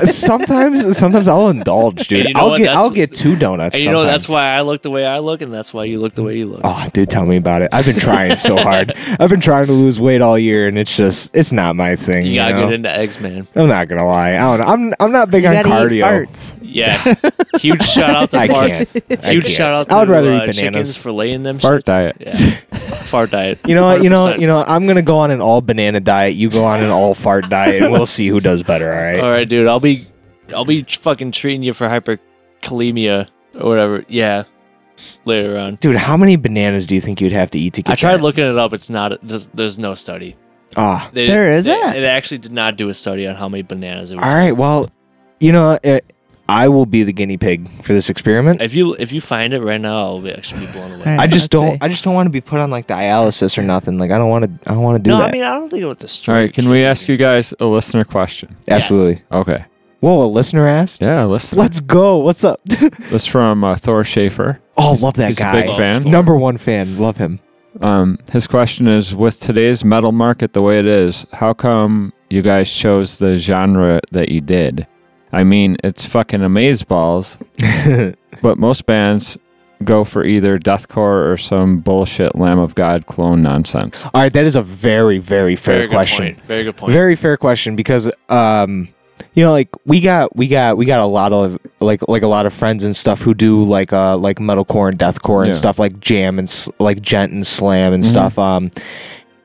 Speaker 4: (laughs) sometimes sometimes I'll indulge, dude.
Speaker 5: And you know
Speaker 4: I'll
Speaker 5: what?
Speaker 4: get
Speaker 5: That's-
Speaker 4: I'll get two donuts.
Speaker 5: And you know that's
Speaker 4: sometimes.
Speaker 5: why I look the way I look, and that's why you look the way you look.
Speaker 4: Oh, dude, tell me about it. I've been trying so
Speaker 5: (laughs)
Speaker 4: hard. I've been trying to lose weight all year, and it's just it's not my thing.
Speaker 5: you
Speaker 4: You
Speaker 5: gotta
Speaker 4: know?
Speaker 5: get into eggs,
Speaker 4: (laughs)
Speaker 5: man.
Speaker 4: I'm not gonna lie. I don't know. I'm I'm not big
Speaker 7: you
Speaker 4: on
Speaker 7: gotta eat
Speaker 4: cardio.
Speaker 7: farts.
Speaker 5: Yeah, huge shout out to
Speaker 4: I
Speaker 5: farts.
Speaker 4: can't. I
Speaker 5: Huge
Speaker 4: can't.
Speaker 5: shout out. To,
Speaker 4: I would rather
Speaker 5: uh,
Speaker 4: eat
Speaker 5: chickens
Speaker 4: bananas.
Speaker 5: for laying them.
Speaker 6: Fart
Speaker 5: shits.
Speaker 6: diet.
Speaker 5: Yeah. fart diet.
Speaker 4: (laughs) You know, what? you know,
Speaker 5: 100%.
Speaker 4: you know. I'm gonna go on an all banana diet. You go on an all fart diet, and we'll see who does better. All right.
Speaker 5: All right, dude. I'll be, I'll be fucking treating you for hyperkalemia or whatever. Yeah, later on.
Speaker 4: Dude, how many bananas do you think you'd have to eat to get?
Speaker 5: I tried
Speaker 4: there?
Speaker 5: looking it up. It's not. There's, there's no study.
Speaker 4: Ah,
Speaker 5: They,
Speaker 7: There
Speaker 5: they-
Speaker 7: isn't?
Speaker 5: They, actually did not do a study on how many bananas it would.
Speaker 4: all right. Well, you know, it, I will be the guinea pig for this experiment.
Speaker 5: If you if you find it right now, I'll be actually be blown away.
Speaker 7: All right,
Speaker 4: I just
Speaker 7: let's
Speaker 4: don't.
Speaker 7: see.
Speaker 4: I just don't want to be put on like dialysis or nothing. Like I don't want to. I don't want to do
Speaker 5: no,
Speaker 4: that.
Speaker 5: I mean I don't think it would destroy.
Speaker 6: All right, can we ask you guys a listener question?
Speaker 4: Absolutely.
Speaker 6: Okay.
Speaker 4: Whoa, a listener asked.
Speaker 6: Yeah, listen.
Speaker 4: Let's go. What's up? (laughs)
Speaker 6: This from uh, Thor Schaefer.
Speaker 4: oh, love that
Speaker 6: He's a
Speaker 4: guy.
Speaker 6: big fan.
Speaker 4: Number one fan. Love him. (laughs)
Speaker 6: Um, his question is: With today's metal market the way it is, how come you guys chose the genre that you did? I mean, it's fucking amazeballs, but most bands go for either deathcore or some bullshit Lamb of God clone nonsense.
Speaker 4: All right, that is a very, very fair
Speaker 5: Very good
Speaker 4: question.
Speaker 5: point. Very good point.
Speaker 4: Very fair question because um you know like we got we got we got a lot of like like a lot of friends and stuff who do like uh like metalcore and deathcore and
Speaker 6: Yeah.
Speaker 4: stuff like jam and s- like gent and slam and stuff um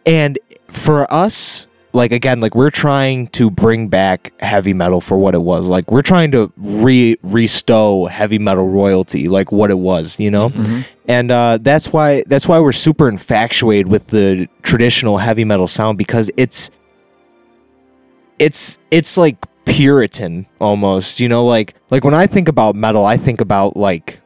Speaker 4: and for us like again like we're trying to bring back heavy metal for what it was like we're trying to re restow heavy metal royalty like what it was you know and uh, that's why that's why we're super infatuated with the traditional heavy metal sound because it's it's it's like puritan almost you know like like when i think about metal i think about like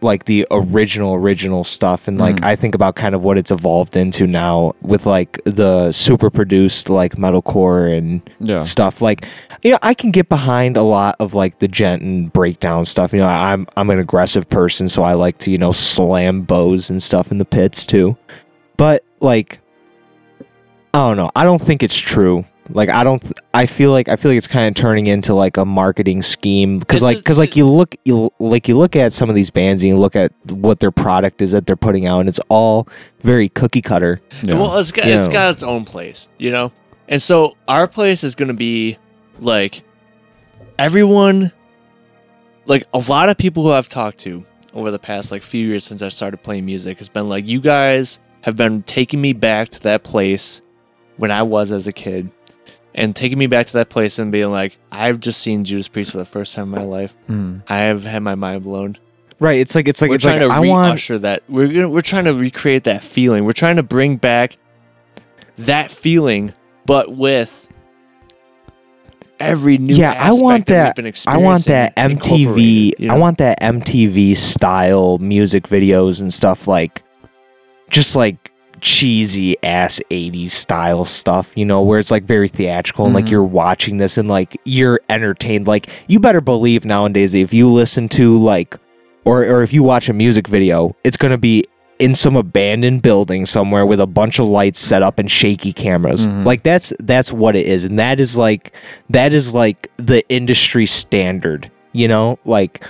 Speaker 4: like the original original stuff and like
Speaker 6: Mm.
Speaker 4: i think about kind of what it's evolved into now with like the super produced like metalcore and
Speaker 6: Yeah.
Speaker 4: stuff like you know i can get behind a lot of like the gent and breakdown stuff you know i'm i'm an aggressive person so i like to you know slam bows and stuff in the pits too but like i don't know i don't think it's true like i don't th- i feel like i feel like it's kind of turning into like a marketing scheme because
Speaker 5: It's
Speaker 4: like
Speaker 5: a-
Speaker 4: because like you look you l- like you look at some of these bands and you look at what their product is that they're putting out and it's all very cookie cutter
Speaker 6: Yeah.
Speaker 5: Well, it's got it's
Speaker 4: Yeah.
Speaker 5: got its own place, you know. And so our place is going to be like everyone, like a lot of people who I've talked to over the past like few years since I started playing music has been like, you guys have been taking me back to that place when I was as a kid, and taking me back to that place and being like, I've just seen Judas Priest for the first time in my life.
Speaker 6: Mm.
Speaker 5: I have had my mind blown
Speaker 4: right it's like it's like
Speaker 5: we're
Speaker 4: it's
Speaker 5: trying
Speaker 4: like
Speaker 5: to
Speaker 4: i want
Speaker 5: re-usher that. We're gonna, we're trying to recreate that feeling. We're trying to bring back that feeling, but with every new
Speaker 4: yeah i want
Speaker 5: aspect that,
Speaker 4: that
Speaker 5: we've been
Speaker 4: I want that
Speaker 5: experiencing
Speaker 4: MTV.
Speaker 5: incorporated, you
Speaker 4: I
Speaker 5: know?
Speaker 4: want that MTV style music videos and stuff like, just like cheesy ass 80s style stuff, you know, where it's like very theatrical and like
Speaker 5: Mm-hmm.
Speaker 4: you're watching this and like you're entertained. Like you better believe nowadays if you listen to like, or or if you watch a music video, it's gonna be in some abandoned building somewhere with a bunch of lights set up and shaky cameras. Like that's that's what it is and that is like that is like the industry standard you know like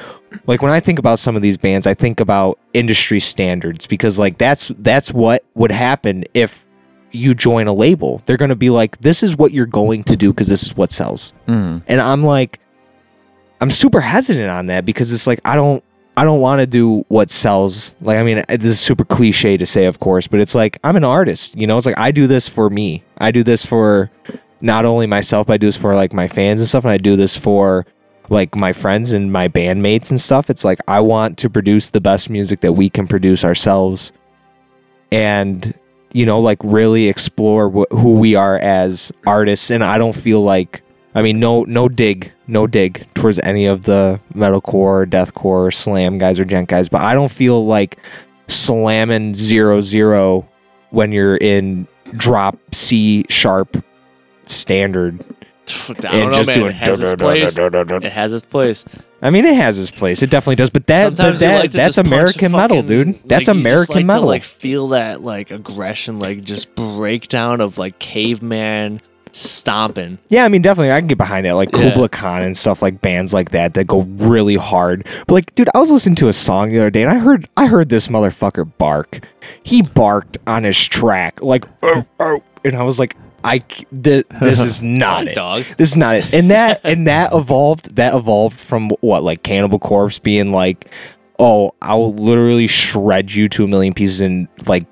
Speaker 4: like when i think about some of these bands i think about industry standards because like that's that's what would happen if you join a label they're going to be like this is what you're going to do because this is what sells
Speaker 6: Mm.
Speaker 4: and i'm like i'm super hesitant on that because it's like i don't i don't want to do what sells like i mean this is super cliche to say of course but it's like i'm an artist you know it's like i do this for me i do this for not only myself but i do this for like my fans and stuff and i do this for like my friends and my bandmates and stuff it's like i want to produce the best music that we can produce ourselves and you know like really explore wh- who we are as artists and i don't feel like i mean no no dig no dig towards any of the metalcore deathcore slam guys or gent guys but i don't feel like slamming zero zero when you're in drop c sharp standard
Speaker 5: (laughs) I don't know, man. It has its place. It has its place.
Speaker 4: I mean, it has its place. It definitely does. But that, Eh, but
Speaker 5: Sometimes you
Speaker 4: that
Speaker 5: like to
Speaker 4: that's
Speaker 5: just punch
Speaker 4: American
Speaker 5: the
Speaker 4: metal,
Speaker 5: fucking-
Speaker 4: dude. That's
Speaker 5: like, you just
Speaker 4: American
Speaker 5: like to,
Speaker 4: metal.
Speaker 5: like feel that like aggression, like just breakdown of like caveman stomping.
Speaker 4: yeah, I mean, definitely, I can get behind that. Like
Speaker 5: Yeah.
Speaker 4: Kubla Khan and stuff like bands like that that go really hard. But like, dude, I was listening to a song the other day and I heard I heard this motherfucker bark. He barked on his track like, "Oh, oh," and I was like, I c- thi- this is not it.
Speaker 5: dogs.
Speaker 4: This is not it. And that and that evolved that evolved from what like Cannibal Corpse being like, "Oh, I will literally shred you to a million pieces and like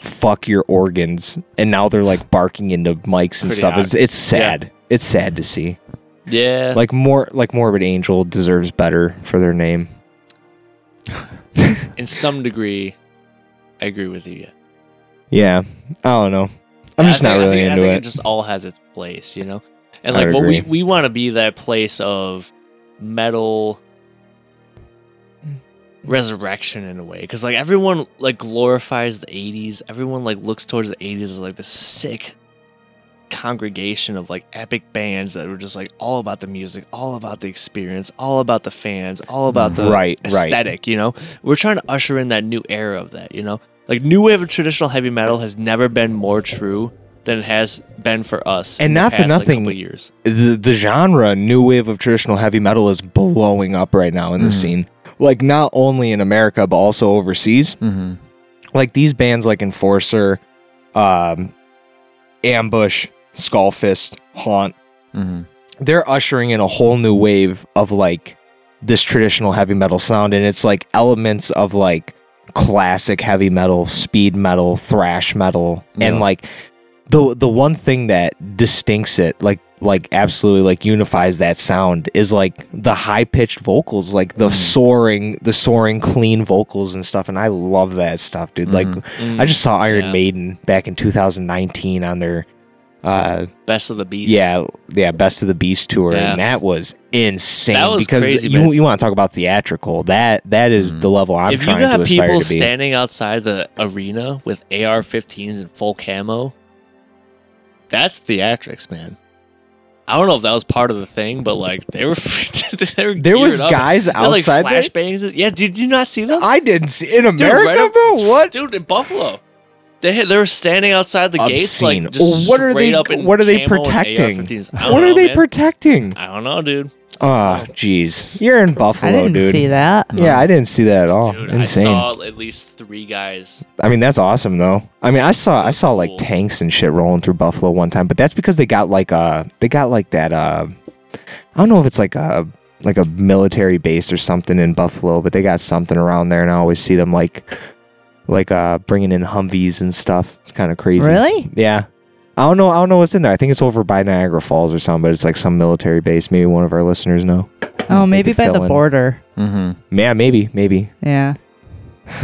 Speaker 4: fuck your organs." And now they're like barking into mics and
Speaker 5: Pretty
Speaker 4: stuff.
Speaker 5: hot.
Speaker 4: It's it's sad. It's sad to see.
Speaker 5: Yeah.
Speaker 4: Like more like Morbid Angel deserves better for their name.
Speaker 5: in some degree, I agree with you.
Speaker 4: Yeah. I don't know. I'm
Speaker 5: Yeah,
Speaker 4: just
Speaker 5: I
Speaker 4: not
Speaker 5: think- I
Speaker 4: really
Speaker 5: think- I
Speaker 4: into
Speaker 5: think
Speaker 4: it.
Speaker 5: It just all has its place, you know. And
Speaker 4: I
Speaker 5: like,
Speaker 4: would
Speaker 5: what we
Speaker 4: agree.
Speaker 5: we want to be that place of metal resurrection in a way because like everyone like glorifies the 80s everyone like looks towards the 80s as like this sick congregation of like epic bands that were just like all about the music all about the experience all about the fans all about the
Speaker 4: Right, right.
Speaker 5: aesthetic you know we're trying to usher in that new era of that you know like new wave of traditional heavy metal has never been more true than it has been for us
Speaker 4: And
Speaker 5: in the
Speaker 4: not for
Speaker 5: past, like,
Speaker 4: nothing-
Speaker 5: couple years
Speaker 4: the the genre new wave of traditional heavy metal is blowing up right now in
Speaker 5: Mm.
Speaker 4: the scene. Like not only in America but also overseas.
Speaker 6: Mm-hmm.
Speaker 4: Like these bands like Enforcer, um, Ambush, Skullfist, Haunt,
Speaker 6: Mm-hmm.
Speaker 4: they're ushering in a whole new wave of like this traditional heavy metal sound and it's like elements of like classic heavy metal, speed metal, thrash metal and
Speaker 6: Yeah.
Speaker 4: like the the one thing that distincts it like like absolutely like unifies that sound is like the high pitched vocals like the soaring the soaring clean vocals and stuff and I love that stuff dude like I just saw Iron
Speaker 5: Mm-hmm. Yeah.
Speaker 4: Maiden back in 2019 on their uh
Speaker 5: best of the beast
Speaker 4: yeah, yeah, Best of the Beast tour,
Speaker 5: Yeah.
Speaker 4: and that was insane.
Speaker 5: That was
Speaker 4: because
Speaker 5: crazy,
Speaker 4: you
Speaker 5: man. Mm-hmm.
Speaker 4: you want to talk about theatrical? That that is the level I'm
Speaker 5: if you
Speaker 4: trying to
Speaker 5: got
Speaker 4: aspire
Speaker 5: people
Speaker 4: to be.
Speaker 5: standing outside the arena with AR-15s and full camo, that's theatrics, man. I don't know if that was part of the thing, but like they were, (laughs) they were
Speaker 4: There was
Speaker 5: geared up.
Speaker 4: guys
Speaker 5: They're, like,
Speaker 4: outside there?
Speaker 5: flashbangs. Yeah, did you not see them?
Speaker 4: I didn't see in
Speaker 5: Dude,
Speaker 4: America,
Speaker 5: right up-
Speaker 4: bro. What?
Speaker 5: Dude, in Buffalo, they had, they were standing outside the gates,
Speaker 4: Obscene.
Speaker 5: like just
Speaker 4: What are
Speaker 5: straight
Speaker 4: they-
Speaker 5: Up in
Speaker 4: what are they
Speaker 5: camo and
Speaker 4: protecting?
Speaker 5: AR-15s. I don't
Speaker 4: What
Speaker 5: know,
Speaker 4: are they
Speaker 5: man. Oh,
Speaker 4: protecting?
Speaker 5: I don't know, dude.
Speaker 4: Ah, jeez, you're in Buffalo,
Speaker 7: (laughs) I didn't
Speaker 4: dude.
Speaker 7: see that.
Speaker 4: Yeah, I didn't see that at all.
Speaker 5: Dude,
Speaker 4: Oh, Insane.
Speaker 5: I
Speaker 4: I,
Speaker 5: saw at least three guys
Speaker 4: mean, that's awesome though. I mean, I saw I saw like
Speaker 5: Cool.
Speaker 4: tanks and shit rolling through Buffalo one time, but that's because they got like uh they got like that uh I don't know if it's like a like a military base or something in Buffalo, but they got something around there, and I always see them like like uh bringing in Humvees and stuff. It's kind of crazy.
Speaker 7: Really?
Speaker 4: Yeah. I don't know. I don't know what's in there. I think it's over by Niagara Falls or something, but it's like some military base. Maybe one of our listeners know.
Speaker 7: Oh,
Speaker 4: They
Speaker 7: maybe
Speaker 4: could
Speaker 7: by the
Speaker 4: fill in.
Speaker 7: border.
Speaker 6: Mm-hmm.
Speaker 4: Yeah, maybe, maybe.
Speaker 7: Yeah.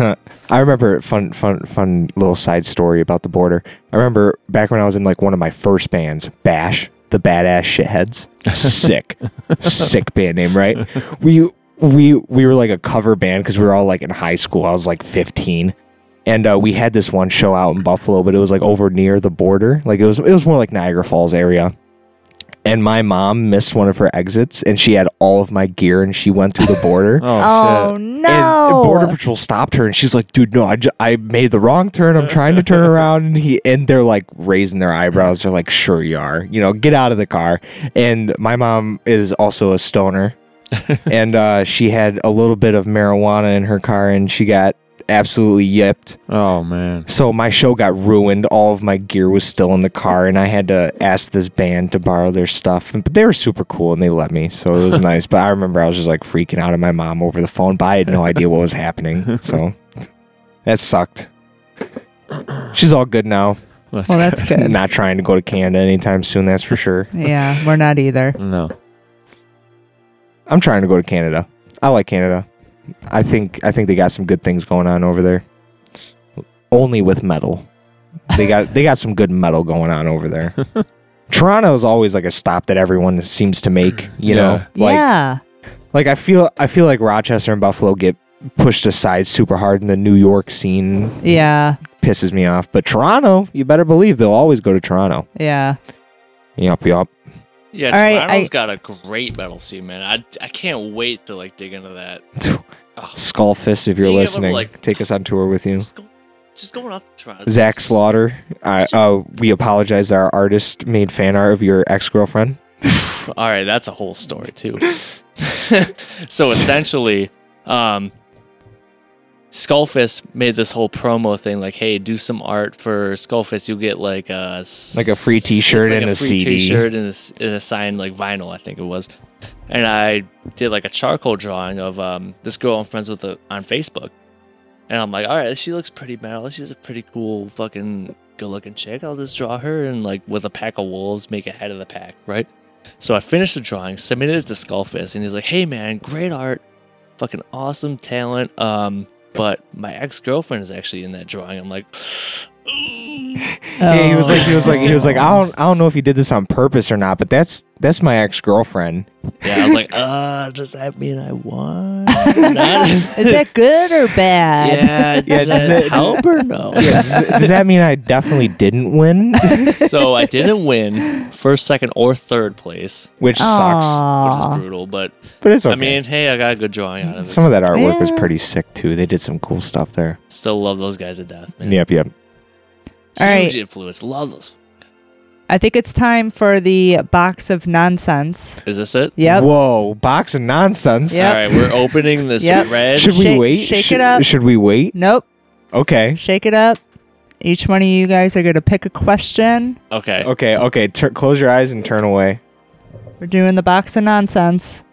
Speaker 4: I remember fun, fun, fun little side story about the border. I remember back when I was in like one of my first bands, Bash, the Badass Shitheads. Sick, sick band name, right? We we we were like a cover band because we were all like in high school. I was like 15, and uh, we had this one show out in Buffalo, but it was like over near the border. Like it was it was more like Niagara Falls area. And my mom missed one of her exits, and she had all of my gear, and she went through the border.
Speaker 7: Oh,
Speaker 4: And
Speaker 7: no.
Speaker 4: Border Patrol stopped her, and she's like, "Dude, no, I, ju- I made the wrong turn. I'm trying to turn around." And he and they're like raising their eyebrows. They're like, "Sure you are. You know, get out of the car." And my mom is also a stoner, and uh, she had a little bit of marijuana in her car, and she got absolutely yipped.
Speaker 6: Oh man.
Speaker 4: So my show got ruined. All of my gear was still in the car, and I had to ask this band to borrow their stuff. But they were super cool, and they let me, so it was nice. But I remember I was just like freaking out at my mom over the phone, but I had no idea what was happening. So that sucked. She's all good now.
Speaker 6: That's
Speaker 7: well,
Speaker 4: (laughs)
Speaker 7: that's good.
Speaker 4: Not trying to go to Canada anytime soon. That's for sure.
Speaker 7: yeah, we're not either.
Speaker 6: (laughs) No.
Speaker 4: I'm trying to go to Canada. I like Canada. I think I think they got some good things going on over there. Only with metal. They got they got some good metal going on over there. Toronto is always like a stop that everyone seems to make, you know. Like
Speaker 7: yeah.
Speaker 4: like I feel I feel like Rochester and Buffalo get pushed aside super hard and the New York scene
Speaker 7: Yeah.
Speaker 4: pisses me off. But Toronto, you better believe they'll always go to Toronto.
Speaker 7: Yeah.
Speaker 4: Yup, yup.
Speaker 5: Yeah,
Speaker 7: All right,
Speaker 5: Toronto's
Speaker 7: I-
Speaker 5: got a great metal scene, man. I, I can't wait to like dig into
Speaker 4: (laughs)
Speaker 5: that.
Speaker 4: Skullfist, if you're
Speaker 5: Being able to,
Speaker 4: listening,
Speaker 5: like-
Speaker 4: take us on tour with you.
Speaker 5: Just, go, just going up to Toronto.
Speaker 4: Zach
Speaker 5: Just-
Speaker 4: Slaughter, I, uh, we apologize that our artist made fan art of your ex girlfriend.
Speaker 5: All right, that's a whole story too. (laughs) so essentially, um, Skullfist made this whole promo thing, like, "Hey, do some art for Skullfist. You'll get like a s-
Speaker 4: Like a free
Speaker 5: it's
Speaker 4: t-shirt
Speaker 5: like
Speaker 4: and a
Speaker 5: free
Speaker 4: CD.
Speaker 5: T-shirt and a, s- and a signed like vinyl, I think it was." And I did like a charcoal drawing of um, this girl I'm friends with uh, on Facebook, and I'm like, "All right, she looks pretty metal. She's a pretty cool fucking." Good-looking chick. I'll just draw her and like with a pack of wolves, make a head of the pack, right? So I finished the drawing, submitted it to Skullfist, and he's like, "Hey man, great art, fucking awesome talent." Um, but my ex girlfriend is actually in that drawing. I'm like, "Ooh,
Speaker 7: Oh.
Speaker 4: Yeah, he was like, he was like, he was like, "Oh." I don't, I don't know if he did this on purpose or not, but that's that's my ex girlfriend.
Speaker 5: Yeah, I was like, uh, does that mean I
Speaker 4: (laughs)
Speaker 5: won?
Speaker 7: Is that good or
Speaker 4: (laughs)
Speaker 5: (laughs)
Speaker 7: bad?
Speaker 5: yeah, did
Speaker 4: does
Speaker 5: I
Speaker 4: it- (laughs)
Speaker 5: help or no?
Speaker 4: Yeah, does, does that mean I definitely didn't win? (laughs)
Speaker 5: So I didn't win first, second, or third place,
Speaker 4: Which sucks,
Speaker 5: which is
Speaker 7: Aw.
Speaker 5: brutal. But
Speaker 4: but it's okay.
Speaker 5: I mean, hey, I got a good drawing out of it.
Speaker 4: some of that artwork was
Speaker 7: Yeah.
Speaker 4: pretty sick too. They did some cool stuff there.
Speaker 5: Still love those guys to death, man.
Speaker 4: Yep, yep.
Speaker 5: Huge
Speaker 7: All right.
Speaker 5: influence. Love those.
Speaker 7: I think it's time for the box of nonsense.
Speaker 5: Is this it?
Speaker 7: Yep.
Speaker 4: Whoa, box of nonsense.
Speaker 7: Yep.
Speaker 5: All right, we're opening this
Speaker 7: Yep.
Speaker 5: red.
Speaker 4: Should we
Speaker 7: Shake-
Speaker 4: wait?
Speaker 7: shake
Speaker 4: Should-
Speaker 7: it up.
Speaker 4: Should we wait?
Speaker 7: Nope.
Speaker 4: Okay.
Speaker 7: Shake it up. Each one of you guys are going to pick a question.
Speaker 5: Okay.
Speaker 4: Okay. Okay. Tur- close your eyes and turn away.
Speaker 7: We're doing the box of nonsense.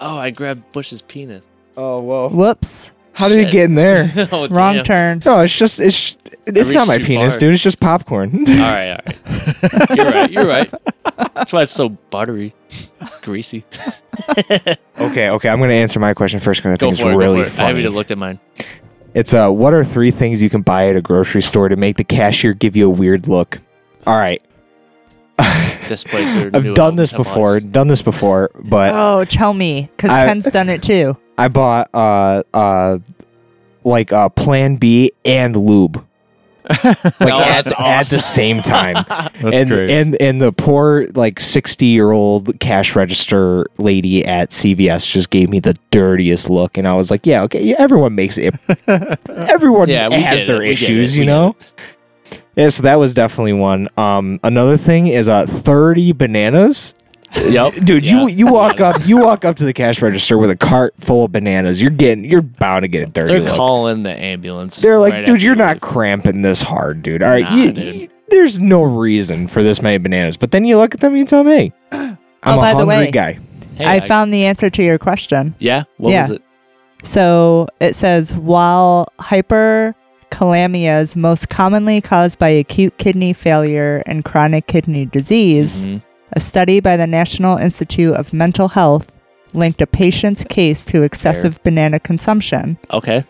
Speaker 5: Oh, I grabbed Bush's penis. (laughs)
Speaker 4: Oh whoa!
Speaker 7: Whoops.
Speaker 4: How did it
Speaker 5: Shit.
Speaker 4: get in there?
Speaker 5: oh,
Speaker 7: Wrong
Speaker 5: damn.
Speaker 7: turn.
Speaker 4: (laughs) No, it's just it's it's not
Speaker 5: reached
Speaker 4: my
Speaker 5: too
Speaker 4: penis,
Speaker 5: far.
Speaker 4: dude. It's just popcorn.
Speaker 5: (laughs) All right, all right. You're right. You're right. That's why it's so buttery, greasy.
Speaker 4: (laughs) okay, okay. I'm gonna answer my question first because I
Speaker 5: Go
Speaker 4: think it's
Speaker 5: for it.
Speaker 4: really
Speaker 5: go for it. I haven't
Speaker 4: funny.
Speaker 5: even looked at mine.
Speaker 4: it's uh, what are three things you can buy at a grocery store to make the cashier give you a weird look? All right,
Speaker 5: This (laughs) place. or
Speaker 4: (laughs) I've
Speaker 5: new
Speaker 4: done this
Speaker 5: Temple's.
Speaker 4: before, done this before, but
Speaker 7: Oh, tell me, because
Speaker 4: I-
Speaker 7: Ken's done it too.
Speaker 4: I bought uh uh like uh Plan B and
Speaker 5: (laughs)
Speaker 4: lube. like at,
Speaker 5: No, Oh, that's
Speaker 4: at the
Speaker 5: awesome.
Speaker 4: same
Speaker 5: (laughs)
Speaker 4: time.
Speaker 6: That's
Speaker 4: and
Speaker 6: great.
Speaker 4: and and the poor like 60 year old cash register lady at CVS just gave me the dirtiest look and I was like yeah okay yeah, everyone makes
Speaker 5: (laughs)
Speaker 4: it everyone
Speaker 5: Yeah, we
Speaker 4: has
Speaker 5: get it,
Speaker 4: their
Speaker 5: we get
Speaker 4: issues
Speaker 5: it,
Speaker 4: you
Speaker 5: we get
Speaker 4: know yeah so that was definitely one um another thing is uh 30 bananas
Speaker 5: Yep,
Speaker 4: (laughs) dude
Speaker 5: Yeah.
Speaker 4: you you
Speaker 5: (laughs)
Speaker 4: walk up you walk up to the cash register with a cart full of bananas you're getting you're bound to get a dirty
Speaker 5: They're
Speaker 4: look.
Speaker 5: calling the ambulance.
Speaker 4: They're like,
Speaker 5: right
Speaker 4: dude,
Speaker 5: after
Speaker 4: you're
Speaker 5: you
Speaker 4: not
Speaker 5: leave."
Speaker 4: cramping this hard, dude. All right,
Speaker 5: Nah,
Speaker 4: you-
Speaker 5: dude.
Speaker 4: you- there's no reason for this many bananas. But then you look at them and you tell (gasps) me, I'm
Speaker 7: Oh,
Speaker 4: a
Speaker 7: by the
Speaker 4: hungry
Speaker 7: way.
Speaker 4: guy.
Speaker 5: Hey,
Speaker 7: I found the answer to your question.
Speaker 5: Yeah. What
Speaker 7: Yeah.
Speaker 5: was it?
Speaker 7: So it says while hypercalamia is most commonly caused by acute kidney failure and chronic kidney disease,
Speaker 5: Mhm.
Speaker 7: a study by the National Institute of Mental Health linked a patient's case to excessive banana consumption,
Speaker 4: (laughs)
Speaker 5: Okay.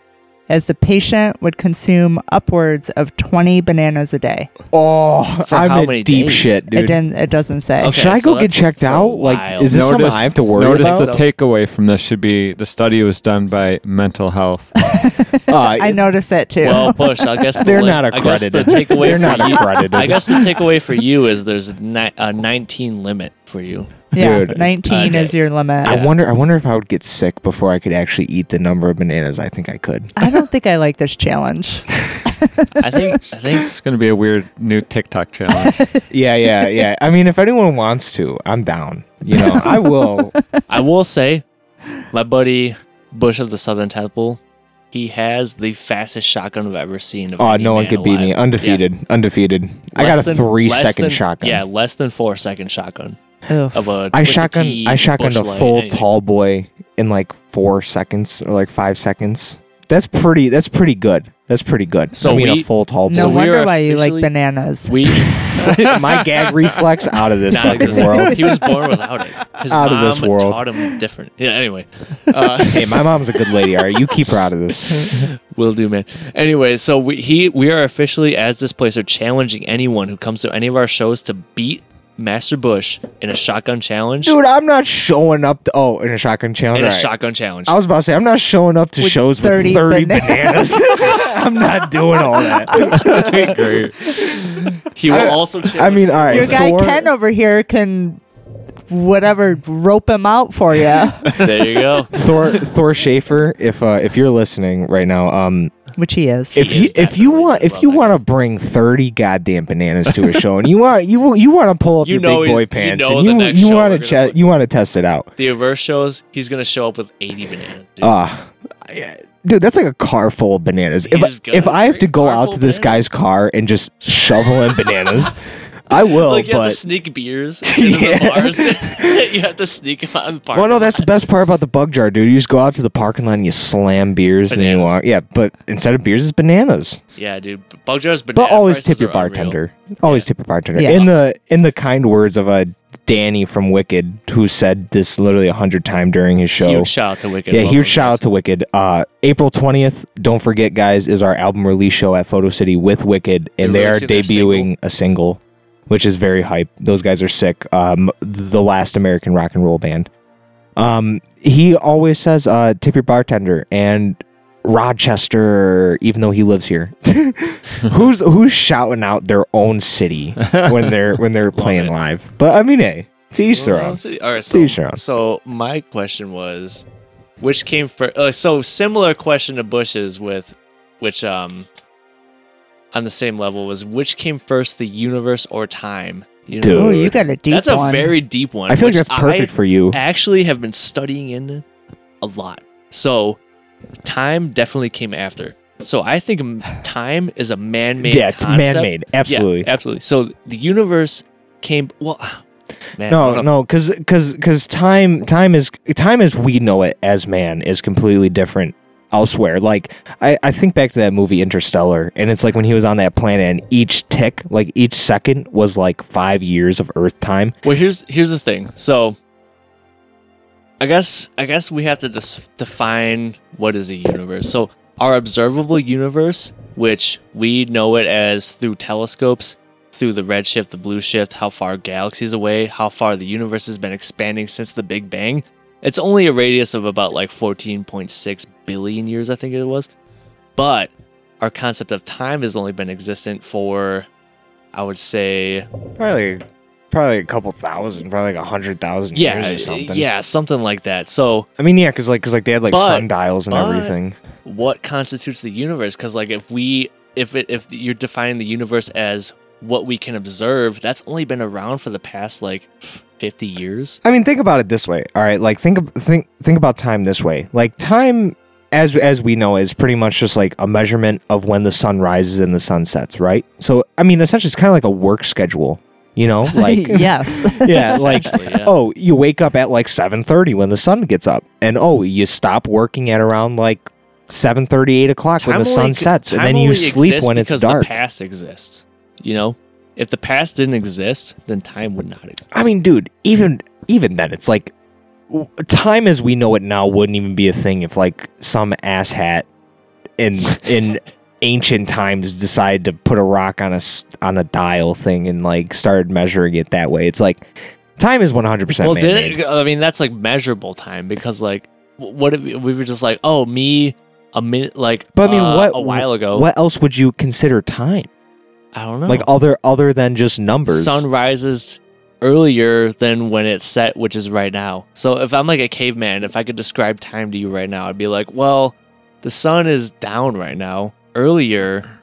Speaker 7: as the patient would consume upwards of 20 bananas a day.
Speaker 4: Oh,
Speaker 5: For
Speaker 4: I'm
Speaker 5: how
Speaker 4: in
Speaker 5: many
Speaker 4: deep
Speaker 5: days?
Speaker 4: shit,
Speaker 7: It
Speaker 4: dude.
Speaker 7: didn't. It doesn't say.
Speaker 5: Okay.
Speaker 4: Should I
Speaker 5: so
Speaker 4: go get
Speaker 5: that's
Speaker 4: checked
Speaker 5: for a
Speaker 4: out? Like,
Speaker 5: while.
Speaker 4: is this something I have to worry
Speaker 6: notice
Speaker 4: about?
Speaker 6: the takeaway from this should be the study was done by mental health.
Speaker 4: Uh,
Speaker 7: I noticed it too.
Speaker 5: Well, Bush,
Speaker 4: (laughs)
Speaker 5: I guess the
Speaker 4: They're
Speaker 5: link-
Speaker 4: not
Speaker 5: I guess the
Speaker 4: accredited.
Speaker 5: takeaway
Speaker 4: They're
Speaker 5: for
Speaker 4: not (laughs)
Speaker 5: you-
Speaker 4: accredited.
Speaker 5: I guess the takeaway for you is there's ni- a 19 limit for you.
Speaker 7: (laughs) yeah,
Speaker 4: dude.
Speaker 7: 19
Speaker 5: Okay.
Speaker 7: is your limit.
Speaker 4: I wonder. I wonder if I would get sick before I could actually eat the number of bananas I think I could.
Speaker 7: I don't think I like this challenge.
Speaker 5: I think. I think.
Speaker 6: it's going to be a weird new
Speaker 5: (laughs)
Speaker 6: TikTok challenge.
Speaker 4: yeah, yeah, yeah. I mean, if anyone wants to, I'm down. You know, I will.
Speaker 5: I will say, my buddy Bush of the Southern Temple, he has the fastest shotgun I've ever seen. Of
Speaker 4: Oh,
Speaker 5: any
Speaker 4: no one
Speaker 5: man
Speaker 4: could beat
Speaker 5: alive.
Speaker 4: me.
Speaker 5: Yeah.
Speaker 4: Undefeated, undefeated. I
Speaker 5: Less
Speaker 4: got a
Speaker 5: than- less
Speaker 4: three-second
Speaker 5: than-
Speaker 4: shotgun.
Speaker 5: Yeah, less than four second shotgun
Speaker 7: Ugh.
Speaker 5: of a.
Speaker 4: I
Speaker 5: Twisted
Speaker 4: shotgun
Speaker 5: Tea,
Speaker 4: I shotgunned
Speaker 5: Busch
Speaker 4: a
Speaker 5: Light,
Speaker 4: full
Speaker 5: anything.
Speaker 4: tall boy in like four seconds or like five seconds. That's pretty that's pretty good. That's pretty good.
Speaker 5: So
Speaker 4: I mean
Speaker 5: we-
Speaker 4: a full tall
Speaker 7: No
Speaker 5: Oh,
Speaker 4: boy.
Speaker 5: So we
Speaker 7: wonder
Speaker 5: are
Speaker 7: why you like
Speaker 5: officially-
Speaker 7: bananas.
Speaker 4: (laughs)
Speaker 5: We
Speaker 7: (laughs)
Speaker 4: My gag reflex out of this
Speaker 5: Nah,
Speaker 4: fucking
Speaker 5: just-
Speaker 4: world.
Speaker 5: (laughs) He was born without it. His
Speaker 4: Out of
Speaker 5: mom
Speaker 4: this world.
Speaker 5: taught him different. Yeah. Anyway, uh, (laughs)
Speaker 4: Hey, my mom's a good lady, all right. You keep her out of
Speaker 7: (laughs)
Speaker 4: this.
Speaker 5: will do, man. Anyway, so we he we are officially as displacer challenging anyone who comes to any of our shows to beat Master Bush in a shotgun challenge.
Speaker 4: Dude, I'm not showing up to, oh in a shotgun challenge.
Speaker 5: in a
Speaker 4: all right.
Speaker 5: shotgun challenge.
Speaker 4: I was about to say I'm not showing up to
Speaker 7: With
Speaker 4: shows
Speaker 7: 30
Speaker 4: with 30
Speaker 7: bananas.
Speaker 4: bananas. (laughs) I'm not doing all
Speaker 7: (laughs)
Speaker 4: that. (laughs)
Speaker 6: Great.
Speaker 5: He will also. Challenge
Speaker 4: I mean, all right.
Speaker 7: Your guy
Speaker 4: four-
Speaker 7: Ken over (laughs) here can whatever rope him out for you,
Speaker 5: there you go.
Speaker 4: Thor Thor Schaefer, if uh, if you're listening right now, um,
Speaker 7: which he is.
Speaker 4: if
Speaker 5: He
Speaker 4: you
Speaker 5: is
Speaker 4: if you
Speaker 5: definitely
Speaker 4: want
Speaker 5: as
Speaker 4: if
Speaker 5: well,
Speaker 4: you
Speaker 5: that
Speaker 4: want to bring thirty goddamn bananas to a show and you want you you want to pull up
Speaker 5: You
Speaker 4: your
Speaker 5: know
Speaker 4: big
Speaker 5: he's-
Speaker 4: boy
Speaker 5: you
Speaker 4: pants
Speaker 5: know the
Speaker 4: and you
Speaker 5: next
Speaker 4: you
Speaker 5: show
Speaker 4: want
Speaker 5: we're
Speaker 4: to
Speaker 5: gonna
Speaker 4: che-
Speaker 5: put-
Speaker 4: you want to test it out.
Speaker 5: The averse shows he's gonna show up with eighty bananas. Dude.
Speaker 4: Ah. Dude, that's like a car full of bananas. If
Speaker 5: He's
Speaker 4: I- if
Speaker 5: gonna
Speaker 4: I have to
Speaker 5: bring
Speaker 4: go
Speaker 5: car
Speaker 4: out
Speaker 5: full
Speaker 4: to this
Speaker 5: bananas.
Speaker 4: guy's car and just shovel in bananas, (laughs) I will,
Speaker 5: like you have
Speaker 4: but
Speaker 5: to
Speaker 4: (laughs)
Speaker 5: sneak beers into
Speaker 4: Yeah.
Speaker 5: the bars. (laughs) you have to sneak them out in the park.
Speaker 4: well, no, that's the best part about the bug jar, dude. You just go out to the parking lot and you slam beers and then you
Speaker 5: Bananas.
Speaker 4: walk. Yeah, but instead of beers, it's bananas.
Speaker 5: yeah, dude. B- Bug jars,
Speaker 4: But always
Speaker 5: prices
Speaker 4: tip your
Speaker 5: are unreal.
Speaker 4: bartender. Always tip your bartender.
Speaker 7: Yeah.
Speaker 4: In the in the kind words of a Danny from Wicked, who said this literally a hundred times during his show.
Speaker 5: Huge shout out to Wicked.
Speaker 4: yeah,
Speaker 5: Love
Speaker 4: huge
Speaker 5: Bug
Speaker 4: shout out to Wicked. Uh, April twentieth, don't forget, guys, is our album release show at Photo City with Wicked, and they are
Speaker 5: releasing their
Speaker 4: debuting a single, which is very hype. Those guys are sick. Um, the last American rock and roll band. Um, he always says, uh, "Tip your bartender," and Rochester, even though he lives here, (laughs) who's who's shouting out their own city when they're when
Speaker 5: (laughs)
Speaker 4: they're playing
Speaker 5: it.
Speaker 4: live. But I mean, hey, to each their
Speaker 5: Well,
Speaker 4: own.
Speaker 5: let's see. All right,
Speaker 4: To
Speaker 5: so,
Speaker 4: each their own.
Speaker 5: so my question was, which came first? Uh, so similar question to Bush's with, which um, on the same level was which came first, the universe or time? You
Speaker 4: Dude.
Speaker 7: Oh, you got a deep
Speaker 5: that's
Speaker 7: one.
Speaker 5: a
Speaker 7: (laughs)
Speaker 5: very deep one.
Speaker 4: I feel like
Speaker 5: which
Speaker 4: that's perfect for you.
Speaker 5: I actually have been studying in a lot, so time definitely came after. So I think m- time is a man-made.
Speaker 4: Yeah, it's
Speaker 5: concept.
Speaker 4: man-made.
Speaker 5: Yeah,
Speaker 4: Absolutely.
Speaker 5: absolutely. So the universe came. Well, (sighs) man, I
Speaker 4: no
Speaker 5: don't know.
Speaker 4: no because because because time time is time as we know it as man is completely different elsewhere like I, I think back to that movie interstellar and it's like when he was on that planet and each tick like each second was like five years of earth time
Speaker 5: Well, here's here's the thing. So, I guess I guess we have to dis- define what is a universe. So, our observable universe, which we know it as through telescopes, through the red shift, the blue shift, how far galaxies away, how far the universe has been expanding since the Big Bang. It's only a radius of about like 14.6 billion years, I think it was. But our concept of time has only been existent for, I would say,
Speaker 4: probably probably a couple thousand probably like a hundred thousand
Speaker 5: yeah,
Speaker 4: years or something
Speaker 5: yeah, something like that. So,
Speaker 4: i mean yeah because like because like they had like
Speaker 5: But-
Speaker 4: sundials and
Speaker 5: but-
Speaker 4: everything
Speaker 5: what constitutes the universe? Because, like, if we, if it, if you're defining the universe as what we can observe, that's only been around for the past like 50 years.
Speaker 4: I mean, think about it this way. All right, like think ab- think think about time this way. Like time, as as we know, is pretty much just like a measurement of when the sun rises and the sun sets. Right. So I mean, essentially, it's kind of like a work schedule. You
Speaker 5: (laughs)
Speaker 4: know, like
Speaker 7: yes.
Speaker 4: (laughs) yeah, like
Speaker 5: Essentially,
Speaker 4: (laughs)
Speaker 5: yeah.
Speaker 4: oh, you wake up at like seven thirty when the sun gets up, and oh, you stop working at around like seven thirty, eight o'clock when the
Speaker 5: Time
Speaker 4: sun
Speaker 5: only c-
Speaker 4: sets, and
Speaker 5: time
Speaker 4: then you
Speaker 5: only
Speaker 4: sleep
Speaker 5: exists
Speaker 4: when it's
Speaker 5: because
Speaker 4: dark.
Speaker 5: The past exists, you know. If the past didn't exist, then time would not exist.
Speaker 4: I mean, dude, even even then, it's like w- time as we know it now wouldn't even be a thing if like some asshat
Speaker 5: (laughs)
Speaker 4: in in ancient times decided to put a rock on a s- on a dial thing and like started measuring it that way. It's like time is one hundred percent.
Speaker 5: well, did it, I mean that's like measurable time because like w- what if we were just like oh me a minute like
Speaker 4: But I mean,
Speaker 5: uh,
Speaker 4: what
Speaker 5: a while ago
Speaker 4: What else would you consider time?
Speaker 5: I don't know
Speaker 4: Like other other than just numbers?
Speaker 5: sun rises earlier than when it's set, which is right now. So if I'm like a caveman, if I could describe time to you right now, I'd be like, well, the sun is down right now. Earlier,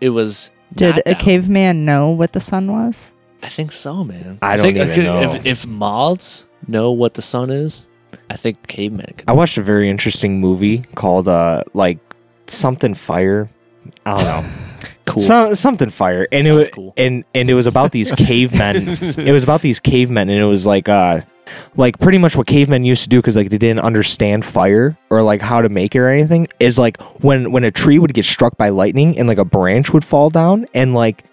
Speaker 5: it was.
Speaker 7: Did
Speaker 5: not
Speaker 7: a
Speaker 5: down.
Speaker 7: caveman know what the sun was?
Speaker 5: I think so, man.
Speaker 4: I don't
Speaker 5: think uh,
Speaker 4: even know.
Speaker 5: If, if moths know what the sun is, I think cavemen could.
Speaker 4: I watched a very interesting movie called uh like something fire. I don't know.
Speaker 5: Cool.
Speaker 4: So, something fire, and it
Speaker 5: Sounds
Speaker 4: was
Speaker 5: cool.
Speaker 4: and and it was about
Speaker 5: (laughs)
Speaker 4: these cavemen. it was about these cavemen, and it was like uh, like pretty much what cavemen used to do because like they didn't understand fire or like how to make it or anything. Is like when when a tree would get struck by lightning and like a branch would fall down and like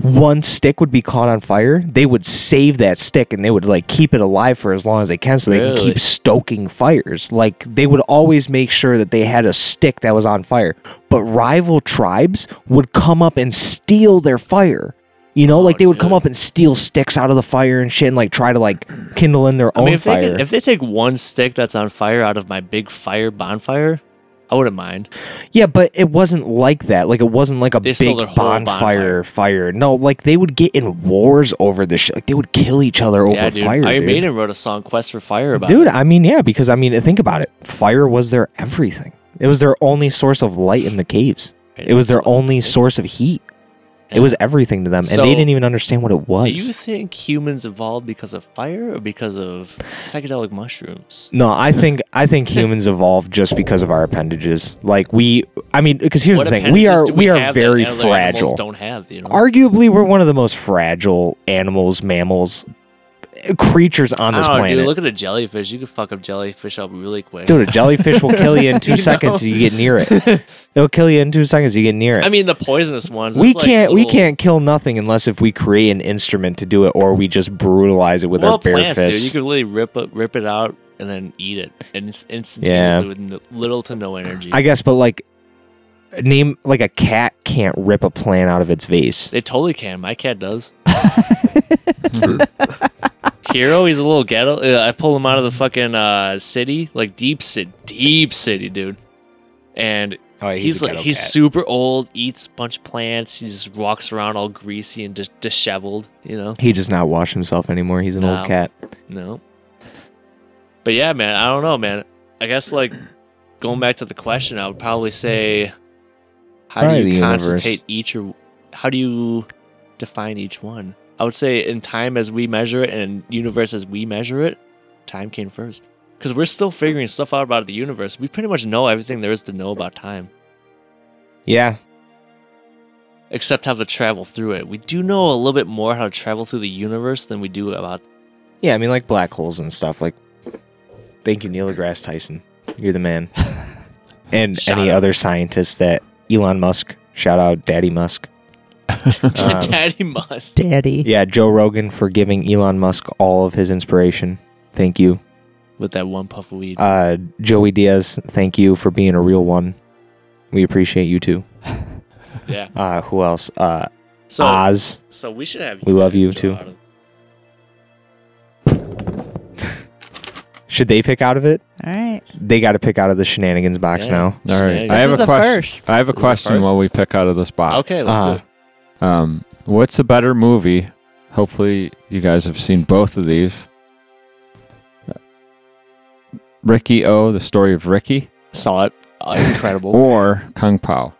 Speaker 4: one stick would be caught on fire, they would save that stick and they would like keep it alive for as long as they can so they can
Speaker 5: Really?
Speaker 4: keep stoking fires. Like they would always make sure that they had a stick that was on fire. But rival tribes would come up and steal their fire. You know, like they would come
Speaker 5: Oh, dude.
Speaker 4: up and steal sticks out of the fire and shit and like try to like kindle in their
Speaker 5: I
Speaker 4: own
Speaker 5: mean, if they,
Speaker 4: fire.
Speaker 5: could- if they take one stick that's on fire out of my big fire bonfire, I wouldn't mind.
Speaker 4: Yeah, but it wasn't like that. Like it wasn't like a
Speaker 5: They
Speaker 4: big
Speaker 5: stole their
Speaker 4: bonfire,
Speaker 5: whole bonfire.
Speaker 4: fire. No, like they would get in wars over this shit. Like they would kill each other over
Speaker 5: yeah, dude.
Speaker 4: fire.
Speaker 5: Iron
Speaker 4: dude.
Speaker 5: Maiden wrote a song, Quest for Fire, about
Speaker 4: Dude,
Speaker 5: it.
Speaker 4: I mean, yeah, because I mean, think about it. Fire was their everything. It was their only source of light in the caves. It was their only source of heat. It was everything to them, and
Speaker 5: So-
Speaker 4: they didn't even understand what it was.
Speaker 5: Do you think humans evolved because of fire or because of psychedelic mushrooms?
Speaker 4: No,
Speaker 5: (laughs)
Speaker 4: I think I think humans evolved just because of our appendages. Like we, I mean, because here's the thing: we
Speaker 5: appendages
Speaker 4: are
Speaker 5: do
Speaker 4: we, are
Speaker 5: have that
Speaker 4: very
Speaker 5: other animals
Speaker 4: fragile.
Speaker 5: Don't have you know.
Speaker 4: Arguably, we're one of the most fragile animals, mammals, uh, creatures on this
Speaker 5: I don't know,
Speaker 4: planet.
Speaker 5: Oh, Dude,
Speaker 4: Dude,
Speaker 5: look at a jellyfish. You could fuck up jellyfish up really quick.
Speaker 4: a jellyfish will kill
Speaker 5: (laughs)
Speaker 4: you in two
Speaker 5: You know?
Speaker 4: seconds. You get near it. It'll kill you in two seconds. You get near it.
Speaker 5: I mean, the poisonous ones.
Speaker 4: we
Speaker 5: it's like
Speaker 4: can't we
Speaker 5: little-
Speaker 4: can't kill nothing unless if we create an instrument to do it, or we just brutalize it with
Speaker 5: well,
Speaker 4: our bare
Speaker 5: plants,
Speaker 4: fists.
Speaker 5: dude. You could really rip it, rip it out and then eat it, and it's instantaneously with n- little to no energy.
Speaker 4: I guess, but like, name like a cat can't rip a plant out of its vase.
Speaker 5: They totally can. My cat does. Hero, he's a little ghetto. Uh, I pulled him out of the fucking uh, city, like deep city, deep city, dude. And
Speaker 4: Oh,
Speaker 5: he's, like he's super old, eats a bunch of plants. He just walks around all greasy and dis- disheveled, you know.
Speaker 4: He does not wash himself anymore. He's an
Speaker 5: No.
Speaker 4: old cat.
Speaker 5: No. But yeah, man, I don't know, man. I guess like going back to the question, I would probably say how
Speaker 4: Probably
Speaker 5: do
Speaker 4: the
Speaker 5: you
Speaker 4: universe.
Speaker 5: constitute each or how do you define each one? I would say in time as we measure it and universe as we measure it, time came first. Because we're still figuring stuff out about the universe. We pretty much know everything there is to know about time,
Speaker 4: Yeah.
Speaker 5: except how to travel through it. We do know a little bit more how to travel through the universe than we do about
Speaker 4: Yeah, I mean, like black holes and stuff. Like, thank you, Neil deGrasse Tyson. You're the
Speaker 5: (laughs)
Speaker 4: man. and
Speaker 5: Shout
Speaker 4: any
Speaker 5: out.
Speaker 4: other scientists that Elon Musk, shout out Daddy
Speaker 5: (laughs)
Speaker 4: Musk. Um,
Speaker 5: Daddy Must.
Speaker 7: Daddy.
Speaker 4: yeah, Joe Rogan for giving Elon Musk all of his inspiration. Thank you.
Speaker 5: with that one puff of weed.
Speaker 4: Uh, Joey Diaz, thank you for being a real one. We appreciate you too.
Speaker 5: (laughs) yeah.
Speaker 4: Uh, who else? Uh,
Speaker 5: So
Speaker 4: Oz.
Speaker 5: So we should have.
Speaker 4: We love
Speaker 5: guys
Speaker 4: you,
Speaker 5: draw
Speaker 4: too.
Speaker 5: out of-
Speaker 4: Should they pick out of it?
Speaker 7: All right.
Speaker 4: They got to pick out of the shenanigans box
Speaker 5: Yeah.
Speaker 4: now.
Speaker 6: All right.
Speaker 5: Shenanigans.
Speaker 6: I
Speaker 5: This
Speaker 6: have
Speaker 7: is
Speaker 6: a
Speaker 7: a
Speaker 6: question.
Speaker 7: first.
Speaker 6: I have a
Speaker 5: This is a
Speaker 6: question
Speaker 5: first.
Speaker 6: while we pick out of this box.
Speaker 5: Okay, let's
Speaker 4: Uh,
Speaker 5: do it.
Speaker 6: Um, what's the better movie? Hopefully, you guys have seen both of these. Uh, Ricky O, the story of Ricky,
Speaker 5: Saw it. Uh,
Speaker 4: (laughs)
Speaker 5: incredible.
Speaker 6: or Kung Pao.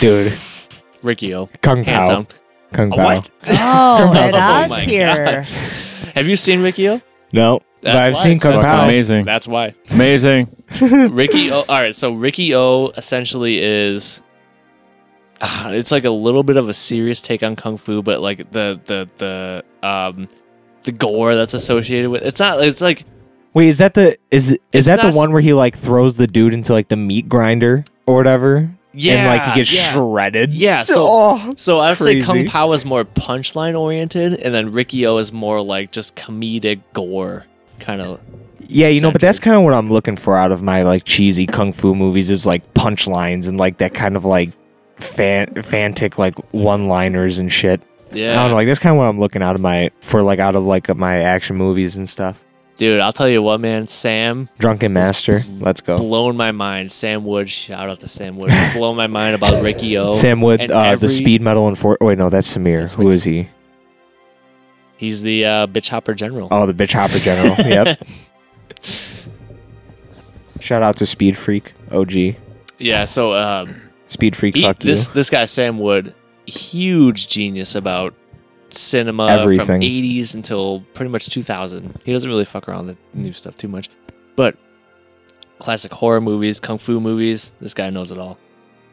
Speaker 4: Dude,
Speaker 5: Ricky O.
Speaker 4: Kung
Speaker 5: Hands
Speaker 4: Pao.
Speaker 5: down.
Speaker 4: Kung
Speaker 5: A
Speaker 4: Pao.
Speaker 5: What?
Speaker 7: Oh,
Speaker 4: Kung
Speaker 7: it
Speaker 4: Pao's a
Speaker 7: is
Speaker 5: boy.
Speaker 7: here.
Speaker 5: Have you seen
Speaker 4: (laughs)
Speaker 5: Ricky O?
Speaker 4: No, but
Speaker 5: That's
Speaker 4: I've
Speaker 5: why.
Speaker 4: seen Kung
Speaker 5: That's
Speaker 6: Fucking
Speaker 4: Pao.
Speaker 6: Amazing.
Speaker 5: That's why.
Speaker 6: Amazing.
Speaker 5: Ricky O. All right. So Ricky O essentially is. Ah, It's like a little bit of a serious take on kung fu, but like the the the um the gore that's associated with it's not it's like
Speaker 4: Wait, is that the is is
Speaker 5: It's
Speaker 4: that the
Speaker 5: not-
Speaker 4: one where he like throws the dude into like the meat grinder or whatever?
Speaker 5: yeah
Speaker 4: and like he gets
Speaker 5: yeah.
Speaker 4: shredded.
Speaker 5: Yeah, so-
Speaker 4: Oh.
Speaker 5: So I would say Kung
Speaker 4: Crazy.
Speaker 5: Pao is more punchline oriented, and then Rikio is more like just comedic gore kind of.
Speaker 4: yeah, you know, but that's
Speaker 5: centered.
Speaker 4: kind of what I'm looking for out of my like cheesy kung fu movies is like punchlines and like that kind of like fan fantic like one liners and shit.
Speaker 5: Yeah,
Speaker 4: I don't know, like that's kind of what I'm looking out of my for like out of like my action movies and stuff.
Speaker 5: dude. I'll tell you what, man. Sam
Speaker 4: Drunken Master, let's go.
Speaker 5: blown my mind. Sam Wood, shout out to Sam Wood. blown my mind about Rikio.
Speaker 4: Sam Wood,
Speaker 5: and
Speaker 4: uh, the
Speaker 5: every-
Speaker 4: speed metal and for. Wait, no, that's Samir.
Speaker 5: That's
Speaker 4: Who
Speaker 5: Samir.
Speaker 4: is he?
Speaker 5: He's the uh, bitch hopper general.
Speaker 4: Oh, the bitch hopper
Speaker 5: (laughs)
Speaker 4: general. yep. Shout out to Speed Freak, OG.
Speaker 5: Yeah. So um,
Speaker 4: Speed Freak,
Speaker 5: he-
Speaker 4: fuck (laughs)
Speaker 5: this
Speaker 4: you.
Speaker 5: this guy Sam Wood, huge genius about cinema from
Speaker 4: Everything.
Speaker 5: 80s until pretty much 2000. He doesn't really fuck around with new stuff too much. But classic horror movies, kung fu movies, this guy knows it all.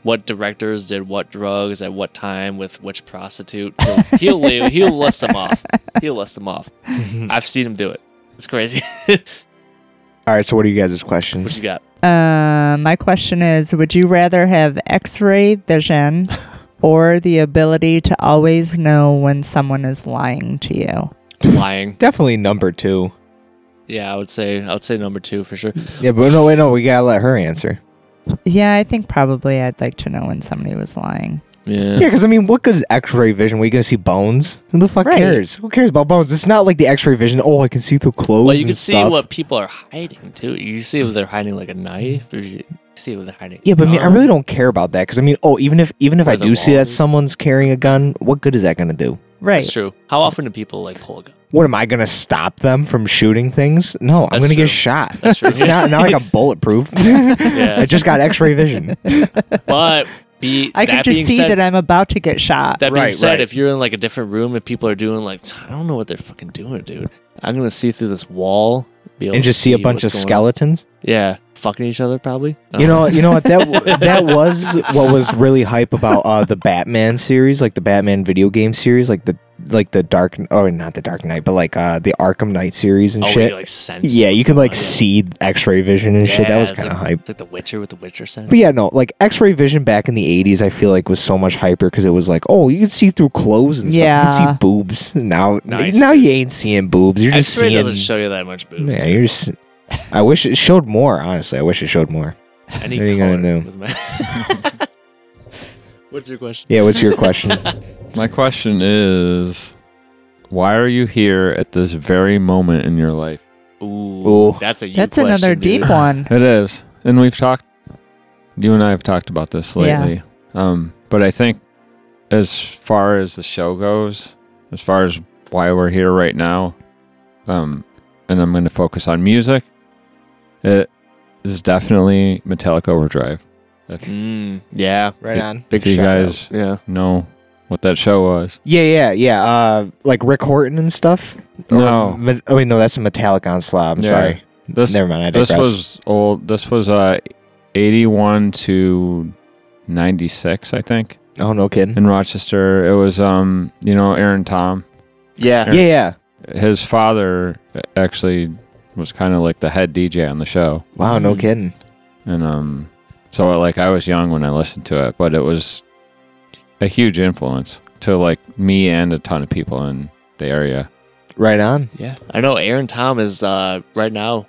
Speaker 5: What directors did what drugs at what time with which prostitute.
Speaker 4: (laughs)
Speaker 5: He'll he'll, he'll list them off. He'll list them off. I've seen him do it. It's crazy. (laughs)
Speaker 4: All right, so what are you guys'
Speaker 5: what
Speaker 4: questions?
Speaker 5: you got?
Speaker 7: Uh, my question is Would you rather have x ray vision or the ability to always know when someone is lying to you?
Speaker 5: Lying.
Speaker 4: Definitely number two.
Speaker 5: Yeah, I would say I would say number 2 for sure.
Speaker 4: Yeah, but no, wait, no, we gotta let her answer.
Speaker 7: Yeah, I think probably I'd like to know when somebody was lying.
Speaker 5: Yeah.
Speaker 4: Yeah, because I mean, what good is X-ray vision? We gonna see bones? Who the fuck
Speaker 7: Right.
Speaker 4: cares? Who cares about bones? It's not like the X-ray vision. Oh, I can see through clothes
Speaker 5: Well, you
Speaker 4: and
Speaker 5: can see
Speaker 4: stuff.
Speaker 5: what people are hiding too. You see if they're hiding like a knife, or you see if they're hiding.
Speaker 4: Yeah, but I, mean, I
Speaker 5: Um,
Speaker 4: really don't care about that because I mean, oh, even if even if
Speaker 5: Or
Speaker 4: I
Speaker 5: the
Speaker 4: do see that
Speaker 5: walls.
Speaker 4: someone's carrying a gun, what good is that gonna do?
Speaker 7: Right.
Speaker 5: That's true. How often do people like pull a gun?
Speaker 4: What am I gonna stop them from shooting things? No, I'm
Speaker 5: That's
Speaker 4: gonna
Speaker 5: true.
Speaker 4: get shot.
Speaker 5: That's true. (laughs)
Speaker 4: It's not not like I'm bulletproof. (laughs) I
Speaker 5: Yeah,
Speaker 4: just got X-ray vision.
Speaker 5: but
Speaker 4: (laughs)
Speaker 5: Be
Speaker 7: I
Speaker 5: that
Speaker 7: can just
Speaker 5: being
Speaker 7: see
Speaker 5: said,
Speaker 7: that I'm about to get shot.
Speaker 5: that being
Speaker 4: Right,
Speaker 5: said,
Speaker 4: right.
Speaker 5: if you're in like a different room and people are doing like I don't know what they're fucking doing, dude. I'm gonna see through this wall be able
Speaker 4: and just
Speaker 5: to
Speaker 4: see a bunch of
Speaker 5: what's going on.
Speaker 4: skeletons.
Speaker 5: Yeah, fucking each other probably. Oh. I
Speaker 4: You
Speaker 5: don't
Speaker 4: know, you know what that
Speaker 5: (laughs)
Speaker 4: w- that was what was really hype about uh, the Batman series, like the Batman video game series, like the like the Dark or not the Dark Knight, but like uh, the Arkham Knight series and
Speaker 5: oh,
Speaker 4: shit.
Speaker 5: You, like sense.
Speaker 4: yeah, you
Speaker 5: what's
Speaker 4: could
Speaker 5: going
Speaker 4: like
Speaker 5: on.
Speaker 4: see X-ray vision and shit. That
Speaker 5: Yeah,
Speaker 4: was
Speaker 5: it's
Speaker 4: kind of
Speaker 5: like-
Speaker 4: hype.
Speaker 5: it's Like the Witcher with the Witcher sense.
Speaker 4: But yeah, no, like X-ray vision back in the '80s, I feel like was so much hyper because it was like, oh, you could see through clothes and stuff. You
Speaker 7: Yeah.
Speaker 4: could see boobs. Now,
Speaker 5: Nice,
Speaker 4: now
Speaker 5: dude.
Speaker 4: you ain't seeing boobs. You're just
Speaker 5: X-ray
Speaker 4: seeing.
Speaker 5: doesn't show you that much boobs.
Speaker 4: Yeah,
Speaker 5: dude.
Speaker 4: you're just. I wish it showed more. Honestly, I wish it showed more.
Speaker 5: Any
Speaker 4: what are you
Speaker 5: color
Speaker 4: gonna do?
Speaker 5: with my- (laughs) What's your question?
Speaker 4: Yeah, what's your
Speaker 5: (laughs)
Speaker 4: question?
Speaker 6: My question is why are you here at this very moment in your life?
Speaker 5: Ooh,
Speaker 4: Ooh.
Speaker 5: that's a you
Speaker 7: That's
Speaker 5: question,
Speaker 7: another
Speaker 5: dude. (laughs)
Speaker 7: deep one.
Speaker 6: It is. And we've talked you and I have talked about this lately. Um, but I think as far as the show goes, as far as why we're here right now, um, and I'm gonna focus on music, it is definitely Metallic Overdrive.
Speaker 5: Mm, yeah,
Speaker 4: right on.
Speaker 5: big
Speaker 6: If you
Speaker 5: shout
Speaker 6: guys
Speaker 5: out. Yeah,
Speaker 6: know what that show was.
Speaker 4: Yeah, yeah, yeah. Uh, like Rick Horton and stuff. Or
Speaker 6: No.
Speaker 4: Met- oh wait, no, that's a Metallic onslaught. I'm
Speaker 6: Yeah.
Speaker 4: sorry.
Speaker 6: This
Speaker 4: Never mind. I digress.
Speaker 6: this was old this was uh eighty one to ninety six, I think.
Speaker 4: oh no, kidding.
Speaker 6: In Rochester. It was um, you know, Aaron Tom.
Speaker 5: yeah,
Speaker 4: Yeah, yeah.
Speaker 6: his father actually was kind of like the head DJ on the show,
Speaker 4: Wow, no
Speaker 5: Mm.
Speaker 4: kidding.
Speaker 6: and um, so like I was young when I listened to it, but it was a huge influence to like me and a ton of people in the area.
Speaker 4: Right on.
Speaker 5: yeah. I know Aaron Tom is uh, right now,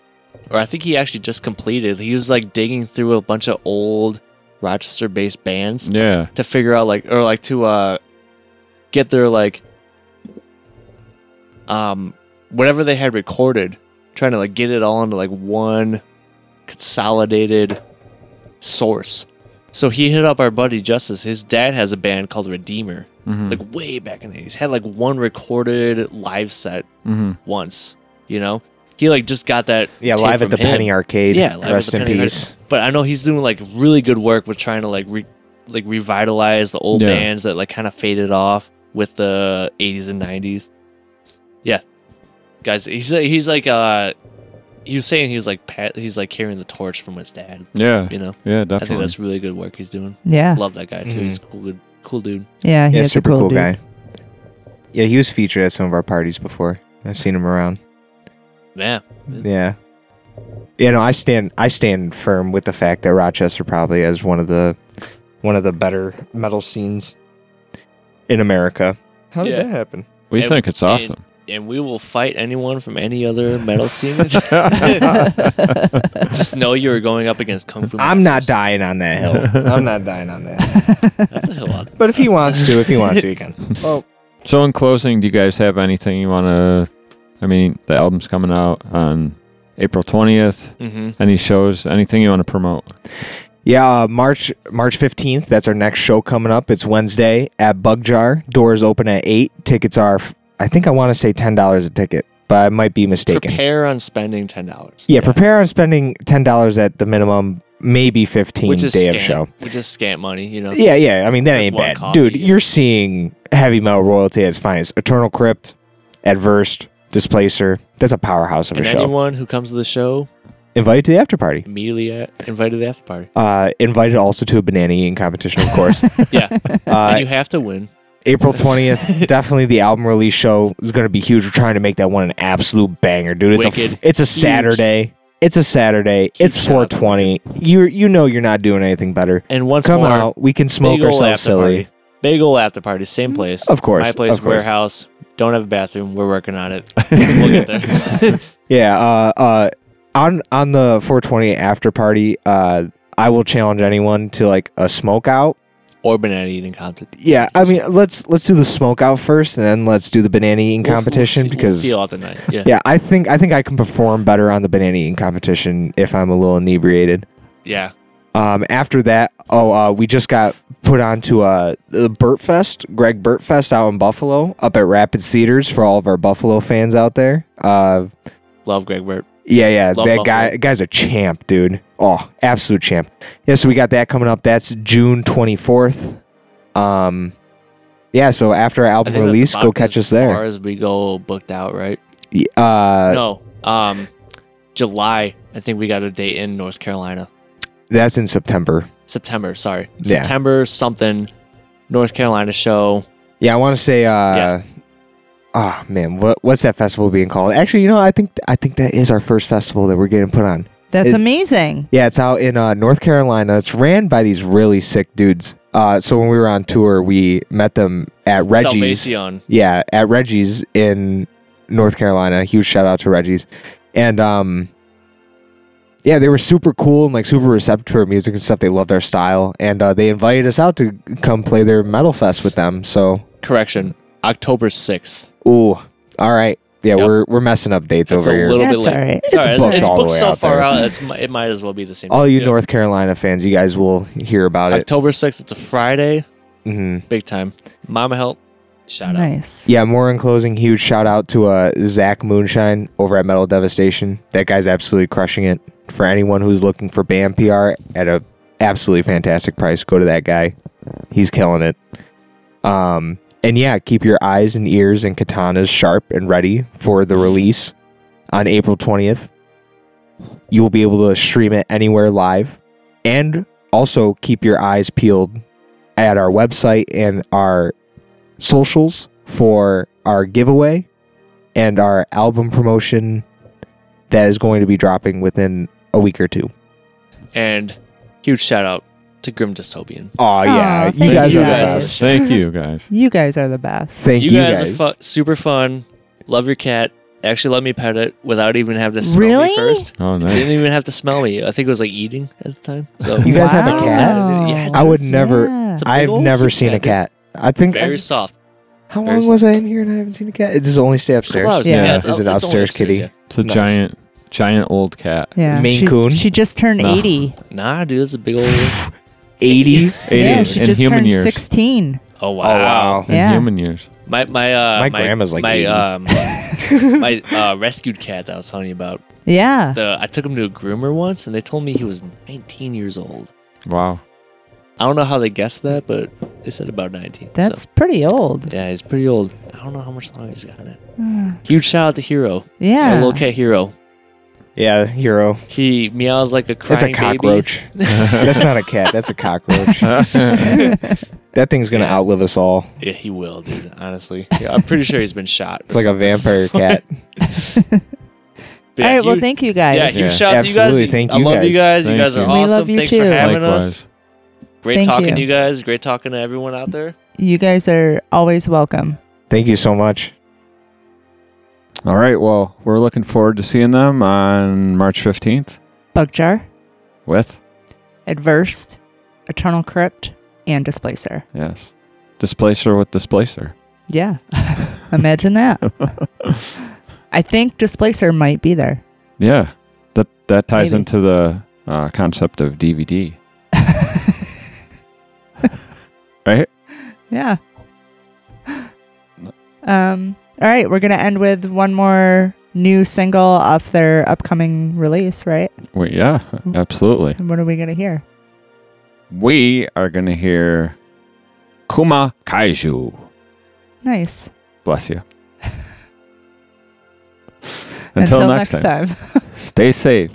Speaker 5: or I think he actually just completed. He was like digging through a bunch of old Rochester-based bands
Speaker 6: Yeah,
Speaker 5: to figure out like, or like to uh, get their like, um, whatever they had recorded, trying to like get it all into like one consolidated source. So he hit up our buddy Justice. His dad has a band called Redeemer.
Speaker 4: Hmm.
Speaker 6: mm-hmm.
Speaker 5: like way back in the 80s had like one recorded live set
Speaker 6: hmm
Speaker 5: once you know he like just got that
Speaker 4: Yeah,
Speaker 5: tape
Speaker 4: live at
Speaker 5: from
Speaker 4: the
Speaker 5: him.
Speaker 4: Penny Arcade.
Speaker 5: yeah live at
Speaker 4: Rest
Speaker 5: the
Speaker 4: in
Speaker 5: Penny
Speaker 4: peace.
Speaker 5: Arcade. but i know he's doing like really good work with trying to like re- like revitalize the old
Speaker 6: Yeah.
Speaker 5: bands that like kind of faded off with the 80s and 90s yeah guys he's he's like uh he was saying he was like pat he's like carrying the torch from his dad
Speaker 6: yeah,
Speaker 5: you know
Speaker 6: yeah,
Speaker 5: i think
Speaker 6: definitely. Mm-hmm.
Speaker 5: that's really good work he's doing
Speaker 7: Yeah.
Speaker 5: love that guy too
Speaker 4: Mhm.
Speaker 5: he's a cool good cool dude
Speaker 7: Yeah. He
Speaker 4: Yeah,
Speaker 7: is a
Speaker 4: super cool
Speaker 7: dude.
Speaker 4: guy. Yeah, he was featured at some of our parties before. I've seen him around.
Speaker 5: yeah
Speaker 4: Yeah. Yeah, no, I stand I stand firm with the fact that Rochester probably is one of the one of the better metal scenes in America. How did
Speaker 5: Yeah.
Speaker 4: that happen?
Speaker 6: we
Speaker 5: and-
Speaker 6: think it's
Speaker 5: and-
Speaker 6: awesome.
Speaker 5: and we will fight anyone from any other
Speaker 6: (laughs)
Speaker 5: metal scene. (laughs)
Speaker 4: (laughs)
Speaker 5: Just know you are going up against Kung Fu.
Speaker 4: I'm not
Speaker 5: Masters.
Speaker 4: dying on that hill. (laughs) I'm not dying on that. hill.
Speaker 5: That's a hill out.
Speaker 4: But if he wants to, if he wants to, he can. Well,
Speaker 6: So in closing, do you guys have anything you want to? I mean, the album's coming out on April twentieth.
Speaker 5: Mm-hmm.
Speaker 6: Any shows? Anything you want to promote?
Speaker 4: (laughs) yeah, uh, March March 15th. That's our next show coming up. It's Wednesday at Bug Jar. Doors open at eight. Tickets are, f- I think I want to say ten dollars a ticket, but I might be mistaken.
Speaker 5: Prepare on spending ten dollars.
Speaker 4: yeah, prepare on spending ten dollars at the minimum, maybe fifteen
Speaker 5: which is
Speaker 4: day
Speaker 5: scant,
Speaker 4: of show.
Speaker 5: Which is scant money, you know.
Speaker 4: Yeah, yeah. I mean that
Speaker 5: It's like
Speaker 4: ain't
Speaker 5: one
Speaker 4: bad,
Speaker 5: coffee,
Speaker 4: dude.
Speaker 5: yeah.
Speaker 4: You're seeing heavy metal royalty at its finest. Eternal Crypt, Adversed, Displacer. That's a powerhouse of
Speaker 5: And
Speaker 4: a show.
Speaker 5: anyone who comes to the show
Speaker 4: Invited to the after party.
Speaker 5: immediately at, invited to the after party.
Speaker 4: uh, invited also to a banana eating competition, of course.
Speaker 5: (laughs) Yeah, and
Speaker 4: Uh,
Speaker 5: you have
Speaker 4: (laughs)
Speaker 5: to win.
Speaker 4: April 20th, definitely the album release show is going to be huge. We're trying to make that one an absolute banger, dude. It's a
Speaker 5: Wicked.
Speaker 4: f- it's a Saturday. It's a Saturday. it's
Speaker 5: shout out to
Speaker 4: 420. You you know you're not doing anything better.
Speaker 5: (laughs) And once
Speaker 4: Come
Speaker 5: more,
Speaker 4: out. We can smoke
Speaker 5: big ol'
Speaker 4: ourselves
Speaker 5: after
Speaker 4: silly. Mm,
Speaker 5: Party. Big ol' after party, same place.
Speaker 4: Of course,
Speaker 5: my place,
Speaker 4: of course.
Speaker 5: warehouse. Don't have a bathroom. We're working
Speaker 4: (laughs)
Speaker 5: on it. we'll get there. (laughs)
Speaker 4: Yeah. Uh, uh, on on the 420 after party, uh, I will challenge anyone to like a smoke out.
Speaker 5: or banana eating contest.
Speaker 4: Yeah, I mean let's let's do the smoke out first, and then let's do the banana eating
Speaker 5: We'll- we'll
Speaker 4: competition
Speaker 5: see- we'll
Speaker 4: because
Speaker 5: feel out
Speaker 4: (laughs)
Speaker 5: the night. Yeah.
Speaker 4: Yeah, I think I think I can perform better on the banana eating competition if I'm a little inebriated.
Speaker 5: Yeah.
Speaker 4: Um, after that, oh, uh, we just got put onto uh, the Burt Fest, Greg Burt Fest out in Buffalo, up at Rapid Cedars for all of our Buffalo fans out there. Uh,
Speaker 5: Love Greg Burt.
Speaker 4: Yeah, yeah.
Speaker 5: Love
Speaker 4: that
Speaker 5: Buffalo.
Speaker 4: guy guy's a champ, dude. Oh, absolute champ. Yeah, so we got that coming up. That's June 24th. Um yeah, so after our
Speaker 5: I
Speaker 4: album
Speaker 5: think that's
Speaker 4: release, go
Speaker 5: about
Speaker 4: catch
Speaker 5: as
Speaker 4: us there.
Speaker 5: far as we go booked out, right?
Speaker 4: Y- uh
Speaker 5: no, um, July. I think we got a date in North Carolina.
Speaker 4: that's in September.
Speaker 5: September. Sorry,
Speaker 4: Yeah.
Speaker 5: September something. North Carolina show.
Speaker 4: Yeah, I want to say uh
Speaker 5: Yeah.
Speaker 4: Oh man, what what's that festival being called? Actually, you know, I think I think that is our first festival that we're getting put on.
Speaker 7: That's
Speaker 4: It-
Speaker 7: amazing.
Speaker 4: Yeah, it's out in uh, North Carolina. It's ran by these really sick dudes. Uh, so when we were on tour, we met them at Reggie's.
Speaker 5: Salvacion.
Speaker 4: Yeah, at Reggie's in North Carolina. Huge shout out to Reggie's. And um yeah, they were super cool and like super receptive to our music and stuff. They loved our style and uh, they invited us out to come play their metal fest with them. So,
Speaker 5: Correction. October sixth.
Speaker 4: ooh, all right. Yeah,
Speaker 5: Yep.
Speaker 4: we're we're messing up dates
Speaker 5: It's
Speaker 4: over
Speaker 5: a
Speaker 4: here.
Speaker 5: little
Speaker 7: That's
Speaker 5: bit late.
Speaker 7: all right.
Speaker 5: It's,
Speaker 4: It's
Speaker 5: all right.
Speaker 4: booked
Speaker 5: it's
Speaker 4: all the
Speaker 5: booked
Speaker 4: way
Speaker 5: so
Speaker 4: out
Speaker 5: far
Speaker 4: there.
Speaker 5: out. It's, it might as well be the same.
Speaker 4: All you
Speaker 5: Yeah.
Speaker 4: North Carolina fans, you guys will hear about it.
Speaker 5: October sixth. It's a Friday.
Speaker 4: hmm
Speaker 5: Big time. Mama help. Shout out.
Speaker 7: Nice.
Speaker 4: Yeah, more in closing, huge shout out to uh, Zach Moonshine over at Metal Devastation. That guy's absolutely crushing it. For anyone who's looking for band PR at a absolutely fantastic price, go to that guy. He's killing it. Um, and yeah, keep your eyes and ears and katanas sharp and ready for the release on April 20th. You will be able to stream it anywhere live. And also keep your eyes peeled at our website and our socials for our giveaway and our album promotion that is going to be dropping within a week or two.
Speaker 5: And huge shout out to Grim Dystopian.
Speaker 4: Oh yeah,
Speaker 7: thank
Speaker 4: you guys
Speaker 7: you
Speaker 4: are the
Speaker 5: guys.
Speaker 4: best.
Speaker 6: Thank you guys.
Speaker 7: You guys are the best.
Speaker 4: Thank you, guys.
Speaker 5: are fu- super fun. Love your cat. Actually, let me pet it without even having to smell
Speaker 7: Really?
Speaker 4: (laughs)
Speaker 5: me first.
Speaker 6: Oh,
Speaker 5: It didn't
Speaker 6: nice.
Speaker 5: even have to smell me. I think it was like eating at the time. So
Speaker 4: You guys have a cat?
Speaker 5: Yeah,
Speaker 4: I would never.
Speaker 7: Yeah.
Speaker 5: It's a big
Speaker 4: I've
Speaker 5: old
Speaker 4: never
Speaker 5: cute
Speaker 4: seen a
Speaker 5: cat,
Speaker 4: cat. I think. I- (laughs)
Speaker 5: very soft.
Speaker 4: how
Speaker 5: very
Speaker 4: long was I in here and I haven't seen a cat? It does only stay upstairs.
Speaker 7: Yeah.
Speaker 6: Yeah.
Speaker 5: Oh,
Speaker 4: Is
Speaker 5: it's-
Speaker 4: it
Speaker 5: it's only
Speaker 4: upstairs, kitty?
Speaker 6: It's a
Speaker 4: Nice.
Speaker 6: giant, giant old
Speaker 7: (laughs)
Speaker 6: cat.
Speaker 7: Yeah.
Speaker 4: Maine
Speaker 7: She's-
Speaker 4: Coon?
Speaker 7: She just turned
Speaker 6: No.
Speaker 7: 80.
Speaker 5: yeah. Nah, dude, it's
Speaker 4: (laughs)
Speaker 5: a big old. Oh,
Speaker 4: Eighty.
Speaker 6: Eighty
Speaker 7: Yeah, she
Speaker 6: in
Speaker 7: just
Speaker 6: human
Speaker 7: turned
Speaker 6: years.
Speaker 7: 16.
Speaker 5: Oh (laughs) wow.
Speaker 4: Oh wow.
Speaker 6: In
Speaker 7: Yeah.
Speaker 6: human years.
Speaker 5: My my uh
Speaker 4: My grandma's like
Speaker 5: my
Speaker 4: 80.
Speaker 5: um
Speaker 4: (laughs)
Speaker 5: my uh, rescued cat that I was telling you about.
Speaker 7: Yeah.
Speaker 5: The I took him to a groomer once, and they told me he was 19 years old.
Speaker 7: (laughs)
Speaker 6: Wow. (laughs)
Speaker 5: I don't know how they guessed that, but they said about 19. so-
Speaker 7: That's pretty old.
Speaker 5: yeah, he's pretty old. I don't know how much longer he's got in it. Huge shout out to Hero,
Speaker 7: Hmm. Yeah.
Speaker 5: my little (laughs)
Speaker 7: (laughs)
Speaker 5: cat Hero.
Speaker 4: Yeah, hero.
Speaker 5: He meows like a
Speaker 4: That's a
Speaker 5: crying (laughs) baby.
Speaker 4: cockroach. That's not a cat. That's a
Speaker 5: (laughs)
Speaker 4: cockroach. that thing's gonna
Speaker 5: Yeah.
Speaker 4: outlive us all.
Speaker 5: Yeah, he will, dude. Honestly, yeah, I'm pretty sure he's been shot.
Speaker 4: It's like a vampire
Speaker 5: (laughs)
Speaker 4: cat.
Speaker 5: But
Speaker 7: All
Speaker 5: yeah,
Speaker 7: right. well,
Speaker 5: huge-
Speaker 7: thank you guys.
Speaker 5: Yeah, huge
Speaker 6: Yeah.
Speaker 5: shout out to you guys.
Speaker 4: Absolutely, thank
Speaker 5: I
Speaker 4: you
Speaker 5: love you guys.
Speaker 4: guys.
Speaker 5: You
Speaker 6: Thank
Speaker 5: guys are
Speaker 6: you.
Speaker 5: awesome.
Speaker 6: We
Speaker 7: love you
Speaker 5: Thanks
Speaker 7: too.
Speaker 5: for having us.
Speaker 6: Likewise.
Speaker 5: Great
Speaker 7: Thank
Speaker 5: talking
Speaker 7: you.
Speaker 5: to you guys. Great talking to everyone out there.
Speaker 7: You guys are always welcome.
Speaker 4: Thank you so much.
Speaker 6: All right. Well, we're looking forward to seeing them on March 15th
Speaker 7: Bugjar,
Speaker 6: with,
Speaker 7: Adversed, Eternal Crypt, and Displacer.
Speaker 6: yes, Displacer with Displacer.
Speaker 7: Yeah. (laughs) Imagine that. I think Displacer might be there. (laughs)
Speaker 6: Yeah. That, that ties
Speaker 7: Maybe.
Speaker 6: into the uh, concept of DVD. right?
Speaker 7: Yeah. Um, all right, we're gonna end with one more new single off their upcoming release, right?
Speaker 6: Wait, yeah,
Speaker 7: Mm-hmm.
Speaker 6: absolutely.
Speaker 7: And what are we gonna hear?
Speaker 6: We are going to hear Kuma Kaiju.
Speaker 7: Nice.
Speaker 6: Bless
Speaker 7: (laughs)
Speaker 6: you. Until, next, time,
Speaker 7: time. (laughs)
Speaker 6: stay safe.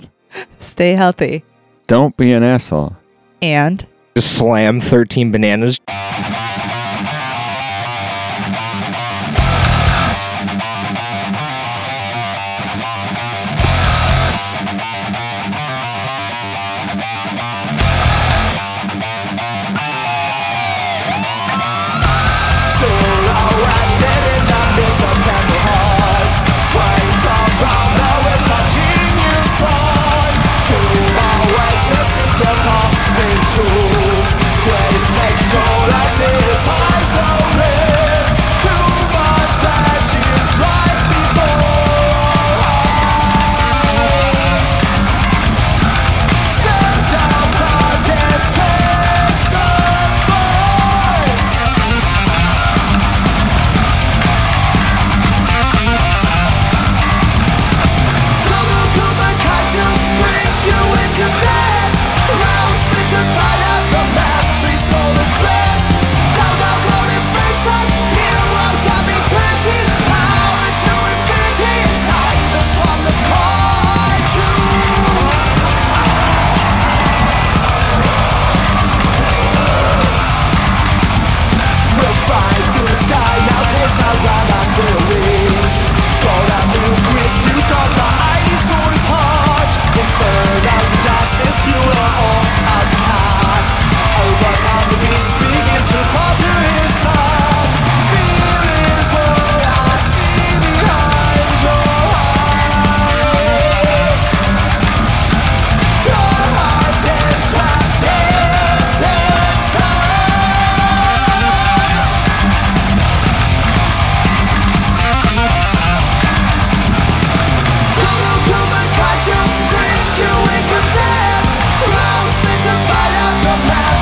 Speaker 7: Stay healthy.
Speaker 6: Don't be an asshole.
Speaker 7: And
Speaker 4: Just slam 13 bananas
Speaker 8: Takes shoulder fastest fuel of the time. Overcome the beast, begins to fall through his blood. Fear is what I see behind your eyes. Your heart is trapped in their time. Drink your wake of death, round state of fire, the path.